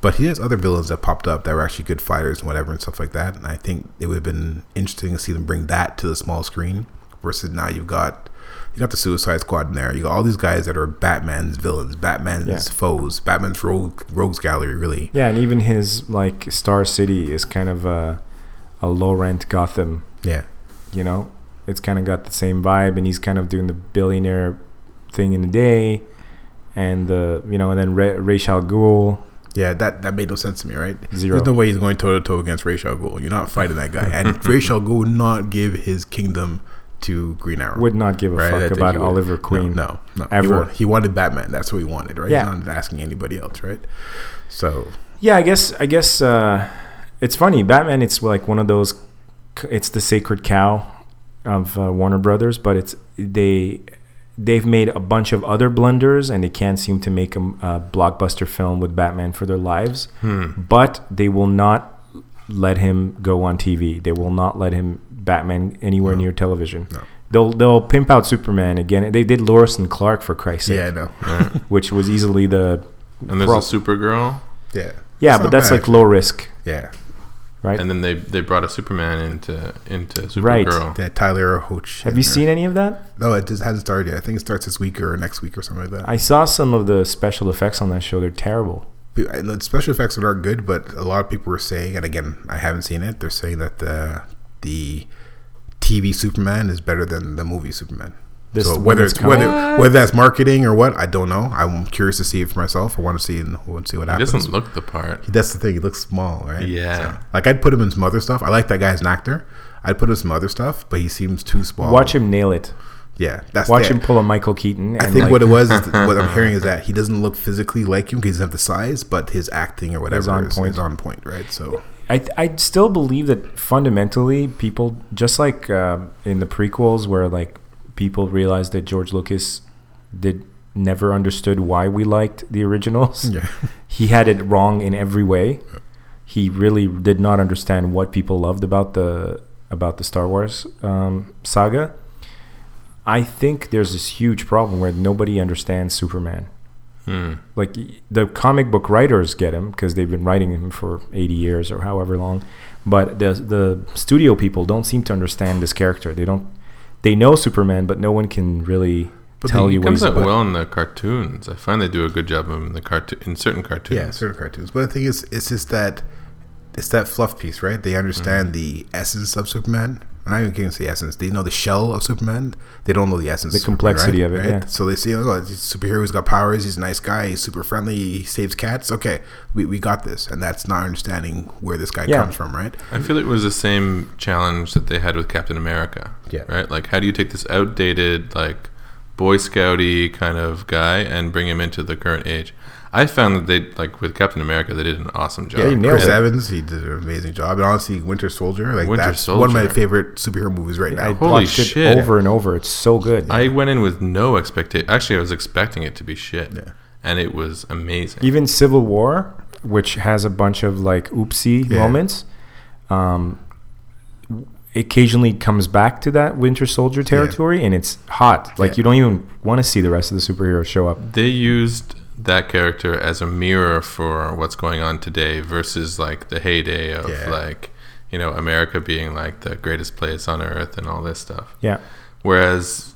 [SPEAKER 4] But he has other villains that popped up that were actually good fighters and whatever and stuff like that. And I think it would have been interesting to see them bring that to the small screen versus now you've got you got the Suicide Squad in there. You got all these guys that are Batman's villains, Batman's
[SPEAKER 1] Yeah.
[SPEAKER 4] foes, Batman's rogue, rogues gallery, really.
[SPEAKER 1] Yeah, and even his like Star City is kind of a a low rent Gotham
[SPEAKER 4] Yeah.
[SPEAKER 1] you know it's kind of got the same vibe and he's kind of doing the billionaire thing in the day and the you know and then Ra- Ra's al Ghul
[SPEAKER 4] Yeah, that, that made no sense to me, right?
[SPEAKER 1] Zero.
[SPEAKER 4] There's no way he's going toe to toe against Rachel Gould. You're not fighting that guy. And Rachel Gould would not give his kingdom to Green Arrow.
[SPEAKER 1] would not give a
[SPEAKER 4] Right? I
[SPEAKER 1] fuck
[SPEAKER 4] think
[SPEAKER 1] about
[SPEAKER 4] he would.
[SPEAKER 1] Oliver
[SPEAKER 4] No,
[SPEAKER 1] Queen
[SPEAKER 4] No, no. He,
[SPEAKER 1] ever.
[SPEAKER 4] wa- he wanted Batman. That's what he wanted, right?
[SPEAKER 1] Yeah.
[SPEAKER 4] He's not asking anybody else, right? So,
[SPEAKER 1] yeah I guess I guess uh, it's funny Batman it's like one of those c- it's the sacred cow of uh, Warner Brothers but it's they they've made a bunch of other blunders and they can't seem to make a, a blockbuster film with Batman for their lives.
[SPEAKER 4] Hmm.
[SPEAKER 1] But they will not let him go on TV. They will not let him Batman anywhere near television. They'll they'll pimp out Superman again. They did Lois and Clark for Christ's sake,
[SPEAKER 4] Yeah, I know.
[SPEAKER 1] which was easily the
[SPEAKER 2] And there's
[SPEAKER 1] Bro.
[SPEAKER 2] a Supergirl,
[SPEAKER 4] Yeah.
[SPEAKER 1] yeah,
[SPEAKER 4] It's
[SPEAKER 1] but
[SPEAKER 4] not
[SPEAKER 1] that's
[SPEAKER 4] bad.
[SPEAKER 1] like low risk,
[SPEAKER 4] Yeah.
[SPEAKER 1] right?
[SPEAKER 2] and then they they brought a Superman into into
[SPEAKER 1] Right.
[SPEAKER 2] Supergirl.
[SPEAKER 4] That Tyler Hoach.
[SPEAKER 1] Have you seen any of that?
[SPEAKER 4] No, it just hasn't started yet. I think it starts this week or next week or something like that.
[SPEAKER 1] I saw some of the special effects on that show. They're terrible.
[SPEAKER 4] Pe- I- the special effects are good, but a lot of people were saying, and again, I haven't seen it. They're saying that the the TV Superman is better than the movie Superman.
[SPEAKER 1] This
[SPEAKER 4] so
[SPEAKER 1] one
[SPEAKER 4] whether
[SPEAKER 1] that's
[SPEAKER 4] it's
[SPEAKER 1] coming?
[SPEAKER 4] whether whether that's marketing or what, I don't know. I'm curious to see it for myself. I want to see and want to see what
[SPEAKER 2] He
[SPEAKER 4] happens.
[SPEAKER 2] doesn't look the part.
[SPEAKER 4] That's the thing. He looks small, right?
[SPEAKER 2] Yeah.
[SPEAKER 4] Like I'd put him in some other stuff. I like that guy as an actor. I'd put him in some other stuff, but he seems too small.
[SPEAKER 1] Watch him nail it.
[SPEAKER 4] Yeah, that's
[SPEAKER 1] Watch
[SPEAKER 4] it.
[SPEAKER 1] him pull a Michael Keaton. And
[SPEAKER 4] I think
[SPEAKER 1] like,
[SPEAKER 4] what it was, is what I'm hearing is that he doesn't look physically like him because he doesn't have the size, but his acting or whatever
[SPEAKER 1] on
[SPEAKER 4] is,
[SPEAKER 1] point.
[SPEAKER 4] is on point, right? So
[SPEAKER 1] I, I still believe that fundamentally people just like uh, in the prequels where like people realized that George Lucas did never understood why we liked the originals.
[SPEAKER 4] Yeah.
[SPEAKER 1] He had it wrong in every way. He really did not understand what people loved about the about the Star Wars um, saga. I think there's this huge problem where nobody understands Superman
[SPEAKER 2] Hmm.
[SPEAKER 1] like the comic book writers get him because they've been writing him for 80 years or however long but the the studio people don't seem to understand this character they don't they know superman but no one can really tell
[SPEAKER 2] He
[SPEAKER 1] you what
[SPEAKER 2] comes
[SPEAKER 1] he's
[SPEAKER 2] out
[SPEAKER 1] about
[SPEAKER 2] well in the cartoons. I find they do a good job of him in the cartoon in certain cartoons.
[SPEAKER 4] yeah, certain cartoons. But the thing is, it's just that it's that fluff piece, right? They
[SPEAKER 1] Mm-hmm.
[SPEAKER 4] understand the essence of Superman. I'm not even getting to the essence. They know the shell of Superman. They don't know the essence.
[SPEAKER 1] The
[SPEAKER 4] of Superman,
[SPEAKER 1] complexity
[SPEAKER 4] right?
[SPEAKER 1] of it,
[SPEAKER 4] Right?
[SPEAKER 1] yeah.
[SPEAKER 4] So they see, oh, he's a superhero. He's got powers. He's a nice guy. He's super friendly. He saves cats. Okay, we, we got this. And that's not understanding where this guy
[SPEAKER 1] Yeah.
[SPEAKER 4] comes from, right?
[SPEAKER 2] I feel it was the same challenge that they had with Captain America.
[SPEAKER 4] Yeah.
[SPEAKER 2] Right? Like, how do you take this outdated, like, Boy Scouty kind of guy and bring him into the current age? I found that they, like, with Captain America, they did an awesome job.
[SPEAKER 1] Yeah, you nailed
[SPEAKER 4] Chris
[SPEAKER 1] it.
[SPEAKER 4] Evans, he did an amazing job. And honestly, Winter Soldier, like
[SPEAKER 2] Winter
[SPEAKER 4] that's one of my
[SPEAKER 2] Soldier.
[SPEAKER 4] favorite superhero movies right
[SPEAKER 1] i
[SPEAKER 4] now.
[SPEAKER 2] Holy
[SPEAKER 1] watched it
[SPEAKER 2] shit.
[SPEAKER 1] over and over it's so good
[SPEAKER 2] I went in with no expectation. Actually, I was expecting it to be shit.
[SPEAKER 4] Yeah.
[SPEAKER 2] And it was amazing.
[SPEAKER 1] even civil war which has a bunch of like oopsie
[SPEAKER 4] Yeah.
[SPEAKER 1] moments um occasionally comes back to that winter soldier territory and it's hot like
[SPEAKER 4] Yeah. Mm-hmm.
[SPEAKER 1] you don't even want to see the rest of the superheroes show up
[SPEAKER 2] they used that character as a mirror for what's going on today versus like the heyday of
[SPEAKER 4] Yeah.
[SPEAKER 2] like you know america being like the greatest place on earth and all this stuff
[SPEAKER 1] yeah
[SPEAKER 2] whereas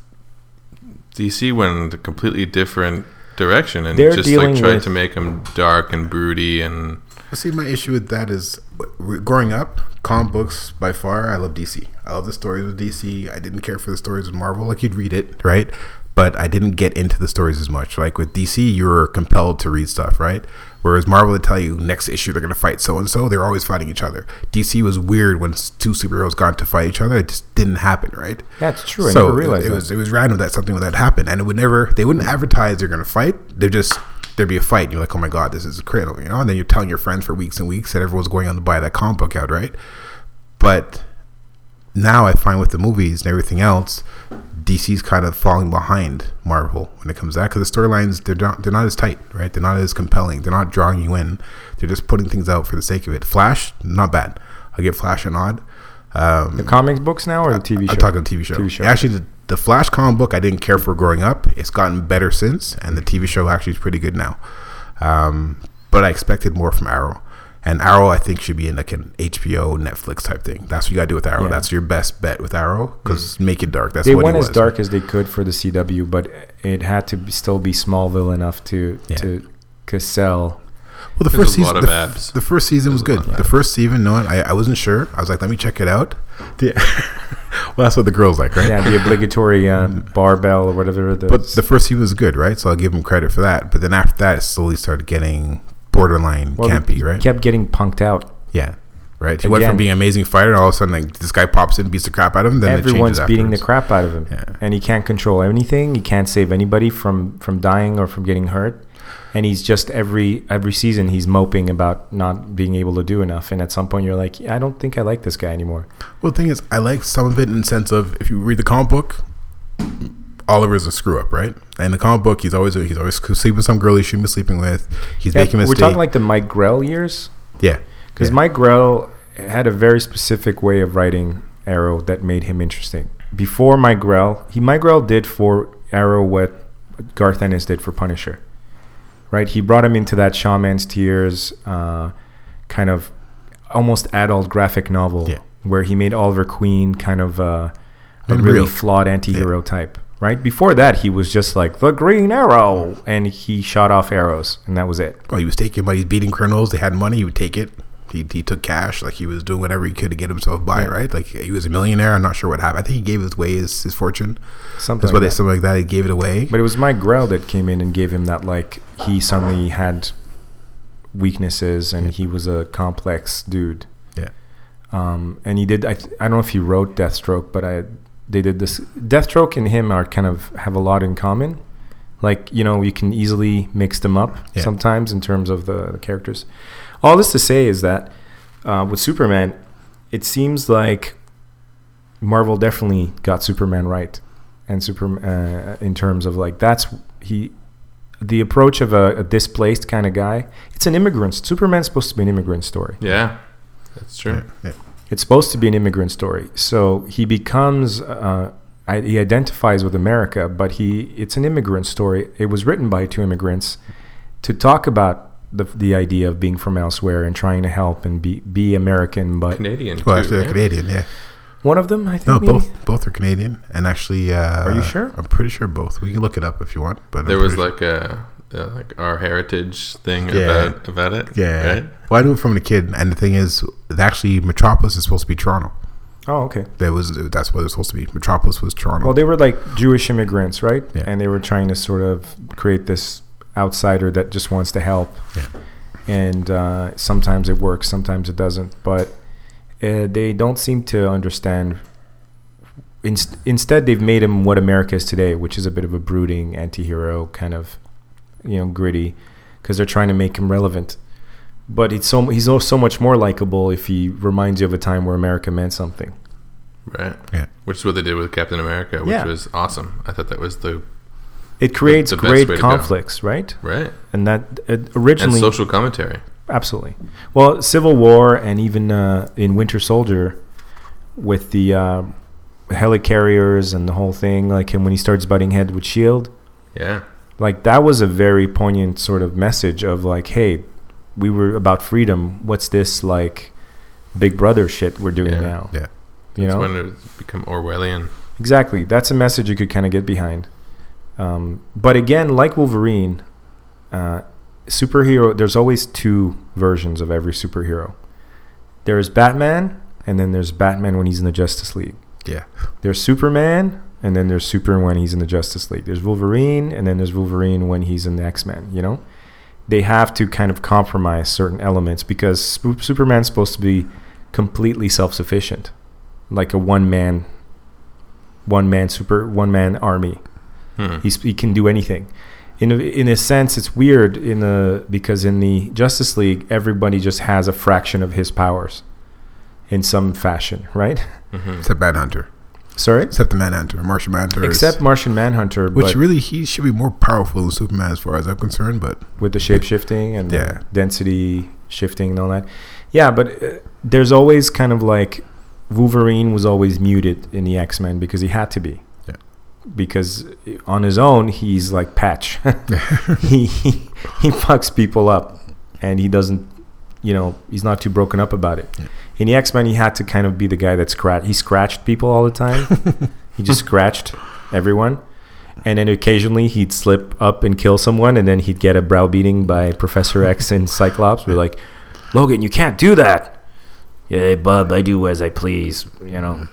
[SPEAKER 2] dc went in a completely different direction and
[SPEAKER 1] They're
[SPEAKER 2] just
[SPEAKER 1] dealing
[SPEAKER 2] like tried
[SPEAKER 1] with-
[SPEAKER 2] to make him dark and broody and
[SPEAKER 4] But See, my issue with that is w- growing up, comic books by far. I love DC. I love the stories with DC. I didn't care for the stories with Marvel. Like you'd read it, right? But I didn't get into the stories as much. Like with DC, you were compelled to read stuff, right? Whereas Marvel would tell you next issue they're going to fight so and so. They're always fighting each other. DC was weird when s- two superheroes got to fight each other. It just didn't happen, right?
[SPEAKER 1] That's true. I never realized
[SPEAKER 4] it
[SPEAKER 1] that.
[SPEAKER 4] was it was random that something would that happen, and it would never. They wouldn't advertise they're gonna fight. They're just there'd be a fight, and you're like, oh my god, this is critical, you know. And then you're telling your friends for weeks and weeks that everyone's going on to buy that comic book out, right? But now I find with the movies and everything else, DC's kind of falling behind Marvel when it comes to that because the storylines they're not they're not as tight, right? They're not as compelling. They're not drawing you in. They're just putting things out for the sake of it. Flash, not bad. I give Flash a nod. Um,
[SPEAKER 1] The comics books now or the TV show?
[SPEAKER 4] I'm talking TV show.
[SPEAKER 1] TV show.
[SPEAKER 4] Actually, the, the Flash comic book I didn't care for growing up. It's gotten better since, and the TV show actually is pretty good now. Um, but I expected more from Arrow, and Arrow I think should be in like an HBO Netflix type thing. That's what you got to do with Arrow.
[SPEAKER 1] Yeah. Mm.
[SPEAKER 4] That's your best bet with Arrow because make it dark. That's
[SPEAKER 1] they
[SPEAKER 4] what
[SPEAKER 1] went
[SPEAKER 4] it
[SPEAKER 1] as
[SPEAKER 4] was.
[SPEAKER 1] dark as they could for the CW, but it had to be, still be Smallville enough to
[SPEAKER 4] Yeah.
[SPEAKER 1] to Cassell.
[SPEAKER 4] Well, the
[SPEAKER 2] There's
[SPEAKER 4] first
[SPEAKER 2] a lot
[SPEAKER 4] season,
[SPEAKER 2] of
[SPEAKER 4] the,
[SPEAKER 2] abs.
[SPEAKER 4] the first season was good. The first season, no, I, I wasn't sure. I was like, let me check it out. The- well, that's what the girls like, right?
[SPEAKER 1] Yeah, the obligatory uh, barbell or whatever. The,
[SPEAKER 4] Mm-hmm. But the first he was good, right? So I'll give him credit for that. But then after that, it slowly started getting borderline
[SPEAKER 1] well,
[SPEAKER 4] campy,
[SPEAKER 1] they
[SPEAKER 4] right?
[SPEAKER 1] Kept getting punked out.
[SPEAKER 4] yeah, right. He went
[SPEAKER 1] Again.
[SPEAKER 4] from being an amazing fighter, and all of a sudden, like this guy pops in, beats the crap out of him. Then
[SPEAKER 1] Everyone's
[SPEAKER 4] it changes
[SPEAKER 1] beating the
[SPEAKER 4] afterwards.
[SPEAKER 1] crap out of him,
[SPEAKER 4] Yeah.
[SPEAKER 1] and he can't control anything. He can't save anybody from from dying or from getting hurt. And he's just every every season he's moping about not being able to do enough. And at some point you're like, I don't think I like this guy anymore.
[SPEAKER 4] Well, the thing is, I like some of it in the sense of if you read the comic book, Oliver's a screw up, right? In the comic book, he's always he's always sleeping with some girl he shouldn't be sleeping with. He's
[SPEAKER 1] Yeah,
[SPEAKER 4] making
[SPEAKER 1] we're
[SPEAKER 4] mistakes.
[SPEAKER 1] talking like the Mike Grell years,
[SPEAKER 4] yeah,
[SPEAKER 1] because
[SPEAKER 4] Yeah.
[SPEAKER 1] Mike Grell had a very specific way of writing Arrow that made him interesting. Before Mike Grell, he Mike Grell did for Arrow what Garth Ennis did for Punisher, right? He brought him into that shaman's tears, uh, kind of almost adult graphic novel
[SPEAKER 4] Yeah.
[SPEAKER 1] where he made Oliver Queen kind of uh, a
[SPEAKER 4] And
[SPEAKER 1] really
[SPEAKER 4] real.
[SPEAKER 1] flawed anti-hero type. Right before that, he was just like the Green Arrow, and he shot off arrows, and that was it.
[SPEAKER 4] Well, he was taking money. He's beating criminals. They had money. He would take it. He, he took cash. Like he was doing whatever he could to get himself by. Right. Like he was a millionaire. I'm not sure what happened. I think he gave away his, his fortune.
[SPEAKER 1] Something like
[SPEAKER 4] That's why they
[SPEAKER 1] that.
[SPEAKER 4] something like that. He gave it away.
[SPEAKER 1] But it was Mike Grell that came in and gave him that like he suddenly had weaknesses and he was a complex dude.
[SPEAKER 4] yeah.
[SPEAKER 1] Um, and he did. I, th- I don't know if he wrote Deathstroke, but I they did this. Deathstroke and him are kind of have a lot in common. Like you know, you can easily mix them up
[SPEAKER 4] Yeah.
[SPEAKER 1] sometimes in terms of the, the characters. All this to say is that uh, with Superman, it seems like Marvel definitely got Superman right, and super uh, in terms of like that's he the approach of a, a displaced kind of guy. It's an immigrant. Superman's supposed to be an immigrant story.
[SPEAKER 2] Yeah, that's true.
[SPEAKER 4] Yeah.
[SPEAKER 1] It's supposed to be an immigrant story. So he becomes, uh, I, he identifies with America, but he it's an immigrant story. It was written by two immigrants to talk about the, the idea of being from elsewhere and trying to help and be, be American. But
[SPEAKER 2] Canadian.
[SPEAKER 4] Well,
[SPEAKER 2] too,
[SPEAKER 4] actually,
[SPEAKER 2] right?
[SPEAKER 4] they're Canadian. Yeah.
[SPEAKER 1] one of them, I think.
[SPEAKER 4] No,
[SPEAKER 1] maybe?
[SPEAKER 4] both both are Canadian. And actually, uh,
[SPEAKER 1] Are you sure?
[SPEAKER 4] I'm pretty sure both. We can look it up if you want. But I'm
[SPEAKER 2] There was
[SPEAKER 4] pretty
[SPEAKER 2] like a, uh like our heritage thing
[SPEAKER 4] Yeah.
[SPEAKER 2] about about it.
[SPEAKER 4] sure. yeah.
[SPEAKER 2] Right?
[SPEAKER 4] Well, I knew it from a kid. And the thing is, actually, Metropolis is supposed to be Toronto.
[SPEAKER 1] Oh, okay.
[SPEAKER 4] That was that's what it's supposed to be. Metropolis was Toronto.
[SPEAKER 1] Well, they were like Jewish immigrants, right?
[SPEAKER 4] Yeah.
[SPEAKER 1] And they were trying to sort of create this outsider that just wants to help.
[SPEAKER 4] Yeah.
[SPEAKER 1] And uh, sometimes it works, sometimes it doesn't. But uh, they don't seem to understand. Inst- instead, they've made him what America is today, which is a bit of a brooding anti-hero kind of, you know, gritty, because they're trying to make him relevant. But it's so he's so much more likable if he reminds you of a time where America meant something.
[SPEAKER 2] Right.
[SPEAKER 4] Yeah.
[SPEAKER 2] Which is what they did with Captain America, which
[SPEAKER 1] Yeah.
[SPEAKER 2] was awesome. I thought that was the
[SPEAKER 1] It creates
[SPEAKER 2] the best way
[SPEAKER 1] great
[SPEAKER 2] to go.
[SPEAKER 1] conflicts, right?
[SPEAKER 2] right
[SPEAKER 1] and that it
[SPEAKER 2] and
[SPEAKER 1] originally
[SPEAKER 2] social commentary.
[SPEAKER 1] absolutely well civil war and even uh, in winter soldier with the uh, helicarriers and the whole thing like him when he starts butting head with shield
[SPEAKER 2] Yeah.
[SPEAKER 1] E like that was a very poignant sort of message of like hey we were about freedom what's this like big brother shit we're doing
[SPEAKER 2] Yeah.
[SPEAKER 1] now
[SPEAKER 4] yeah.
[SPEAKER 1] you
[SPEAKER 2] It's
[SPEAKER 1] know
[SPEAKER 2] when it become Orwellian.
[SPEAKER 1] Exactly. That's a message you could kind of get behind. Um, but again, like Wolverine, uh, superhero, there's always two versions of every superhero. There is Batman, and then there's Batman when he's in the Justice League.
[SPEAKER 4] Yeah.
[SPEAKER 1] There's Superman, and then there's Superman when he's in the Justice League. There's Wolverine, and then there's Wolverine when he's in the X Men, you know? They have to kind of compromise certain elements because Sp- Superman's supposed to be completely self sufficient, like a one man one man super one man army.
[SPEAKER 2] Hmm.
[SPEAKER 1] He's, he can do anything. In a, in a sense, it's weird in the because in the Justice League, everybody just has a fraction of his powers, in some fashion, right?
[SPEAKER 2] Mm-hmm.
[SPEAKER 4] Except Manhunter.
[SPEAKER 1] Sorry,
[SPEAKER 4] Except the Manhunter, Martian Manhunter. is-
[SPEAKER 1] except Martian Manhunter,
[SPEAKER 4] which
[SPEAKER 1] but
[SPEAKER 4] really he should be more powerful than Superman as far as I'm concerned. But
[SPEAKER 1] with the shape shifting and the
[SPEAKER 4] Yeah.
[SPEAKER 1] density shifting and all that. Yeah, but uh, there's always kind of like Wolverine was always muted in the X Men because he had to be.
[SPEAKER 4] Yeah.
[SPEAKER 1] Because uh, on his own, he's like Patch. he, he he fucks people up, and he doesn't. You know, he's not too broken up about it. In the X Men, he had to kind of be the guy that scratched. He scratched people all the time. he just scratched everyone. And then occasionally he'd slip up and kill someone, and then he'd get a browbeating by Professor X and Cyclops. We're like, Logan, you can't do that. Yeah, Bub, I do as I please. You know,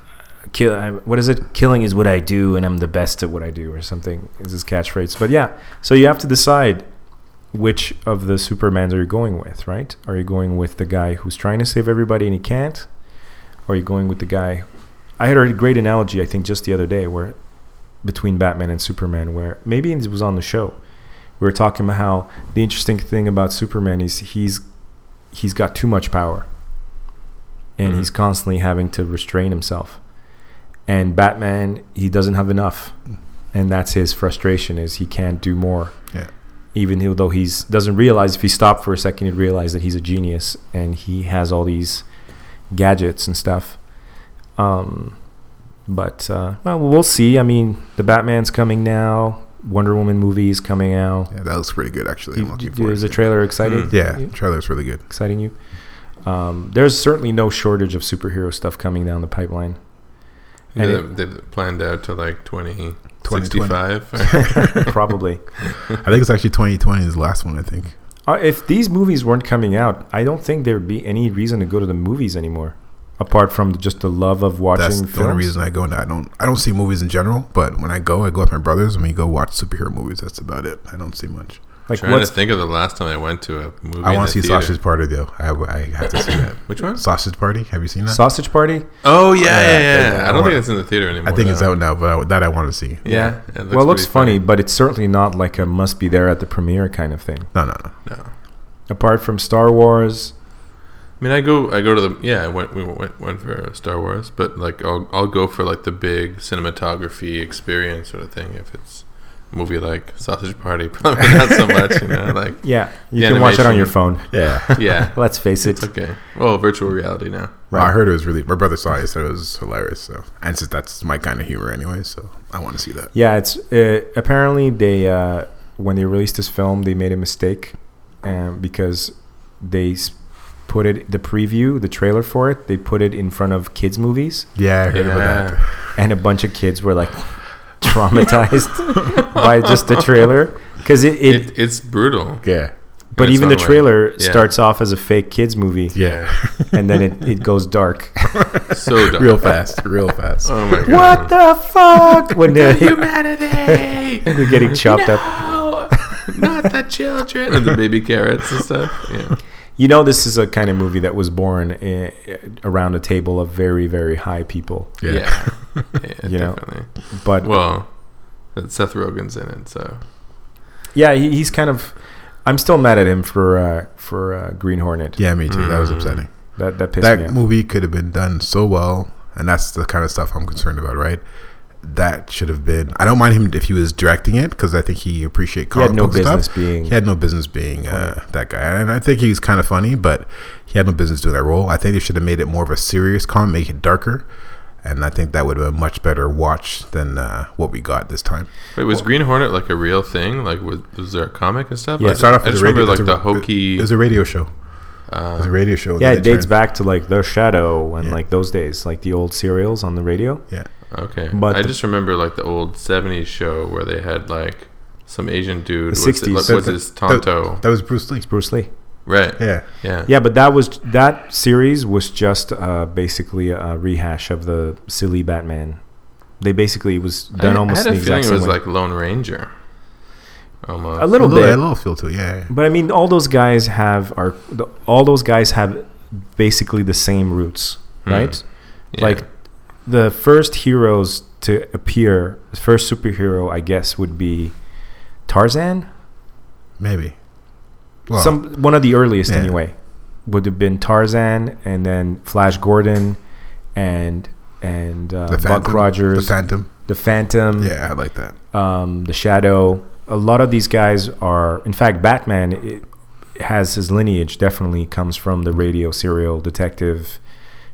[SPEAKER 1] kill. I, what is it? Killing is what I do, and I'm the best at what I do, or something. Is his catchphrase? But yeah, so you have to decide which of the Supermans are you going with, right? Are you going with the guy who's trying to save everybody and he can't? Or are you going with the guy? I heard a great analogy, I think, just the other day, where between Batman and Superman, where maybe it was on the show. We were talking about how the interesting thing about Superman is he's he's got too much power, and he's constantly having to restrain himself. And Batman, he doesn't have enough, and that's his frustration is he can't do more.
[SPEAKER 4] Yeah.
[SPEAKER 1] Even he- though he's doesn't realize if he stopped for a second, he'd realize that he's a genius and he has all these gadgets and stuff. Um, but uh, well, we'll see. I mean, the Batman's coming now. Wonder Woman movie is coming out.
[SPEAKER 4] Yeah, that looks pretty good actually. I'm
[SPEAKER 1] You-
[SPEAKER 4] looking
[SPEAKER 1] you-
[SPEAKER 4] forward
[SPEAKER 1] is
[SPEAKER 4] to
[SPEAKER 1] the
[SPEAKER 4] it. Mm.
[SPEAKER 1] trailer exciting?
[SPEAKER 4] Yeah, trailer's really good.
[SPEAKER 1] exciting you? Um, there's certainly no shortage of superhero stuff coming down the pipeline. And
[SPEAKER 2] They've, they've planned out to like 20, 65.
[SPEAKER 1] Probably.
[SPEAKER 4] I think it's actually 2020 is the last one. I think.
[SPEAKER 1] Uh, if these movies weren't coming out, I don't think there'd be any reason to go to the movies anymore, apart from just the love of watching
[SPEAKER 4] That's
[SPEAKER 1] films.
[SPEAKER 4] the only reason I go. Now. I don't. I don't see movies in general, but when I go, I go with my brothers and we go watch superhero movies. That's about it. I don't see much.
[SPEAKER 1] Like
[SPEAKER 2] Trying to
[SPEAKER 1] what's
[SPEAKER 2] think of the last time I went to a movie.
[SPEAKER 4] I
[SPEAKER 2] in
[SPEAKER 4] want
[SPEAKER 2] the
[SPEAKER 4] to see
[SPEAKER 2] theater.
[SPEAKER 4] Sausage Party though. I, I have to see that.
[SPEAKER 2] Which one?
[SPEAKER 4] Sausage Party. Have you seen that?
[SPEAKER 1] Sausage Party?
[SPEAKER 2] Oh yeah, yeah,
[SPEAKER 4] Yeah,
[SPEAKER 2] yeah.
[SPEAKER 4] yeah.
[SPEAKER 2] I don't
[SPEAKER 4] I
[SPEAKER 2] think it's in the theater anymore.
[SPEAKER 4] I think it's
[SPEAKER 2] though.
[SPEAKER 4] out now, but I, that I want to see.
[SPEAKER 2] Yeah. it
[SPEAKER 1] well, it looks
[SPEAKER 2] pretty
[SPEAKER 1] funny, but it's certainly not like a must be there at the premiere kind of thing.
[SPEAKER 4] No, no, no.
[SPEAKER 2] No.
[SPEAKER 1] Apart from Star Wars,
[SPEAKER 2] I mean, I go, I go to the yeah. I went, we went, went for Star Wars, but like I'll, I'll go for like the big cinematography experience sort of thing if it's a movie like Sausage Party, probably not so much. You know, like
[SPEAKER 1] yeah, you
[SPEAKER 2] The
[SPEAKER 1] can watch it on
[SPEAKER 2] animation.
[SPEAKER 1] your phone.
[SPEAKER 4] Yeah.
[SPEAKER 2] yeah,
[SPEAKER 1] Let's face it.
[SPEAKER 2] it's okay. Well, virtual reality now.
[SPEAKER 4] I heard it was really. My brother saw it. He said it was hilarious. So, and since that's my kind of humor anyway, so I want to see that.
[SPEAKER 1] Yeah, it's uh, apparently they uh, when they released this film, they made a mistake um, because they s- put it the preview, the trailer for it, they put it in front of kids movies,
[SPEAKER 4] Yeah, I heard about that.
[SPEAKER 2] Yeah.
[SPEAKER 1] and a bunch of kids were like traumatized by just the trailer because it, it,
[SPEAKER 2] It, it's brutal.
[SPEAKER 4] Yeah,
[SPEAKER 1] but
[SPEAKER 2] it's
[SPEAKER 1] even the
[SPEAKER 2] not like-
[SPEAKER 1] trailer
[SPEAKER 2] yeah.
[SPEAKER 1] starts off as a fake kids movie
[SPEAKER 4] yeah.
[SPEAKER 1] and then it, it goes dark
[SPEAKER 2] So dark.
[SPEAKER 4] real fast, real fast.
[SPEAKER 2] Oh my god.
[SPEAKER 1] what the fuck when they're,
[SPEAKER 2] Humanity.
[SPEAKER 1] they're getting chopped up
[SPEAKER 2] no, not the children. And the baby carrots and stuff. Yeah.
[SPEAKER 1] You know, this is a kind of movie that was born eh, around a table of very, very high people.
[SPEAKER 4] Yeah.
[SPEAKER 2] Yeah. yeah.
[SPEAKER 1] You know.
[SPEAKER 2] definitely.
[SPEAKER 1] But
[SPEAKER 2] Well, Seth Rogen's in it, so
[SPEAKER 1] yeah, he, he's kind of. I'm still mad at him for uh, for uh, Green Hornet.
[SPEAKER 4] Yeah, me too. That
[SPEAKER 2] Mm.
[SPEAKER 4] was upsetting.
[SPEAKER 1] That that pissed
[SPEAKER 4] That
[SPEAKER 1] me off.
[SPEAKER 4] movie could have been done so well, and that's the kind of stuff I'm concerned about, right? That should have been. I don't mind him if he was directing it because I think he appreciate
[SPEAKER 1] He
[SPEAKER 4] comic
[SPEAKER 1] had no
[SPEAKER 4] book stuff.
[SPEAKER 1] business being.
[SPEAKER 4] He had no business being uh, that guy, and I think he's kind of funny, but he had no business doing that role. I think they should have made it more of a serious comic, make it darker, and I think that would have been a much better watch than uh, what we got this time.
[SPEAKER 2] Wait, was Green Hornet like a real thing? Like, was, was there a comic and stuff?
[SPEAKER 1] Yeah,
[SPEAKER 2] I,
[SPEAKER 1] it
[SPEAKER 4] Start off
[SPEAKER 2] I
[SPEAKER 4] as
[SPEAKER 2] just
[SPEAKER 4] a radio-
[SPEAKER 2] remember like
[SPEAKER 4] it's a-
[SPEAKER 2] the hokey. uh,
[SPEAKER 4] It was a radio show. it was a radio show.
[SPEAKER 1] yeah,
[SPEAKER 4] that
[SPEAKER 1] it
[SPEAKER 4] they
[SPEAKER 1] dates
[SPEAKER 4] turned-
[SPEAKER 1] back to like The Shadow and like those days, like the old serials on the radio.
[SPEAKER 2] okay,
[SPEAKER 1] but
[SPEAKER 2] I
[SPEAKER 1] the-
[SPEAKER 2] just remember like the old '70s show where they had like some Asian dude.
[SPEAKER 1] The
[SPEAKER 2] What's it-
[SPEAKER 1] 60s.
[SPEAKER 2] like,
[SPEAKER 4] Yeah,
[SPEAKER 2] What's his Tonto?
[SPEAKER 4] That, that was Bruce Lee.
[SPEAKER 1] Bruce Lee.
[SPEAKER 2] Right.
[SPEAKER 4] Yeah,
[SPEAKER 2] Yeah.
[SPEAKER 1] Yeah, but that was that series was just uh, basically a rehash of the silly Batman. They basically it was
[SPEAKER 2] I,
[SPEAKER 1] done
[SPEAKER 2] I
[SPEAKER 1] almost
[SPEAKER 2] had
[SPEAKER 1] the
[SPEAKER 2] a feeling
[SPEAKER 1] exact
[SPEAKER 2] it
[SPEAKER 1] same
[SPEAKER 2] was
[SPEAKER 1] way.
[SPEAKER 2] like Lone Ranger. Almost.
[SPEAKER 1] a little
[SPEAKER 4] a little,
[SPEAKER 1] bit.
[SPEAKER 4] a little feel to it. Yeah, yeah.
[SPEAKER 1] But I mean, all those guys have are the, all those guys have basically the same roots,
[SPEAKER 2] Hmm.
[SPEAKER 1] right?
[SPEAKER 2] Yeah.
[SPEAKER 1] Like the first heroes to appear, the first superhero, I guess, would be Tarzan.
[SPEAKER 4] maybe. Well,
[SPEAKER 1] Some one of the earliest,
[SPEAKER 4] Yeah.
[SPEAKER 1] anyway, would have been Tarzan, and then Flash Gordon, and and uh,
[SPEAKER 4] the
[SPEAKER 1] Buck
[SPEAKER 4] Phantom-
[SPEAKER 1] Rogers, Mm.
[SPEAKER 4] the Phantom.
[SPEAKER 1] the Phantom,
[SPEAKER 4] Yeah, I like that.
[SPEAKER 1] um, the Shadow. A lot of these guys are, in fact, Batman it has his lineage definitely comes from the radio serial detective,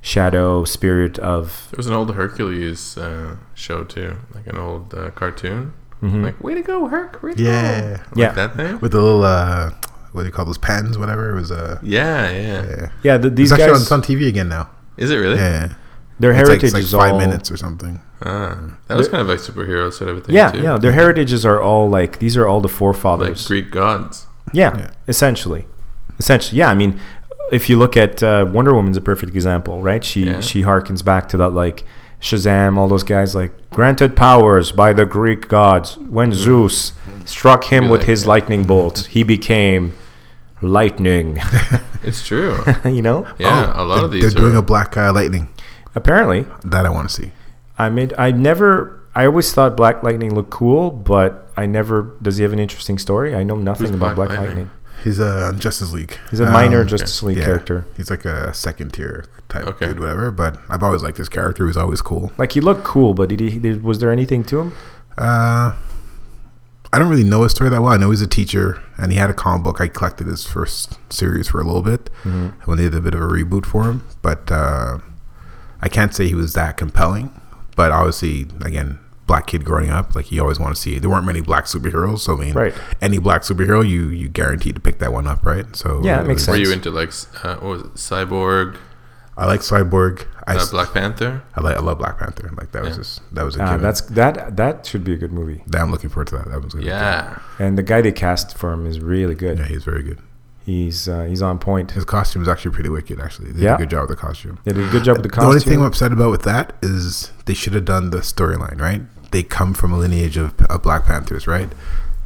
[SPEAKER 1] Shadow, spirit of.
[SPEAKER 2] there was an old Hercules uh, show too, like an old uh, cartoon.
[SPEAKER 1] Mhm.
[SPEAKER 2] Like, way to go, Herc! Way to go.
[SPEAKER 4] Yeah,
[SPEAKER 2] Like
[SPEAKER 1] Yeah.
[SPEAKER 2] that thing.
[SPEAKER 4] Oh. with the little uh, what do you call those pens? Whatever it was. Uh,
[SPEAKER 2] Yeah, yeah.
[SPEAKER 4] yeah.
[SPEAKER 1] Yeah, th-
[SPEAKER 4] It's
[SPEAKER 1] these
[SPEAKER 4] actually
[SPEAKER 1] guys,
[SPEAKER 4] on, it's on TV again now.
[SPEAKER 2] Is it really?
[SPEAKER 4] Yeah,
[SPEAKER 1] their
[SPEAKER 4] it's like,
[SPEAKER 1] heritage
[SPEAKER 4] it's like
[SPEAKER 1] is
[SPEAKER 4] five
[SPEAKER 1] all.
[SPEAKER 4] minutes or something.
[SPEAKER 2] Ah, that was kind of like superhero sort of a thing.
[SPEAKER 1] Yeah,
[SPEAKER 2] too.
[SPEAKER 1] yeah, their heritages are all like these are all the
[SPEAKER 2] like
[SPEAKER 1] forefathers.
[SPEAKER 2] Greek gods.
[SPEAKER 1] yeah,
[SPEAKER 4] Yeah.
[SPEAKER 1] essentially, essentially, yeah. I mean, if you look at uh, Wonder Woman's a perfect example, right? She
[SPEAKER 2] Yeah.
[SPEAKER 1] she harkens back to that like Shazam, all those guys like granted powers by the Greek gods. When Zeus struck him
[SPEAKER 2] Mm-hmm. Be
[SPEAKER 1] with
[SPEAKER 2] like
[SPEAKER 1] his
[SPEAKER 2] that.
[SPEAKER 1] lightning bolt, he became lightning.
[SPEAKER 2] It's true.
[SPEAKER 1] you know,
[SPEAKER 2] Yeah,
[SPEAKER 1] Oh,
[SPEAKER 2] a lot
[SPEAKER 4] Oh, they're,
[SPEAKER 2] of these
[SPEAKER 4] They're doing
[SPEAKER 2] are.
[SPEAKER 4] a Black Guy Lightning
[SPEAKER 1] apparently,
[SPEAKER 4] that I want to see.
[SPEAKER 1] I made I never. I always thought Black Lightning looked cool, but I never. Does he have an interesting story? I know nothing
[SPEAKER 2] Who's
[SPEAKER 1] about
[SPEAKER 2] Black
[SPEAKER 1] Black
[SPEAKER 2] Lightning?
[SPEAKER 1] Lightning.
[SPEAKER 4] He's a uh, Justice League.
[SPEAKER 1] He's a minor
[SPEAKER 4] Um,
[SPEAKER 1] Justice League
[SPEAKER 4] yeah.
[SPEAKER 1] character.
[SPEAKER 4] He's like a second tier type
[SPEAKER 2] Okay.
[SPEAKER 4] dude, whatever. But I've always liked this character. He was always cool.
[SPEAKER 1] Like he looked cool, but did he? Did, was there anything to him?
[SPEAKER 4] Uh, I don't really know his story that well. I know he's a teacher, and he had a comic book. I collected his first series for a little bit
[SPEAKER 1] Mm-hmm.
[SPEAKER 4] when they did a bit of a reboot for him. But uh, I can't say he was that compelling. But obviously, again, black kid growing up, like you always want to see. There weren't many black superheroes, so I mean,
[SPEAKER 1] Right.
[SPEAKER 4] any black superhero, you you guaranteed to pick that one up, right? So
[SPEAKER 1] Yeah,
[SPEAKER 4] it
[SPEAKER 1] it makes
[SPEAKER 4] was-
[SPEAKER 2] Were
[SPEAKER 1] sense.
[SPEAKER 2] you into like s- uh, what was it, Cyborg,
[SPEAKER 4] I like Cyborg.
[SPEAKER 2] uh,
[SPEAKER 4] I, s-
[SPEAKER 2] Black Panther?
[SPEAKER 4] I like I love Black Panther. Like that was
[SPEAKER 2] Yeah.
[SPEAKER 4] just that was a
[SPEAKER 1] Ah,
[SPEAKER 4] given.
[SPEAKER 1] that's that. That should be a good movie.
[SPEAKER 4] that I'm looking forward to that. That was gonna be good.
[SPEAKER 2] Yeah,
[SPEAKER 1] And the guy they cast for him is really good.
[SPEAKER 4] Yeah, he's very good.
[SPEAKER 1] He's uh, he's on point.
[SPEAKER 4] His costume is actually pretty wicked. Actually, they did
[SPEAKER 1] Yeah.
[SPEAKER 4] a good job with the costume.
[SPEAKER 1] They did a good job with the
[SPEAKER 4] The
[SPEAKER 1] costume.
[SPEAKER 4] only thing I'm upset about with that is they should have done the storyline right. They come from a lineage of, of Black Panthers, right?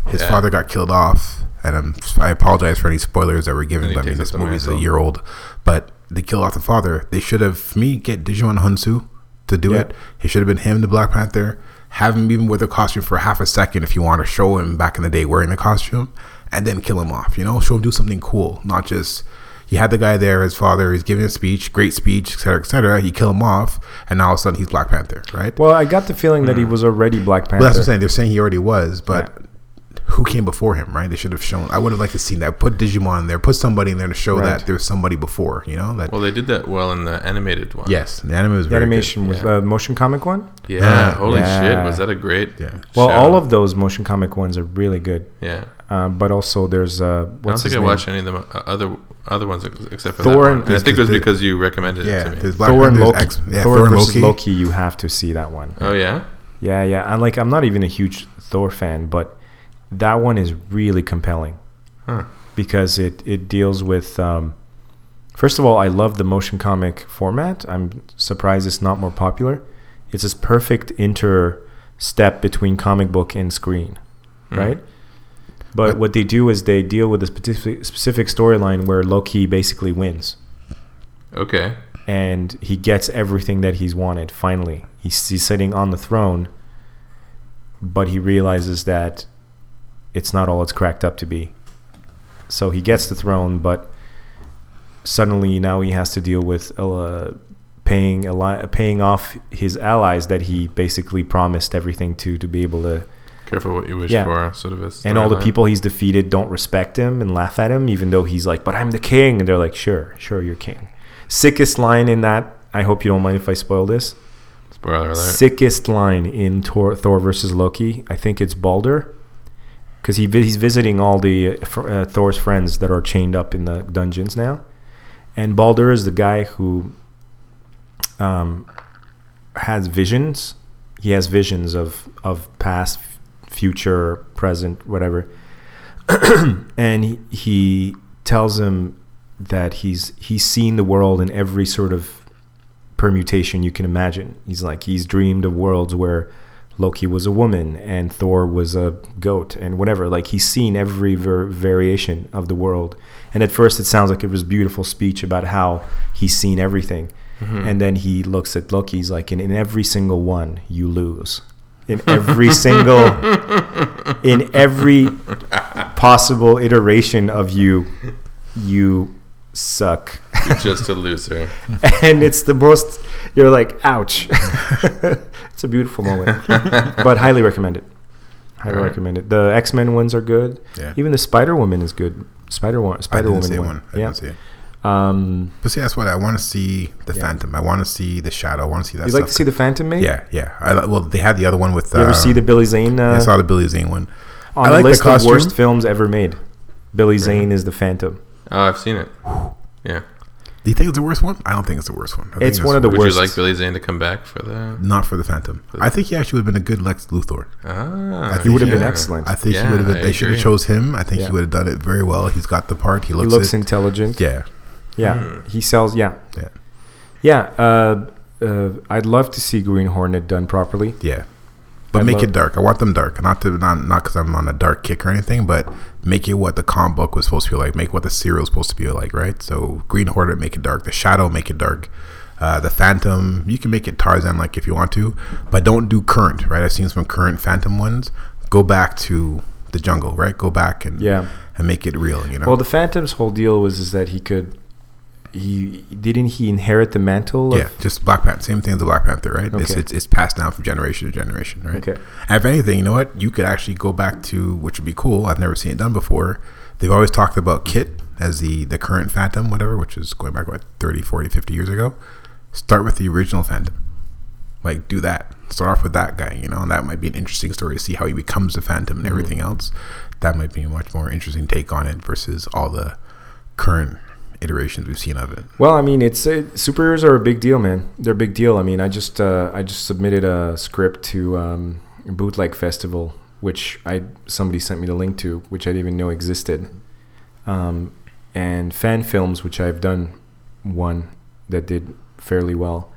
[SPEAKER 4] His
[SPEAKER 2] Yeah.
[SPEAKER 4] father got killed off, and I'm, I apologize for any spoilers that were given.
[SPEAKER 2] And he
[SPEAKER 4] But I mean,
[SPEAKER 2] takes
[SPEAKER 4] this
[SPEAKER 2] up the
[SPEAKER 4] movie's a
[SPEAKER 2] mantle.
[SPEAKER 4] year old, but they killed off the father. They should have for me get Digimon Hunsu to do
[SPEAKER 1] Yeah.
[SPEAKER 4] it. It should have been him, the Black Panther. Have him even with a costume for half a second if you want to show him back in the day wearing the costume, and then kill him off. You know, show him do something cool, not just you had the guy there, his father, he's giving a speech, great speech, et cetera, et cetera. You kill him off, and now all of a sudden he's Black Panther, right?
[SPEAKER 1] well, I got the feeling that he
[SPEAKER 2] Mm.
[SPEAKER 1] was already Black Panther.
[SPEAKER 4] Well, that's what I'm saying. They're saying he already was, but who came before him, right? They should have shown. I would have liked to seen that. Put Digimon in there. Put somebody in there to show
[SPEAKER 1] Right.
[SPEAKER 4] that there was somebody before. You know that.
[SPEAKER 2] well, they did that well in the animated one.
[SPEAKER 4] yes, the anime was
[SPEAKER 1] The
[SPEAKER 4] very good.
[SPEAKER 1] animation was uh, motion comic one.
[SPEAKER 2] yeah.
[SPEAKER 4] Yeah.
[SPEAKER 2] Holy
[SPEAKER 1] Yeah.
[SPEAKER 2] shit, was that a great?
[SPEAKER 4] Yeah.
[SPEAKER 1] Well,
[SPEAKER 2] show?
[SPEAKER 1] all of those motion comic ones are really good.
[SPEAKER 2] yeah.
[SPEAKER 1] Uh, but also, there's uh,
[SPEAKER 2] I don't
[SPEAKER 1] what's
[SPEAKER 2] think
[SPEAKER 1] his
[SPEAKER 2] I
[SPEAKER 1] name?
[SPEAKER 2] watched any of the mo- uh, other other ones ex- except for
[SPEAKER 1] Thor
[SPEAKER 2] that
[SPEAKER 1] and-
[SPEAKER 2] one. And I think it was
[SPEAKER 4] the-
[SPEAKER 2] because you recommended
[SPEAKER 4] Yeah,
[SPEAKER 2] it to me.
[SPEAKER 4] there's Black
[SPEAKER 1] Thor and
[SPEAKER 4] Panther,
[SPEAKER 1] Loki.
[SPEAKER 4] X- yeah,
[SPEAKER 1] Thor,
[SPEAKER 4] Thor and
[SPEAKER 1] versus
[SPEAKER 4] Loki.
[SPEAKER 1] Loki. You have to see that one.
[SPEAKER 2] Oh yeah,
[SPEAKER 1] Yeah, yeah. I'm like, I'm not even a huge Thor fan, but that one is really compelling
[SPEAKER 2] Huh.
[SPEAKER 1] because it it deals with. Um, first of all, I love the motion comic format. I'm surprised it's not more popular. It's this perfect interstep between comic book and screen,
[SPEAKER 4] Hmm.
[SPEAKER 1] right? But what they do is they deal with a specific, specific storyline where Loki basically wins
[SPEAKER 2] okay.
[SPEAKER 1] and he gets everything that he's wanted finally he's, he's sitting on the throne but he realizes that it's not all it's cracked up to be so he gets the throne but suddenly now he has to deal with uh, paying ali- paying off his allies that he basically promised everything to to be able to
[SPEAKER 2] Careful what you wish
[SPEAKER 1] Yeah.
[SPEAKER 2] for, sort of. A
[SPEAKER 1] and all the
[SPEAKER 2] storyline.
[SPEAKER 1] people he's defeated don't respect him and laugh at him, even though he's like, "But I'm the king," and they're like, "Sure, sure, you're king." Sickest line in that. I hope you don't mind if I spoil this.
[SPEAKER 2] Spoiler alert.
[SPEAKER 1] Sickest line in Thor, Thor versus Loki. I think it's Balder, because he vi- he's visiting all the uh, fr- uh, Thor's friends that are chained up in the dungeons now, and Balder is the guy who um, has visions. He has visions of of past, future, present, whatever. and he, he tells him that he's he's seen the world in every sort of permutation you can imagine. He's like he's dreamed of worlds where Loki was a woman and Thor was a goat and whatever. Like he's seen every ver- variation of the world. And at first, it sounds like it was beautiful speech about how he's seen everything. And then he looks at Loki. He's like, in, in every single one, you lose. In every single, in every possible iteration of you, you suck
[SPEAKER 2] You're just a loser.
[SPEAKER 1] and it's the most you're like ouch it's a beautiful moment but highly recommend it highly
[SPEAKER 2] Alright.
[SPEAKER 1] recommend it the x-men ones are good
[SPEAKER 4] Yeah.
[SPEAKER 1] even the spider-woman is good spider-woman
[SPEAKER 4] I didn't
[SPEAKER 1] spider-woman
[SPEAKER 4] see
[SPEAKER 1] one.
[SPEAKER 4] one. I
[SPEAKER 1] yeah
[SPEAKER 4] didn't see it.
[SPEAKER 1] um
[SPEAKER 4] But see, that's what I want to see. The Phantom. I want to see the Shadow. I want to see that.
[SPEAKER 1] you'd
[SPEAKER 4] stuff.
[SPEAKER 1] like to see the phantom maybe
[SPEAKER 4] Yeah, yeah. I, li- well, they had the other one with.
[SPEAKER 1] you ever
[SPEAKER 4] uh,
[SPEAKER 1] see the billy zane uh,
[SPEAKER 4] I saw the Billy Zane one.
[SPEAKER 1] on
[SPEAKER 4] I
[SPEAKER 1] the
[SPEAKER 4] like the
[SPEAKER 1] list of worst
[SPEAKER 4] costume.
[SPEAKER 1] films ever made billy zane is the phantom
[SPEAKER 2] Oh, I've seen it. Yeah.
[SPEAKER 4] Do you think it's the worst one? I don't think it's the worst one. I think
[SPEAKER 1] it's one of the
[SPEAKER 2] Would
[SPEAKER 1] worst
[SPEAKER 2] you like Billy Zane to come back for the?
[SPEAKER 4] not for the Phantom. I think he actually would have been a good Lex Luthor.
[SPEAKER 2] Ah,
[SPEAKER 4] I think
[SPEAKER 1] he would have been
[SPEAKER 4] yeah.
[SPEAKER 1] excellent
[SPEAKER 4] I think
[SPEAKER 2] Yeah,
[SPEAKER 4] he would have.
[SPEAKER 2] I
[SPEAKER 4] Been, they should have
[SPEAKER 2] agree.
[SPEAKER 4] chose him. I think
[SPEAKER 1] Yeah.
[SPEAKER 4] he would have done it very well. He's got the part. He
[SPEAKER 1] he
[SPEAKER 4] looks.
[SPEAKER 1] looks
[SPEAKER 4] it.
[SPEAKER 1] intelligent
[SPEAKER 4] yeah, Hmm.
[SPEAKER 1] yeah he sells yeah
[SPEAKER 4] yeah,
[SPEAKER 1] yeah uh, uh, i'd love to see green hornet done properly
[SPEAKER 4] yeah. But
[SPEAKER 1] I
[SPEAKER 4] make
[SPEAKER 1] love-
[SPEAKER 4] it dark. I want them dark. Not to not not because I'm on a dark kick or anything, but make it what the comic book was supposed to be like. Make what the serial was supposed to be like. Right. So Green Hornet, make it dark. The Shadow, make it dark. Uh, the Phantom, you can make it Tarzan like if you want to, but don't do current. Right. I've seen some current Phantom ones. Go back to the jungle. Right. Go back and
[SPEAKER 1] Yeah.
[SPEAKER 4] and make it real. You know.
[SPEAKER 1] Well, the Phantom's whole deal was is that he could he didn't he inherit the mantle? Of,
[SPEAKER 4] Yeah, just Black Panther. Same thing as the Black Panther, right? It's,
[SPEAKER 1] Okay.
[SPEAKER 4] it's it's passed down from generation to generation, right?
[SPEAKER 1] Okay.
[SPEAKER 4] And if anything, you know what? You could actually go back to which would be cool. I've never seen it done before. They've always talked about Kit as the the current Phantom, whatever, which is going back what 30, 40, 50 years ago. Start with the original Phantom. Like do that. Start off with that guy, you know, and that might be an interesting story to see how he becomes the Phantom
[SPEAKER 1] Mm-hmm.
[SPEAKER 4] and everything else. That might be a much more interesting take on it versus all the current iterations we've seen of it.
[SPEAKER 1] Well, I mean, it's it, superheroes are a big deal, man. They're a big deal. I mean, I just uh, I just submitted a script to um, Bootleg Festival, which I somebody sent me the link to, which I didn't even know existed, um, and fan films, which I've done one that did fairly well,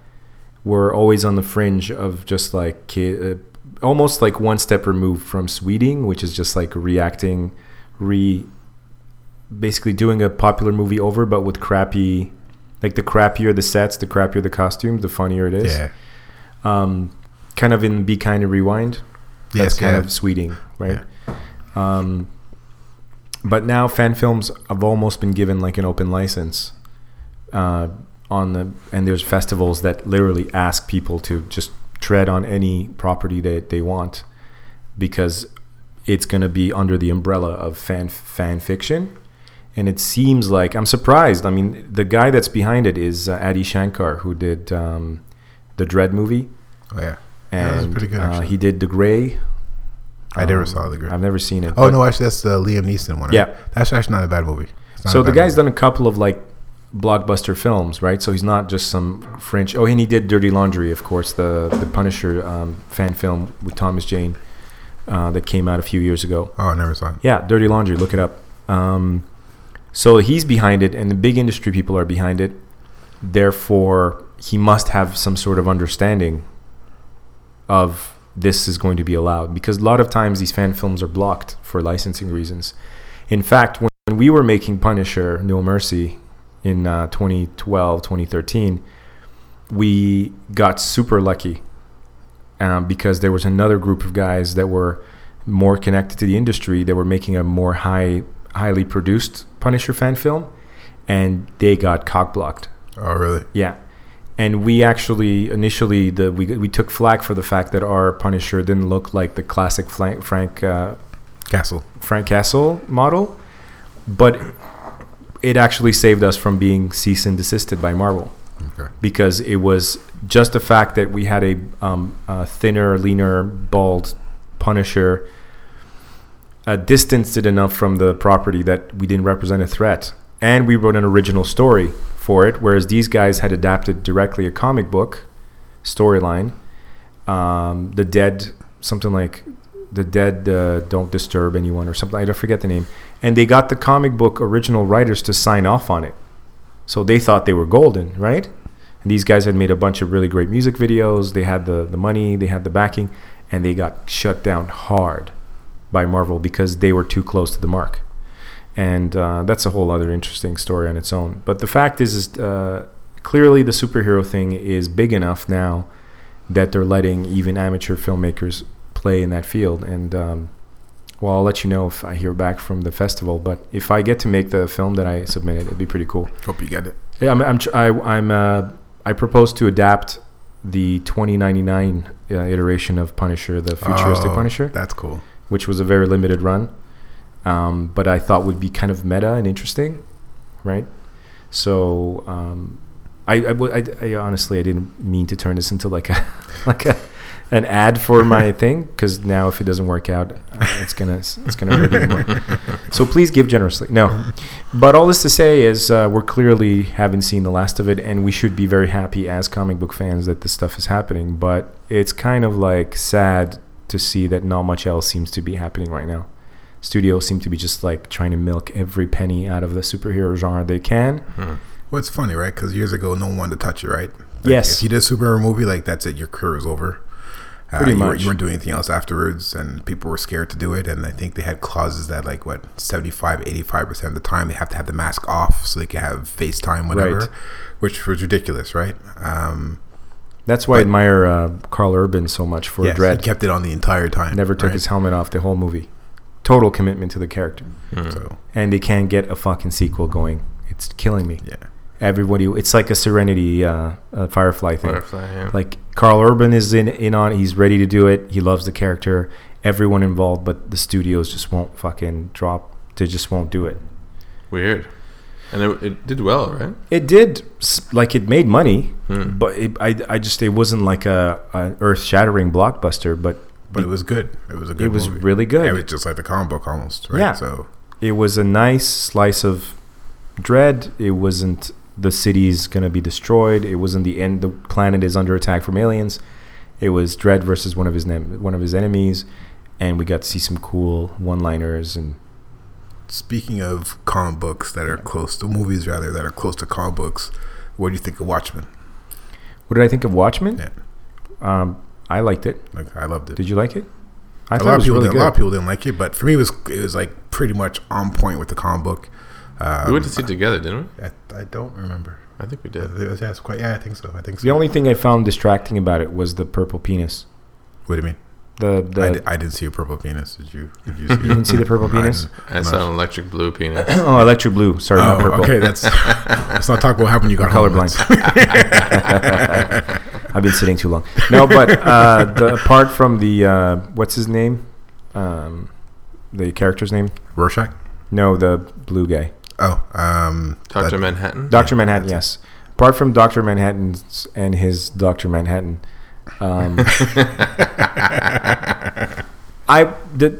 [SPEAKER 1] were always on the fringe of just like kid, uh, almost like one step removed from sweeting, which is just like reacting, re basically doing a popular movie over, but with crappy, like the crappier the sets, the crappier the costume, the funnier it is.
[SPEAKER 4] Yeah.
[SPEAKER 1] Um, kind of in Be Kind and Rewind. That's
[SPEAKER 4] Yes,
[SPEAKER 1] kind
[SPEAKER 4] yeah.
[SPEAKER 1] of sweeting, right? Um, but now fan films have almost been given like an open license uh, on the, and there's festivals that literally ask people to just tread on any property that they want because it's going to be under the umbrella of fan fan fiction and it seems like i'm surprised i mean the guy that's behind it is uh, adi shankar who did um, the dread movie
[SPEAKER 4] Oh yeah.
[SPEAKER 1] and
[SPEAKER 4] Yeah, that's pretty good,
[SPEAKER 1] uh,
[SPEAKER 4] actually.
[SPEAKER 1] he did the gray Um,
[SPEAKER 4] I never saw the group.
[SPEAKER 1] i've never seen it
[SPEAKER 4] Oh
[SPEAKER 1] but-
[SPEAKER 4] no, actually that's the Liam Neeson one. right?
[SPEAKER 1] Yeah.
[SPEAKER 4] that's actually not a bad movie. It's not
[SPEAKER 1] so
[SPEAKER 4] a
[SPEAKER 1] the
[SPEAKER 4] bad
[SPEAKER 1] guy's
[SPEAKER 4] movie.
[SPEAKER 1] done a couple of like blockbuster films right so he's not just some french oh and he did dirty laundry of course the the punisher um, fan film with thomas jane uh, that came out a few years ago
[SPEAKER 4] Oh, I never saw it.
[SPEAKER 1] Yeah, Dirty Laundry. Look it up. Um, so he's behind it, and the big industry people are behind it. Therefore, he must have some sort of understanding of this is going to be allowed because a lot of times these fan films are blocked for licensing reasons. In fact, when, when we were making Punisher No Mercy in uh, 2012, 2013, we got super lucky um, because there was another group of guys that were more connected to the industry that were making a more high, highly produced Punisher fan film, and they got cock blocked.
[SPEAKER 4] Oh really?
[SPEAKER 1] Yeah. And we actually initially the we, we took flack for the fact that our Punisher didn't look like the classic Frank Frank uh,
[SPEAKER 4] Castle.
[SPEAKER 1] Frank Castle model, but it actually saved us from being cease and desisted by Marvel
[SPEAKER 4] Okay.
[SPEAKER 1] because it was just the fact that we had a, um, a thinner, leaner, bald Punisher uh, distanced it enough from the property that we didn't represent a threat. And we wrote an original story for it, whereas these guys had adapted directly a comic book storyline. Um, the dead, something like the dead uh, don't disturb anyone or something. I don't forget the name. And they got the comic book original writers to sign off on it. So they thought they were golden, right? And these guys had made a bunch of really great music videos. They had the, the money, they had the backing, and they got shut down hard by Marvel because they were too close to the mark. And uh, that's a whole other interesting story on its own. But the fact is, is uh, clearly the superhero thing is big enough now that they're letting even amateur filmmakers play in that field. And um, well, I'll let you know if I hear back from the festival. But if I get to make the film that I submitted, it'd be pretty cool.
[SPEAKER 4] Hope you get it.
[SPEAKER 1] Yeah, I'm. I'm. tr- I, I'm uh, I propose to adapt the 2099 uh, iteration of Punisher, the futuristic
[SPEAKER 4] Oh,
[SPEAKER 1] Punisher,
[SPEAKER 4] That's cool.
[SPEAKER 1] which was a very limited run, um, but I thought would be kind of meta and interesting, right? So, um, I, I, w- I- I honestly I didn't mean to turn this into like a like a an ad for my thing because now if it doesn't work out, uh, it's gonna it's gonna hurt anymore. So please give generously. No, but all this to say is uh, we're clearly haven't seen the last of it, and we should be very happy as comic book fans that this stuff is happening. But it's kind of like sad to see that not much else seems to be happening right now. Studios seem to be just like trying to milk every penny out of the superhero genre they can.
[SPEAKER 4] Hmm. Well, it's funny, right? Because years ago, no one wanted to touch it, right? Like,
[SPEAKER 1] Yes.
[SPEAKER 4] If you did a superhero movie, like that's it, your career was over. Uh,
[SPEAKER 1] Pretty
[SPEAKER 4] you were-
[SPEAKER 1] much.
[SPEAKER 4] you weren't doing anything else afterwards, and people were scared to do it. And I think they had clauses that, like, what 75, 85 percent of the time, they have to have the mask off so they could have FaceTime, whatever,
[SPEAKER 1] Right.
[SPEAKER 4] which was ridiculous, right? Um,
[SPEAKER 1] That's why I admire uh, Carl Urban so much for
[SPEAKER 4] yes,
[SPEAKER 1] Dread.
[SPEAKER 4] he kept it on the entire time.
[SPEAKER 1] Never took
[SPEAKER 4] right?
[SPEAKER 1] his helmet off the whole movie. Total commitment to the character.
[SPEAKER 4] So
[SPEAKER 1] And they can't get a fucking sequel going. It's killing me.
[SPEAKER 4] yeah,
[SPEAKER 1] everybody. It's like a Serenity uh, uh, Firefly thing.
[SPEAKER 2] Firefly, yeah.
[SPEAKER 1] Like Carl Urban is in in on. it. He's ready to do it. He loves the character. Everyone involved, but the studios just won't fucking drop. They just won't do it.
[SPEAKER 2] Weird. And it, it did well, right?
[SPEAKER 1] It did, s- like it made money,
[SPEAKER 4] Hmm.
[SPEAKER 1] but it, I, I just it wasn't like a, a earth shattering blockbuster, but
[SPEAKER 4] But it was good. It was a good.
[SPEAKER 1] It was
[SPEAKER 4] movie.
[SPEAKER 1] really good.
[SPEAKER 4] It was just like the comic book almost, right?
[SPEAKER 1] Yeah.
[SPEAKER 4] So
[SPEAKER 1] it was a nice slice of dread. It wasn't the city's gonna be destroyed. It wasn't the end. The planet is under attack from aliens. It was dread versus one of his nem- one of his enemies, and we got to see some cool one liners and
[SPEAKER 4] speaking of comic books that are close to movies, rather that are close to comic books, what do you think of Watchmen?
[SPEAKER 1] What did I think of Watchmen?
[SPEAKER 4] Yeah.
[SPEAKER 1] Um, I liked it.
[SPEAKER 4] Like I loved it.
[SPEAKER 1] Did you like it? I
[SPEAKER 4] a lot of people didn't, a lot of people didn't like it, but for me, it was it was like pretty much on point with the comic book.
[SPEAKER 2] we went to see it together, didn't we?
[SPEAKER 4] I, I don't remember.
[SPEAKER 2] I think we
[SPEAKER 4] Yeah,
[SPEAKER 2] did.
[SPEAKER 4] it was- yeah, it's quite. Yeah, I think so. I think so.
[SPEAKER 1] The only thing I found distracting about it was the purple penis.
[SPEAKER 4] what do you mean?
[SPEAKER 1] The
[SPEAKER 4] I
[SPEAKER 1] the
[SPEAKER 4] di- I didn't see a purple penis. Did you? Did you see, it?
[SPEAKER 1] didn't see the purple
[SPEAKER 4] I
[SPEAKER 1] penis?
[SPEAKER 4] didn't.
[SPEAKER 2] I saw an electric blue penis.
[SPEAKER 1] oh, electric blue. Sorry, not
[SPEAKER 4] Oh,
[SPEAKER 1] purple.
[SPEAKER 4] okay, that's. let's not talk about what happened. when You got home.
[SPEAKER 1] Colorblind. I've been sitting too long. No, but uh, the, apart from the uh, what's his name, um, the character's name.
[SPEAKER 4] Rorschach.
[SPEAKER 1] No, the blue guy,
[SPEAKER 4] Oh, um,
[SPEAKER 2] Doctor
[SPEAKER 4] that-
[SPEAKER 2] Manhattan.
[SPEAKER 1] Doctor Manhattan. Yes. Apart from Doctor Manhattan and his Doctor Manhattan, um, I the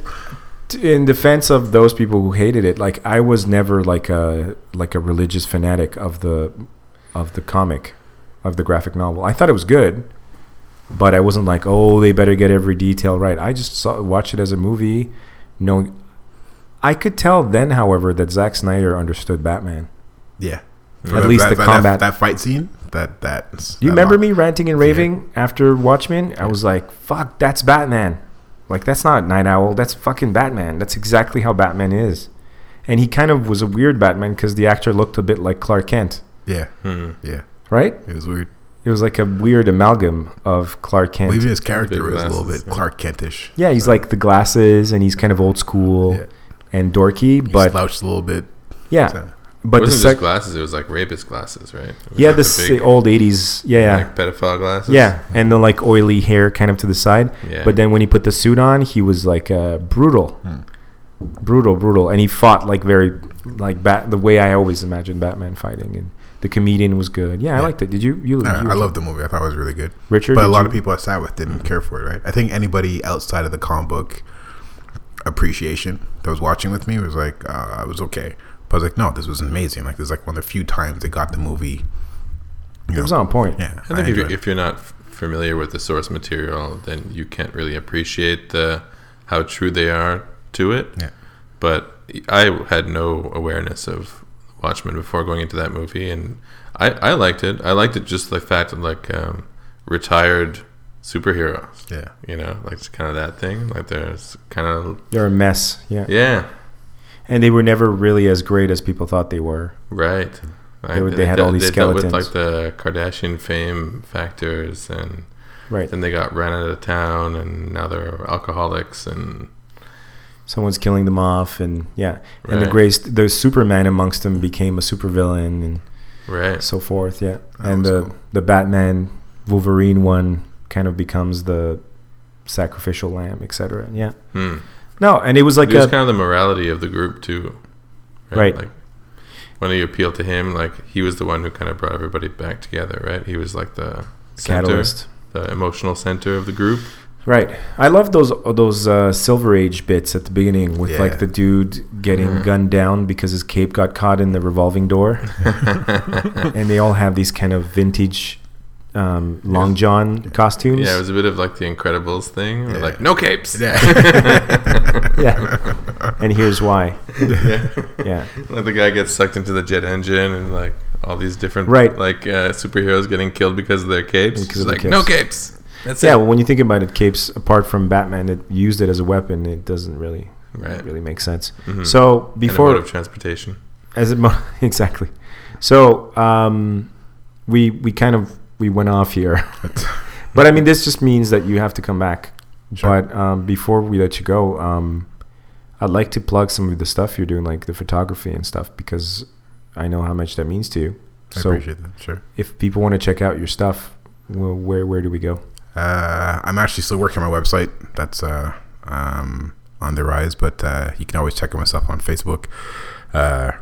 [SPEAKER 1] in defense of those people who hated it, like I was never like a like a religious fanatic of the of the comic of the graphic novel. I thought it was good, but I wasn't like, oh, they better get every detail right. I just saw watch it as a movie, knowing. I could tell then, however, that Zack Snyder understood Batman.
[SPEAKER 4] Yeah.
[SPEAKER 1] At least the combat.
[SPEAKER 4] That, fight scene. That that.
[SPEAKER 1] Do you remember me ranting and raving after Watchmen? I was like, fuck, that's Batman. Like, that's not Night Owl. That's fucking Batman. That's exactly how Batman is. And he kind of was a weird Batman because the actor looked a bit like Clark Kent,
[SPEAKER 4] Yeah.
[SPEAKER 2] Hmm.
[SPEAKER 4] Yeah.
[SPEAKER 1] right?
[SPEAKER 4] It was weird.
[SPEAKER 1] It was like a weird amalgam of Clark
[SPEAKER 4] Well,
[SPEAKER 1] Kent.
[SPEAKER 4] even his character
[SPEAKER 2] Big
[SPEAKER 4] was a little
[SPEAKER 2] glasses,
[SPEAKER 4] bit Clark Kentish.
[SPEAKER 1] Yeah, he's like the glasses and he's kind of old school
[SPEAKER 4] Yeah.
[SPEAKER 1] and dorky,
[SPEAKER 4] He
[SPEAKER 1] but
[SPEAKER 4] slouched a little bit.
[SPEAKER 1] yeah.
[SPEAKER 4] So-
[SPEAKER 1] But
[SPEAKER 2] it
[SPEAKER 1] the
[SPEAKER 2] wasn't
[SPEAKER 1] sec-
[SPEAKER 2] just glasses. It was like rapist glasses, right? It was
[SPEAKER 1] yeah,
[SPEAKER 2] like
[SPEAKER 1] the s-
[SPEAKER 2] big,
[SPEAKER 1] old 80s. Yeah, yeah.
[SPEAKER 2] like pedophile glasses.
[SPEAKER 1] Yeah, and the like oily hair kind of to the side.
[SPEAKER 2] Yeah.
[SPEAKER 1] But then when he put the suit on, he was like uh, brutal, brutal, brutal, and he fought like very like bat the way I always imagined Batman fighting. And the comedian was good. Yeah, I liked it. Did you? You?
[SPEAKER 4] I,
[SPEAKER 1] you
[SPEAKER 4] I loved the movie. I thought it was really good.
[SPEAKER 1] Richard,
[SPEAKER 4] but a
[SPEAKER 1] did
[SPEAKER 4] lot
[SPEAKER 1] you-
[SPEAKER 4] of people I sat with didn't care for it. Right? I think anybody outside of the comic book appreciation that was watching with me was like, uh, I was okay. But I was like, no, this was amazing. Like, this is like one of the few times they got the movie. You
[SPEAKER 1] It was on point.
[SPEAKER 4] Yeah,
[SPEAKER 2] I think if, you,
[SPEAKER 4] enjoyed it.
[SPEAKER 2] if you're not f- familiar with the source material, then you can't really appreciate the how true they are to it.
[SPEAKER 4] Yeah.
[SPEAKER 2] But I had no awareness of Watchmen before going into that movie, and I, I liked it. I liked it just the fact of like um, retired superheroes.
[SPEAKER 4] yeah.
[SPEAKER 2] You know, like it's kind of that thing. Like there's kind of
[SPEAKER 1] They're a mess. Yeah.
[SPEAKER 2] yeah,
[SPEAKER 1] and they were never really as great as people thought they were.
[SPEAKER 2] right. Right.
[SPEAKER 1] were- they had all these
[SPEAKER 2] dealt with
[SPEAKER 1] skeletons.
[SPEAKER 2] like the Kardashian fame factors and.
[SPEAKER 1] Right.
[SPEAKER 2] Then they got ran out of town, and now they're alcoholics. And
[SPEAKER 1] Someone's killing them off, and yeah, and the
[SPEAKER 2] Right.
[SPEAKER 1] grace, the Superman amongst them became a supervillain, and
[SPEAKER 2] right,
[SPEAKER 1] so forth. Yeah, and
[SPEAKER 4] was
[SPEAKER 1] the
[SPEAKER 4] cool.
[SPEAKER 1] the Batman Wolverine one kind of becomes the sacrificial lamb, etc. Yeah.
[SPEAKER 2] Hmm.
[SPEAKER 1] No, and it was like
[SPEAKER 2] it was
[SPEAKER 1] a
[SPEAKER 2] kind of the morality of the group too.
[SPEAKER 1] Right.
[SPEAKER 2] Like when you appeal to him, like he was the one who kind of brought everybody back together. Right. He was like the center,
[SPEAKER 1] catalyst.
[SPEAKER 2] the emotional center of the group.
[SPEAKER 1] Right. I love those those uh, Silver Age bits at the beginning with
[SPEAKER 4] Yeah.
[SPEAKER 1] like the dude getting
[SPEAKER 2] Mm-hmm.
[SPEAKER 1] gunned down because his cape got caught in the revolving door, and they all have these kind of vintage um, long john costumes.
[SPEAKER 2] Yeah, it was a bit of like the Incredibles thing. where,
[SPEAKER 4] Yeah.
[SPEAKER 2] Like no capes.
[SPEAKER 1] yeah. And here's why. yeah.
[SPEAKER 2] Like the guy gets sucked into the jet engine, and like all these different
[SPEAKER 1] Right.
[SPEAKER 2] like uh, superheroes getting killed because of their capes.
[SPEAKER 1] Because of
[SPEAKER 2] It's
[SPEAKER 1] the
[SPEAKER 2] like
[SPEAKER 1] capes.
[SPEAKER 2] no capes. That's
[SPEAKER 1] Yeah,
[SPEAKER 2] it.
[SPEAKER 1] well, when you think about it, capes apart from Batman that used it as a weapon, it doesn't really
[SPEAKER 2] Right.
[SPEAKER 1] really make sense. So
[SPEAKER 2] And a mode
[SPEAKER 1] before
[SPEAKER 2] of transportation.
[SPEAKER 1] as it mo- exactly, so um, we we kind of we went off here, but I mean this just means that you have to come back. But um, before we let you go, um, I'd like to plug some of the stuff you're doing, like the photography and stuff, because I know how much that means to you.
[SPEAKER 4] I
[SPEAKER 1] So-
[SPEAKER 4] appreciate that. Sure.
[SPEAKER 1] If people want to check out your stuff, well, where where do we go?
[SPEAKER 4] Uh, I'm actually still working on my website. That's uh, um, on the rise, but uh, you can always check out myself on Facebook. Uh,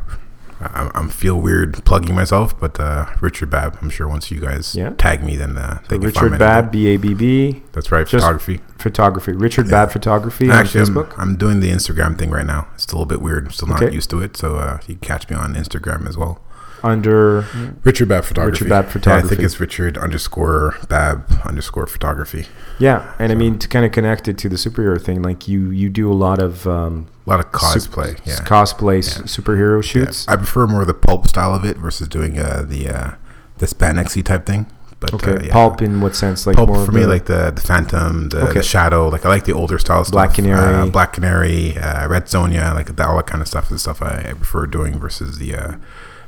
[SPEAKER 4] I, I'm feel weird plugging myself, but uh, Richard Babb. I'm sure once you guys
[SPEAKER 1] Yeah.
[SPEAKER 4] tag me, then uh, they can find
[SPEAKER 1] Richard
[SPEAKER 4] me.
[SPEAKER 1] Babb, B A B B,
[SPEAKER 4] That's right.
[SPEAKER 1] Just-
[SPEAKER 4] photography.
[SPEAKER 1] photography. Richard Babb photography
[SPEAKER 4] Actually,
[SPEAKER 1] on
[SPEAKER 4] I'm-
[SPEAKER 1] Facebook.
[SPEAKER 4] I'm, doing the Instagram thing right now. It's still a bit weird. I'm still not
[SPEAKER 1] Okay.
[SPEAKER 4] used to it. So uh, you can catch me on Instagram as well.
[SPEAKER 1] Under
[SPEAKER 4] Richard Babb Photography.
[SPEAKER 1] Richard Babb
[SPEAKER 4] Yeah, I
[SPEAKER 1] Photography.
[SPEAKER 4] think it's Richard underscore Babb underscore photography.
[SPEAKER 1] yeah, and I mean to kind of connect it to the superhero thing, like you you do a lot of um,
[SPEAKER 4] A lot of
[SPEAKER 1] sup-
[SPEAKER 4] cosplay. yeah.
[SPEAKER 1] cosplay s- superhero shoots.
[SPEAKER 4] I prefer more the pulp style of it versus doing uh, the uh, the Spanexy type thing. But
[SPEAKER 1] Okay,
[SPEAKER 4] uh, yeah.
[SPEAKER 1] pulp in what sense? Like
[SPEAKER 4] Pulp
[SPEAKER 1] more
[SPEAKER 4] for
[SPEAKER 1] of
[SPEAKER 4] me,
[SPEAKER 1] the-
[SPEAKER 4] like the the Phantom, the,
[SPEAKER 1] Okay.
[SPEAKER 4] the Shadow. Like I like the older style stuff.
[SPEAKER 1] Black Canary.
[SPEAKER 4] uh, Black Canary, uh, Red Sonia, like that, all that kind of stuff is the stuff I, I prefer doing versus the uh,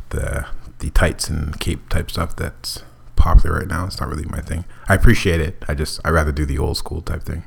[SPEAKER 4] the the tights and cape type stuff that's popular right now. It's not really my thing. I appreciate it. I just I rather do the old school type thing.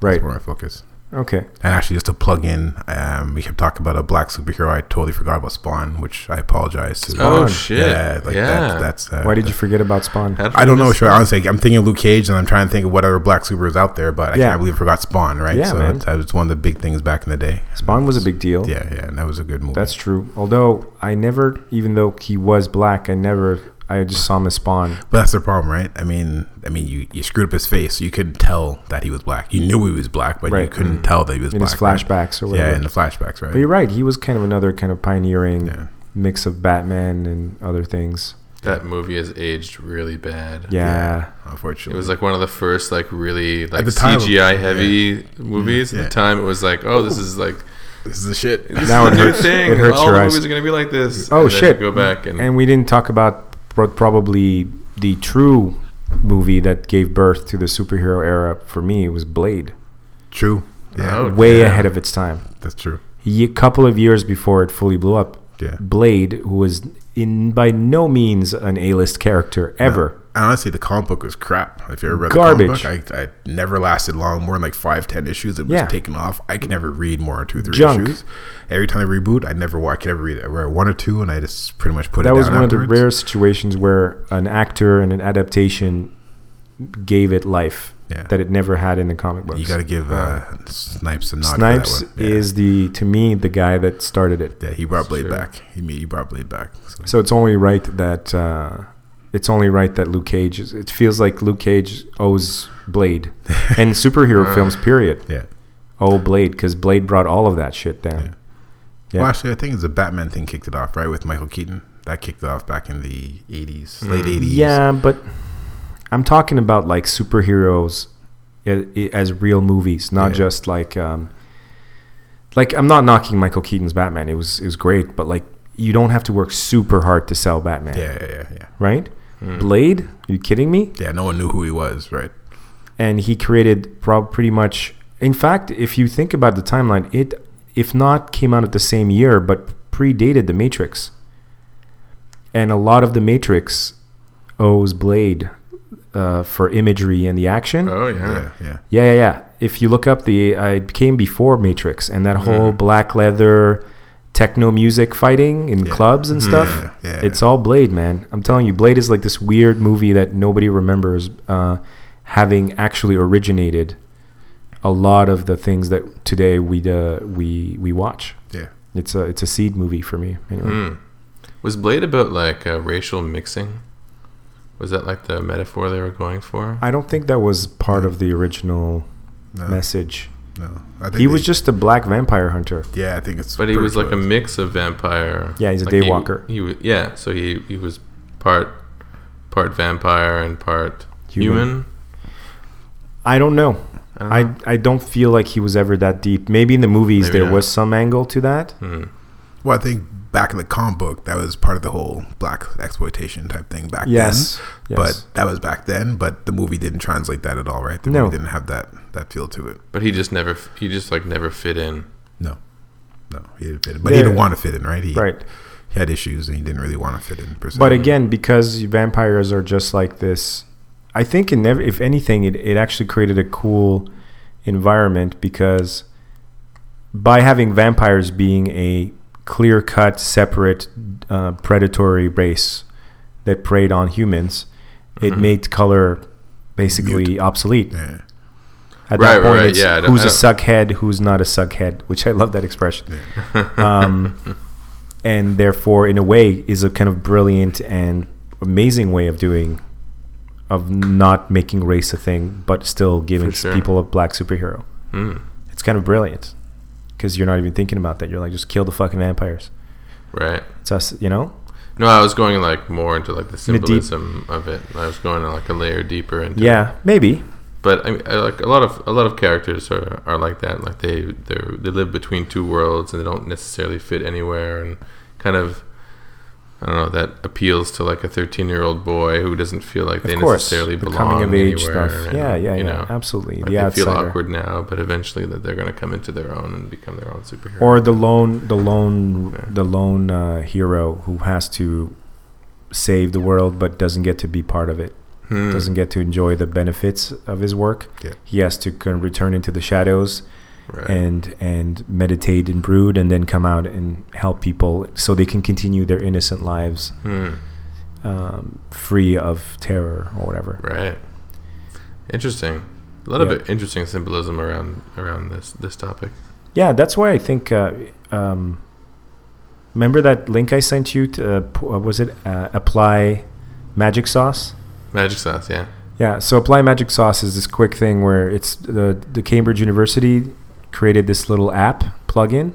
[SPEAKER 1] right?
[SPEAKER 4] That's where I focus.
[SPEAKER 1] Okay,
[SPEAKER 4] And actually, just to plug in, um, we kept talking about a black superhero. I totally forgot about Spawn, which I apologize to.
[SPEAKER 2] Oh, shit.
[SPEAKER 4] Yeah, like
[SPEAKER 2] Yeah.
[SPEAKER 4] That, that's. Uh,
[SPEAKER 1] why did you forget about Spawn?
[SPEAKER 2] How did
[SPEAKER 4] I
[SPEAKER 2] we
[SPEAKER 4] don't know.
[SPEAKER 2] miss
[SPEAKER 4] Sure,
[SPEAKER 2] that?
[SPEAKER 4] honestly, I'm thinking Luke Cage, and I'm trying to think of what other black superheroes out there, but I
[SPEAKER 1] Yeah.
[SPEAKER 4] can't believe I forgot Spawn. Right?
[SPEAKER 1] Yeah,
[SPEAKER 4] so
[SPEAKER 1] man.
[SPEAKER 4] that was one of the big things back in the day.
[SPEAKER 1] Spawn was a big deal.
[SPEAKER 4] Yeah, yeah, and that was a good movie.
[SPEAKER 1] That's true. Although I never, even though he was black, I never, I just saw him as Spawn.
[SPEAKER 4] but that's the problem, right? I mean, I mean, you, you screwed up his face. You couldn't tell that he was black. You knew he was black, but you
[SPEAKER 1] Right.
[SPEAKER 4] couldn't
[SPEAKER 2] Mm-hmm.
[SPEAKER 4] tell that he was
[SPEAKER 1] In
[SPEAKER 4] black.
[SPEAKER 1] his
[SPEAKER 4] right?
[SPEAKER 1] flashbacks or whatever.
[SPEAKER 4] Yeah, in the flashbacks, right?
[SPEAKER 1] But you're right. He was kind of another kind of pioneering
[SPEAKER 4] Yeah.
[SPEAKER 1] mix of Batman and other things.
[SPEAKER 2] That movie has aged really bad.
[SPEAKER 1] Yeah.
[SPEAKER 4] Unfortunately,
[SPEAKER 2] It was like one of the first like really like
[SPEAKER 4] the time-
[SPEAKER 2] CGI heavy movies.
[SPEAKER 4] Yeah.
[SPEAKER 2] At the time, it was like, oh, this is like
[SPEAKER 4] this is the shit.
[SPEAKER 2] this
[SPEAKER 1] Now
[SPEAKER 2] is
[SPEAKER 1] it
[SPEAKER 2] the new
[SPEAKER 1] hurts-
[SPEAKER 2] thing.
[SPEAKER 1] it hurts
[SPEAKER 2] All
[SPEAKER 1] your
[SPEAKER 2] the
[SPEAKER 1] eyes.
[SPEAKER 2] movies are gonna be like this.
[SPEAKER 1] Oh,
[SPEAKER 2] And then
[SPEAKER 1] shit.
[SPEAKER 2] you Go back and,
[SPEAKER 1] And we didn't talk about pro- probably the true movie that gave birth to the superhero era for me. It was Blade.
[SPEAKER 4] True. Yeah,
[SPEAKER 2] Oh,
[SPEAKER 1] Way
[SPEAKER 2] yeah.
[SPEAKER 1] ahead of its time.
[SPEAKER 4] that's true.
[SPEAKER 1] a couple of years before it fully blew up.
[SPEAKER 4] Yeah.
[SPEAKER 1] Blade, who was in by no means an A-list character ever.
[SPEAKER 4] And honestly, the comic book was crap. If you ever read
[SPEAKER 1] Garbage.
[SPEAKER 4] the comic book, I, I never lasted long, more than like five, ten issues. It was
[SPEAKER 1] Yeah.
[SPEAKER 4] taken off. I could never read more than two, three
[SPEAKER 1] Junk.
[SPEAKER 4] issues. Every time I reboot, I never, wa- I could never read it. I read one or two, and I just pretty much put it
[SPEAKER 1] That
[SPEAKER 4] down
[SPEAKER 1] was one
[SPEAKER 4] afterwards.
[SPEAKER 1] of the rare situations where an actor and an adaptation gave it life
[SPEAKER 4] Yeah.
[SPEAKER 1] that it never had in the comic books.
[SPEAKER 4] You got to give uh, Snipes a nod. for that
[SPEAKER 1] Snipes
[SPEAKER 4] one. Yeah.
[SPEAKER 1] is the to me the guy that started it.
[SPEAKER 4] Yeah, he brought Blade back. He made he brought Blade back. So,
[SPEAKER 1] So it's only right that uh, it's only right that Luke Cage. Is, it feels like Luke Cage owes Blade and superhero films. Period.
[SPEAKER 4] yeah.
[SPEAKER 1] Oh, Blade, because Blade brought all of that shit down. Yeah.
[SPEAKER 4] Well, actually, I think it's the Batman thing kicked it off, right? With Michael Keaton, that kicked it off back in the '80s, late '80s.
[SPEAKER 1] Mm, Yeah, but I'm talking about like superheroes i- i- as real movies, not
[SPEAKER 4] Yeah.
[SPEAKER 1] just like um, like I'm not knocking Michael Keaton's Batman. It was it was great, but like you don't have to work super hard to sell Batman,
[SPEAKER 4] yeah, yeah, yeah, yeah.
[SPEAKER 1] right? Blade? you kidding me?
[SPEAKER 4] Yeah, no one knew who he was, right?
[SPEAKER 1] And he created prob- pretty much. In fact, if you think about the timeline, it if not came out at the same year, but predated the Matrix. And a lot of the Matrix owes Blade uh, for imagery and the action.
[SPEAKER 2] oh yeah.
[SPEAKER 4] Yeah, yeah.
[SPEAKER 1] Yeah, yeah, yeah. If you look up the, I came before Matrix and that whole black leather techno music fighting in clubs and stuff.
[SPEAKER 4] Mm-hmm. Yeah, yeah.
[SPEAKER 1] It's all Blade, man. I'm telling you, Blade is like this weird movie that nobody remembers uh, having actually originated a lot of the things that today we uh, we we watch.
[SPEAKER 4] Yeah. Hmm.
[SPEAKER 1] It's a it's a seed movie for me. Anyway.
[SPEAKER 2] Was Blade about like uh, racial mixing? Was that like the metaphor they were going for?
[SPEAKER 1] I don't think that was part of the original
[SPEAKER 4] No,
[SPEAKER 1] message.
[SPEAKER 4] no. I think
[SPEAKER 1] He was
[SPEAKER 4] Uh, they-
[SPEAKER 1] just a black vampire hunter.
[SPEAKER 4] Yeah, I think it's.
[SPEAKER 2] But he
[SPEAKER 4] pretty
[SPEAKER 2] was like a
[SPEAKER 4] close.
[SPEAKER 2] mix of vampire.
[SPEAKER 1] Yeah, he's a
[SPEAKER 2] like, he-
[SPEAKER 1] daywalker.
[SPEAKER 2] He, was yeah, so he he was part part vampire and part
[SPEAKER 1] Human.
[SPEAKER 2] human.
[SPEAKER 1] I don't know.
[SPEAKER 4] Uh-huh.
[SPEAKER 1] I, I don't feel like he was ever that deep. Maybe in the movies
[SPEAKER 2] Maybe
[SPEAKER 1] there
[SPEAKER 2] not.
[SPEAKER 1] was some angle to that.
[SPEAKER 4] Hmm. Well, I think back in the comic book, that was part of the whole black exploitation type thing back
[SPEAKER 1] Yes, yes.
[SPEAKER 4] then. But that was back then. But the movie didn't translate that at all, right? The
[SPEAKER 1] No.
[SPEAKER 4] movie didn't have that that feel to it.
[SPEAKER 2] But he just never f- he just like never fit in.
[SPEAKER 4] No, no, he didn't fit in. But he
[SPEAKER 1] There-
[SPEAKER 4] didn't want to fit in, right? He,
[SPEAKER 1] Right.
[SPEAKER 4] He had issues, and he didn't really want to fit in. Per se.
[SPEAKER 1] But again, because vampires are just like this, I think it never. If anything, it, it actually created a cool environment because by having vampires being a clear cut, separate, uh, predatory race that preyed on humans, it made color basically obsolete.
[SPEAKER 4] Yeah.
[SPEAKER 1] At that
[SPEAKER 2] Right, right,
[SPEAKER 1] point,
[SPEAKER 2] right,
[SPEAKER 1] it's
[SPEAKER 2] yeah, I don't-
[SPEAKER 1] who's a
[SPEAKER 2] I don't-
[SPEAKER 1] suckhead, who's not a suckhead, which I love that expression. um, and therefore, in a way, is a kind of brilliant and amazing way of doing, of not making race a thing, but still giving
[SPEAKER 2] For sure.
[SPEAKER 1] people a black superhero.
[SPEAKER 2] Hmm,
[SPEAKER 1] It's kind of brilliant because you're not even thinking about that. You're like, just kill the fucking vampires.
[SPEAKER 2] right.
[SPEAKER 1] It's us, you know?
[SPEAKER 2] No, I was going like more into like the
[SPEAKER 1] In a deep-
[SPEAKER 2] symbolism of it. I was going like a layer deeper into. it.
[SPEAKER 1] Yeah, maybe.
[SPEAKER 2] but I, mean, I like a lot of a lot of characters are, are like that. Like they they they live between two worlds and they don't necessarily fit anywhere and kind of. I don't know. That appeals to like a thirteen-year-old boy who doesn't feel like they
[SPEAKER 1] of course.
[SPEAKER 2] necessarily
[SPEAKER 1] the
[SPEAKER 2] belong
[SPEAKER 1] coming of age
[SPEAKER 2] anywhere.
[SPEAKER 1] stuff.
[SPEAKER 2] and,
[SPEAKER 1] yeah, yeah, yeah.
[SPEAKER 2] you know,
[SPEAKER 1] Absolutely.
[SPEAKER 2] Like
[SPEAKER 1] the
[SPEAKER 2] they feel
[SPEAKER 1] outsider.
[SPEAKER 2] awkward now, but eventually that they're going to come into their own and become their own superhero.
[SPEAKER 1] or the lone the lone the lone uh, hero who has to save the world but doesn't get to be part of it
[SPEAKER 2] Hmm.
[SPEAKER 1] doesn't get to enjoy the benefits of his work
[SPEAKER 4] Yeah.
[SPEAKER 1] he has to kind of return into the shadows
[SPEAKER 2] right.
[SPEAKER 1] and and meditate and brood and then come out and help people so they can continue their innocent lives
[SPEAKER 2] Hmm.
[SPEAKER 1] um, free of terror or whatever
[SPEAKER 2] Right. Interesting. A lot
[SPEAKER 1] Yeah.
[SPEAKER 2] of interesting symbolism around around this this topic.
[SPEAKER 1] Yeah, that's why I think. Uh, um, remember that link I sent you to uh, p- uh, was it uh, apply magic sauce?
[SPEAKER 2] Magic sauce, yeah.
[SPEAKER 1] Yeah, so apply magic sauce is this quick thing where it's the the Cambridge University created this little app plugin.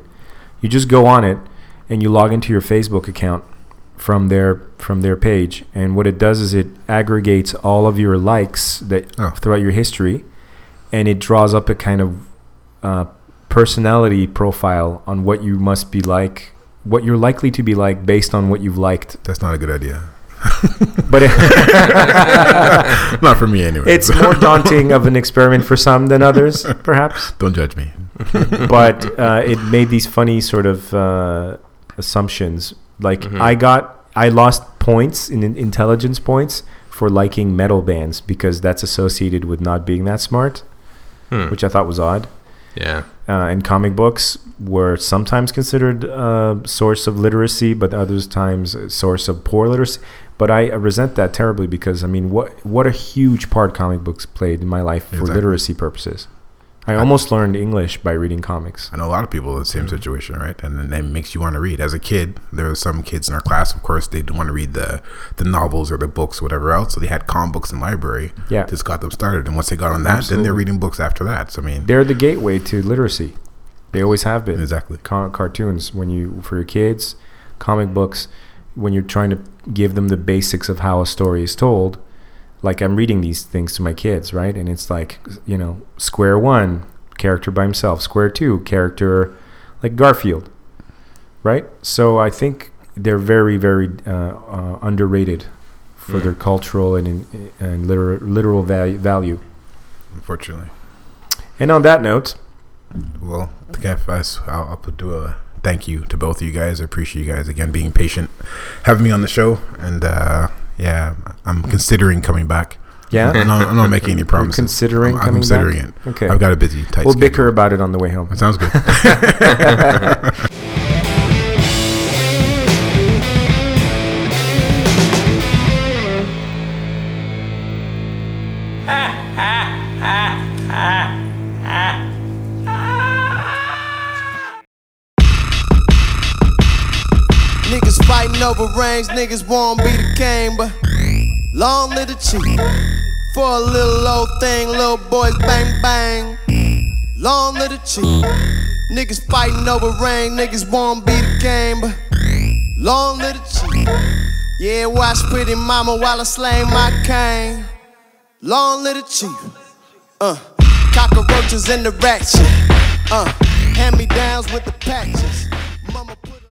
[SPEAKER 1] You just go on it and you log into your Facebook account from their from their page, and what it does is it aggregates all of your likes that
[SPEAKER 4] Oh.
[SPEAKER 1] throughout your history, and it draws up a kind of uh, personality profile on what you must be like, what you're likely to be like based on what you've liked.
[SPEAKER 4] That's not a good idea.
[SPEAKER 1] But it,
[SPEAKER 4] not for me, anyway.
[SPEAKER 1] it's more daunting of an experiment for some than others, perhaps.
[SPEAKER 4] Don't judge me.
[SPEAKER 1] but uh, it made these funny sort of uh, assumptions. Like
[SPEAKER 2] Mhm.
[SPEAKER 1] I got, I lost points in, in intelligence points for liking metal bands because that's associated with not being that smart,
[SPEAKER 2] Hmm.
[SPEAKER 1] which I thought was odd.
[SPEAKER 2] Yeah.
[SPEAKER 1] Uh, and comic books were sometimes considered a source of literacy, but others times a source of poor literacy. But I resent that terribly because I mean, what what a huge part comic books played in my life for
[SPEAKER 4] Exactly.
[SPEAKER 1] literacy purposes. I almost learned English by reading comics.
[SPEAKER 4] I know a lot of people in the same situation, right? And then that makes you want to read. As a kid, there were some kids in our class, of course, they didn't want to read the, the novels or the books, whatever else. So they had comic books in library.
[SPEAKER 1] Yeah.
[SPEAKER 4] This got them started. And once they got on that, then they're reading books after that. So, I mean,
[SPEAKER 1] they're the gateway to literacy. They always have been.
[SPEAKER 4] Exactly.
[SPEAKER 1] Con- cartoons when you for your kids, comic books when you're trying to give them the basics of how a story is told. Like I'm reading these things to my kids, right? And it's like you know, square one character by himself, square two character like Garfield, right? So I think they're very very uh, uh, underrated for their cultural and and literal, literal value, value.
[SPEAKER 4] unfortunately.
[SPEAKER 1] And on that note.
[SPEAKER 4] Well, I think I've- I s- I'll, I'll put do a thank you to both of you guys. I appreciate you guys again being patient, having me on the show, and uh, yeah, I'm considering coming back.
[SPEAKER 1] Yeah?
[SPEAKER 4] I'm not, I'm not making any promises.
[SPEAKER 1] considering
[SPEAKER 4] I'm,
[SPEAKER 1] coming
[SPEAKER 4] I'm considering
[SPEAKER 1] back?
[SPEAKER 4] it.
[SPEAKER 1] Okay.
[SPEAKER 4] I've got a busy tight.
[SPEAKER 1] We'll
[SPEAKER 4] schedule.
[SPEAKER 1] bicker about it on the way home.
[SPEAKER 4] That sounds good.
[SPEAKER 6] Niggas fighting over rings, niggas won't be the king, but long live the chief. For a little old thing, little boys bang bang. Long live the chief. Niggas fighting over ring, niggas won't be the king, but long live the chief. Yeah, watch pretty mama while I slay my cane. Long live the chief. Uh, cockroaches in the ratchet. Uh, hand me downs with the patches. Mama-